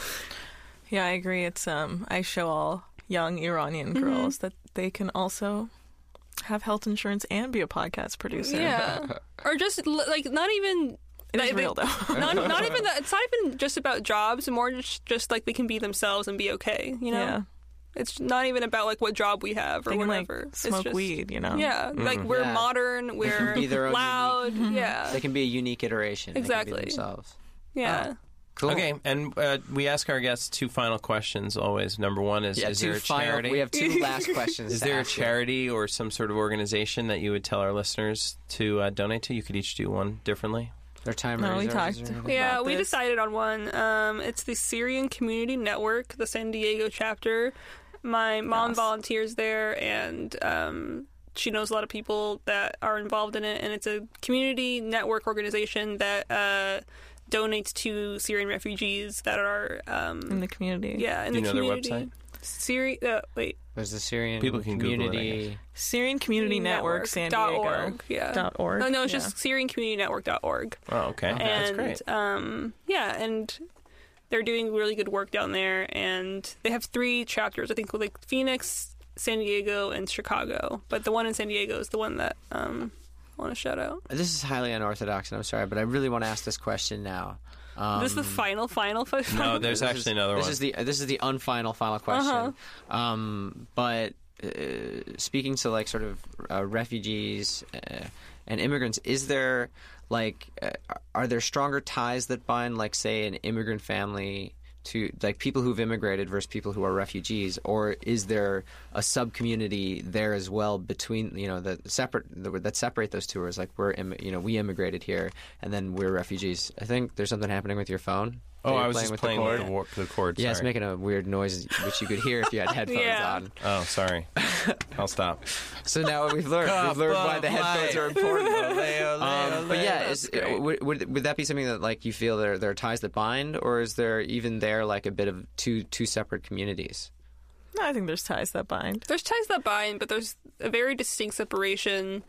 [SPEAKER 4] Yeah, I agree. It's um, I show all young Iranian
[SPEAKER 5] Mm-hmm.
[SPEAKER 4] girls that they can also have health insurance and be a podcast producer.
[SPEAKER 5] Yeah, or just l- like not even.
[SPEAKER 4] it is
[SPEAKER 5] like,
[SPEAKER 4] real
[SPEAKER 5] they-
[SPEAKER 4] though.
[SPEAKER 5] not, not even that. It's not even just about jobs. More just, just like they can be themselves and be okay. You know,
[SPEAKER 4] yeah,
[SPEAKER 5] it's not even about like what job we have or
[SPEAKER 4] they can like
[SPEAKER 5] whatever.
[SPEAKER 4] smoke
[SPEAKER 5] it's just,
[SPEAKER 4] weed. You know.
[SPEAKER 5] Yeah, like we're
[SPEAKER 3] Mm-hmm. Yeah.
[SPEAKER 5] modern. We're
[SPEAKER 3] be their own
[SPEAKER 5] loud.
[SPEAKER 4] Mm-hmm.
[SPEAKER 5] Yeah,
[SPEAKER 3] They can uh, be a unique iteration. They can be
[SPEAKER 5] Exactly.
[SPEAKER 3] themselves.
[SPEAKER 5] yeah.
[SPEAKER 3] Cool.
[SPEAKER 2] Okay, and uh, we ask our guests two final questions always. Number one is:
[SPEAKER 3] Yeah,
[SPEAKER 2] Is
[SPEAKER 3] two
[SPEAKER 2] there a
[SPEAKER 3] final-
[SPEAKER 2] charity?
[SPEAKER 3] We have two last questions.
[SPEAKER 2] Is
[SPEAKER 3] to
[SPEAKER 2] there a
[SPEAKER 3] ask you.
[SPEAKER 2] charity or some sort of organization that you would tell our listeners to uh, donate to? You could each do one differently.
[SPEAKER 3] Their time
[SPEAKER 4] No, we
[SPEAKER 3] reserves
[SPEAKER 4] talked.
[SPEAKER 3] or anything?
[SPEAKER 5] Yeah,
[SPEAKER 4] about
[SPEAKER 5] we
[SPEAKER 4] this?
[SPEAKER 5] decided on one. Um, it's the Syrian Community Network, the San Diego chapter. My mom
[SPEAKER 4] Yes.
[SPEAKER 5] volunteers there, and um, she knows a lot of people that are involved in it. And it's a community network organization that uh, donates to Syrian refugees that are um,
[SPEAKER 4] in the community.
[SPEAKER 5] yeah in
[SPEAKER 2] Do you
[SPEAKER 5] the
[SPEAKER 2] know their website?
[SPEAKER 5] community. Syria. Uh, wait.
[SPEAKER 3] There's the Syrian
[SPEAKER 2] People can Google it, I
[SPEAKER 3] community.
[SPEAKER 4] Syrian Community Network, San
[SPEAKER 5] Mm, dot
[SPEAKER 4] Diego.
[SPEAKER 5] org, yeah.
[SPEAKER 4] Dot org,
[SPEAKER 5] No, no, it's
[SPEAKER 4] yeah.
[SPEAKER 5] just SyrianCommunityNetwork.org.
[SPEAKER 2] Oh, okay. That's
[SPEAKER 5] and
[SPEAKER 2] great.
[SPEAKER 5] um, yeah, and they're doing really good work down there. And they have three chapters, I think, like Phoenix, San Diego, and Chicago. But the one in San Diego is the one that um, I want to shout out.
[SPEAKER 3] This is highly unorthodox, and I'm sorry, but I really want to ask this question now. Um,
[SPEAKER 5] this is the final, final, final.
[SPEAKER 2] No, there's
[SPEAKER 3] this
[SPEAKER 2] actually
[SPEAKER 3] is-
[SPEAKER 2] another
[SPEAKER 3] this
[SPEAKER 2] one.
[SPEAKER 3] Is the, uh, this is the unfinal, final question. Um, but uh, speaking to like sort of uh, refugees uh, and immigrants, is there like uh, are there stronger ties that bind, like say, an immigrant family? To like people who've immigrated versus people who are refugees, or is there a sub community there as well between you know that separate that separate those two? Or is like we're im- you know we immigrated here and then we're refugees. I think there's something happening with your phone.
[SPEAKER 2] oh,
[SPEAKER 3] You're
[SPEAKER 2] I was just playing with the, war- the chord.
[SPEAKER 3] yeah, it's
[SPEAKER 2] sorry.
[SPEAKER 3] making a weird noise which you could hear if you had headphones
[SPEAKER 5] Yeah.
[SPEAKER 3] on.
[SPEAKER 2] Oh, sorry. I'll stop.
[SPEAKER 3] So now we've learned we've learned why the headphones are important. Um, but yeah, is, would, would would that be something that like you feel there there are ties that bind, or is there even there like a bit of two two separate communities?
[SPEAKER 4] No, I think there's ties that bind.
[SPEAKER 5] There's ties that bind, but there's a very distinct separation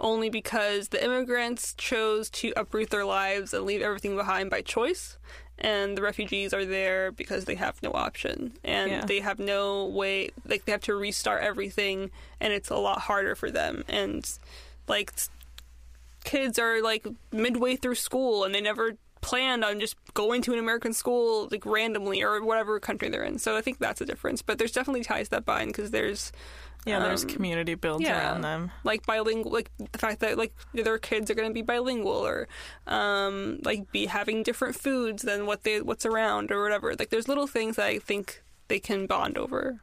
[SPEAKER 5] only because the immigrants chose to uproot their lives and leave everything behind by choice, and the refugees are there because they have no option and
[SPEAKER 4] Yeah.
[SPEAKER 5] they have no way, like, they have to restart everything, and it's a lot harder for them. And, like, s- kids are like midway through school and they never planned on just going to an American school like randomly or whatever country they're in. So I think that's a difference. But there's definitely ties that bind because there's
[SPEAKER 4] Yeah, there's
[SPEAKER 5] Um,
[SPEAKER 4] community builds
[SPEAKER 5] yeah.
[SPEAKER 4] around them.
[SPEAKER 5] like bilingual, like the fact that like their kids are going to be bilingual or um, like be having different foods than what they what's around or whatever. Like there's little things that I think they can bond over.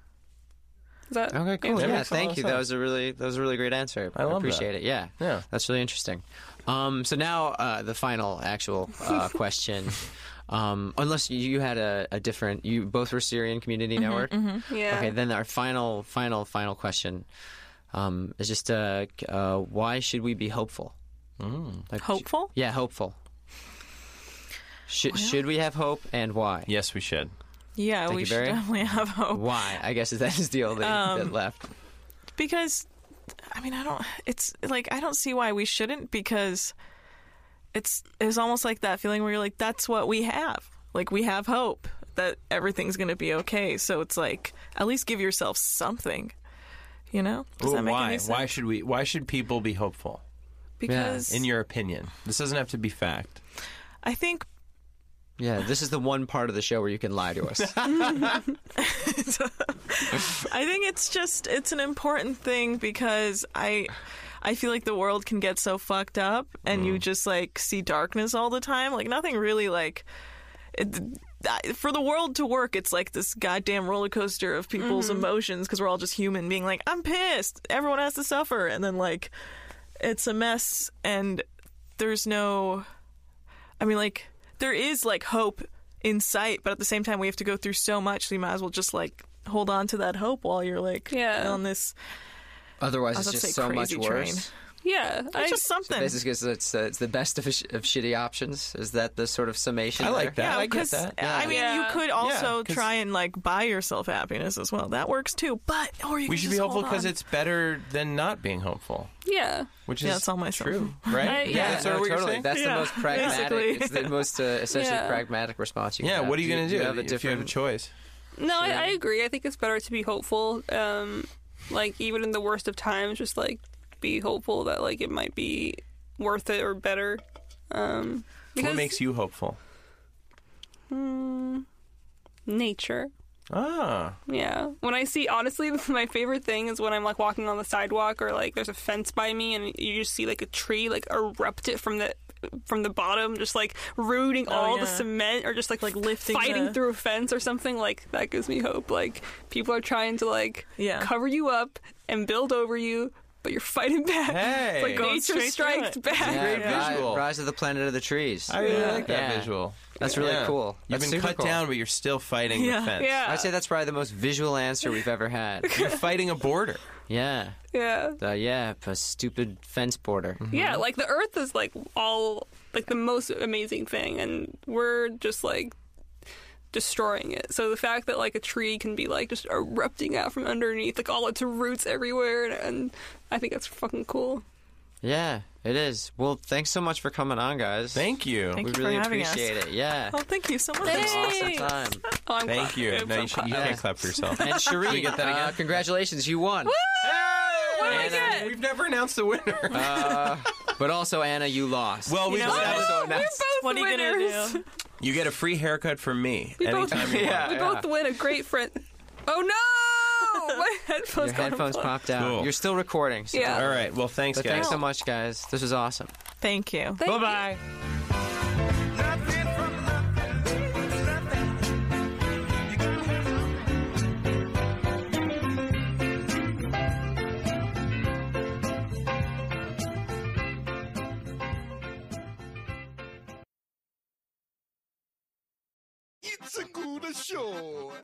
[SPEAKER 5] Is that
[SPEAKER 3] Okay, cool.
[SPEAKER 2] that
[SPEAKER 3] Yeah,
[SPEAKER 2] makes a lot
[SPEAKER 3] thank
[SPEAKER 2] of
[SPEAKER 3] you. That
[SPEAKER 2] sense.
[SPEAKER 3] was a really that was a really great answer.
[SPEAKER 2] I love
[SPEAKER 3] appreciate it. Yeah,
[SPEAKER 2] Yeah.
[SPEAKER 3] that's really interesting. Um, so now uh, the final actual uh, question. Um, unless you had a, a different, you both were Syrian Community Network.
[SPEAKER 5] Yeah.
[SPEAKER 3] Okay, then our final, final, final question um, is just uh, c- uh, why should we be hopeful?
[SPEAKER 2] Mm.
[SPEAKER 3] Like,
[SPEAKER 4] Hopeful?
[SPEAKER 3] Yeah, hopeful. Should should we have hope and why?
[SPEAKER 2] Yes, we should.
[SPEAKER 4] Yeah,
[SPEAKER 3] Thank
[SPEAKER 4] we
[SPEAKER 3] you,
[SPEAKER 4] should
[SPEAKER 3] Barry.
[SPEAKER 4] definitely have hope.
[SPEAKER 3] Why? I guess that is the only
[SPEAKER 4] Um,
[SPEAKER 3] that left.
[SPEAKER 4] because I mean I don't it's like I don't see why we shouldn't because it's it's almost like that feeling where you're like that's what we have like we have hope that everything's going to be okay so it's like at least give yourself something you know does
[SPEAKER 2] Well,
[SPEAKER 4] that make
[SPEAKER 2] why?
[SPEAKER 4] any sense
[SPEAKER 2] Why should we? Why should people be hopeful?
[SPEAKER 4] because
[SPEAKER 2] In your opinion, this doesn't have to be fact.
[SPEAKER 4] I think
[SPEAKER 3] Yeah, this is the one part of the show where you can lie to us.
[SPEAKER 4] I think it's just it's an important thing because I I feel like the world can get so fucked up and
[SPEAKER 2] Mm.
[SPEAKER 4] you just like see darkness all the time. Like nothing really like it, that- for the world to work, it's like this goddamn roller coaster of people's
[SPEAKER 2] Mm-hmm.
[SPEAKER 4] emotions because we're all just human being like I'm pissed. Everyone has to suffer and then like it's a mess and there's no I mean like there is like hope in sight, but at the same time we have to go through so much, so you might as well just like hold on to that hope while you're like
[SPEAKER 5] Yeah.
[SPEAKER 4] on this
[SPEAKER 3] Otherwise,
[SPEAKER 4] I was
[SPEAKER 3] it's
[SPEAKER 4] about to
[SPEAKER 3] just
[SPEAKER 4] say
[SPEAKER 3] so much
[SPEAKER 4] crazy train.
[SPEAKER 3] worse.
[SPEAKER 5] yeah,
[SPEAKER 4] it's
[SPEAKER 5] I-
[SPEAKER 4] just something.
[SPEAKER 3] This is because it's, uh, it's the best of, sh- of shitty options. Is that the sort of summation?
[SPEAKER 2] I like
[SPEAKER 3] there?
[SPEAKER 2] that.
[SPEAKER 4] yeah,
[SPEAKER 2] I get
[SPEAKER 4] because
[SPEAKER 2] that.
[SPEAKER 4] I mean,
[SPEAKER 5] Yeah.
[SPEAKER 4] you could also
[SPEAKER 2] 'cause-
[SPEAKER 4] try and like buy yourself happiness as well. That works too. But or you
[SPEAKER 2] We
[SPEAKER 4] can
[SPEAKER 2] should
[SPEAKER 4] just
[SPEAKER 2] be hopeful
[SPEAKER 4] because
[SPEAKER 2] because it's better than not being hopeful,
[SPEAKER 5] yeah.
[SPEAKER 2] which
[SPEAKER 4] Yeah,
[SPEAKER 2] is
[SPEAKER 4] it's all myself.
[SPEAKER 2] true, right?
[SPEAKER 5] I- yeah.
[SPEAKER 2] that's what
[SPEAKER 3] no,
[SPEAKER 2] we're
[SPEAKER 3] totally.
[SPEAKER 2] saying.
[SPEAKER 3] That's the
[SPEAKER 4] Yeah,
[SPEAKER 3] most pragmatic.
[SPEAKER 4] basically.
[SPEAKER 3] It's the most uh, essentially
[SPEAKER 5] Yeah.
[SPEAKER 3] pragmatic response. You can
[SPEAKER 2] yeah,
[SPEAKER 3] have.
[SPEAKER 2] what are you going to do,
[SPEAKER 3] have a
[SPEAKER 2] if you have a
[SPEAKER 3] different-
[SPEAKER 2] choice?
[SPEAKER 5] No, I, I agree. I think it's better to be hopeful. Um, like even in the worst of times, just like be hopeful that like it might be worth it or better. Um, because
[SPEAKER 2] What makes you hopeful?
[SPEAKER 5] nature.
[SPEAKER 2] Ah,
[SPEAKER 5] Yeah. When I see, honestly, my favorite thing is when I'm like walking on the sidewalk or like there's a fence by me and you just see like a tree like erupt it from the from the bottom, just like rooting all the
[SPEAKER 4] Oh, yeah.
[SPEAKER 5] cement or just like
[SPEAKER 4] Like, lifting
[SPEAKER 5] fighting
[SPEAKER 4] the-
[SPEAKER 5] through a fence or something like that gives me hope. Like people are trying to like
[SPEAKER 4] Yeah.
[SPEAKER 5] cover you up and build over you, but you're fighting back.
[SPEAKER 2] Hey.
[SPEAKER 5] It's like
[SPEAKER 2] Going
[SPEAKER 5] nature
[SPEAKER 4] straight through
[SPEAKER 5] strikes
[SPEAKER 4] it.
[SPEAKER 5] back.
[SPEAKER 3] Yeah,
[SPEAKER 2] Great
[SPEAKER 3] Ri-
[SPEAKER 2] visual.
[SPEAKER 3] Rise of the Planet of the Trees.
[SPEAKER 2] I really
[SPEAKER 5] Yeah.
[SPEAKER 2] like that
[SPEAKER 3] Yeah.
[SPEAKER 2] visual.
[SPEAKER 3] That's really cool.
[SPEAKER 2] You've
[SPEAKER 3] That's
[SPEAKER 2] been
[SPEAKER 3] super
[SPEAKER 2] cut
[SPEAKER 3] cool.
[SPEAKER 2] down, but you're still fighting the
[SPEAKER 4] Yeah.
[SPEAKER 2] fence.
[SPEAKER 5] Yeah.
[SPEAKER 3] I'd say that's probably the most visual answer we've ever had.
[SPEAKER 2] You're fighting a border.
[SPEAKER 3] yeah,
[SPEAKER 5] Yeah.
[SPEAKER 3] uh, yeah, a stupid fence border.
[SPEAKER 2] Mm-hmm.
[SPEAKER 5] Yeah, like the earth is like all like the most amazing thing, and we're just like destroying it. So the fact that like a tree can be like just erupting out from underneath, like all its roots everywhere, and, and I think that's fucking cool.
[SPEAKER 3] Yeah, it is. Well, thanks so much for coming on, guys.
[SPEAKER 2] Thank you.
[SPEAKER 4] Thank
[SPEAKER 3] we
[SPEAKER 4] you for
[SPEAKER 3] really
[SPEAKER 4] having us.
[SPEAKER 3] appreciate it. Yeah.
[SPEAKER 4] Oh, thank you so much.
[SPEAKER 5] Thanks.
[SPEAKER 3] Awesome
[SPEAKER 5] Hey.
[SPEAKER 3] time.
[SPEAKER 5] Oh, I'm
[SPEAKER 2] Thank
[SPEAKER 5] glad-
[SPEAKER 2] you.
[SPEAKER 5] I'm
[SPEAKER 2] No, you,
[SPEAKER 5] glad-
[SPEAKER 2] should, you can't clap for yourself.
[SPEAKER 3] And Sheree,
[SPEAKER 2] we get that again?
[SPEAKER 3] uh, congratulations, you won.
[SPEAKER 2] What
[SPEAKER 5] do I
[SPEAKER 2] Anna,
[SPEAKER 5] get?
[SPEAKER 2] We've never announced the winner.
[SPEAKER 3] But also, Anna, you lost.
[SPEAKER 2] well, we
[SPEAKER 4] You know
[SPEAKER 2] just
[SPEAKER 4] what?
[SPEAKER 2] announced-
[SPEAKER 5] Oh, we're both
[SPEAKER 4] What are you
[SPEAKER 5] winners.
[SPEAKER 4] gonna do?
[SPEAKER 2] you get a free haircut from me
[SPEAKER 5] We both,
[SPEAKER 2] anytime you want.
[SPEAKER 5] we both win a great friend. Oh no! My headphones
[SPEAKER 3] your
[SPEAKER 5] got
[SPEAKER 3] headphones
[SPEAKER 5] unplugged.
[SPEAKER 3] popped out.
[SPEAKER 2] Cool.
[SPEAKER 3] You're still recording. So
[SPEAKER 5] Yeah.
[SPEAKER 2] All right. Well, thanks,
[SPEAKER 3] But
[SPEAKER 2] guys.
[SPEAKER 3] thanks so much, guys. This was awesome.
[SPEAKER 4] Thank you.
[SPEAKER 5] Thank you.
[SPEAKER 7] Nothing from nothing is nothing. You gotta have something.
[SPEAKER 1] It's a good show.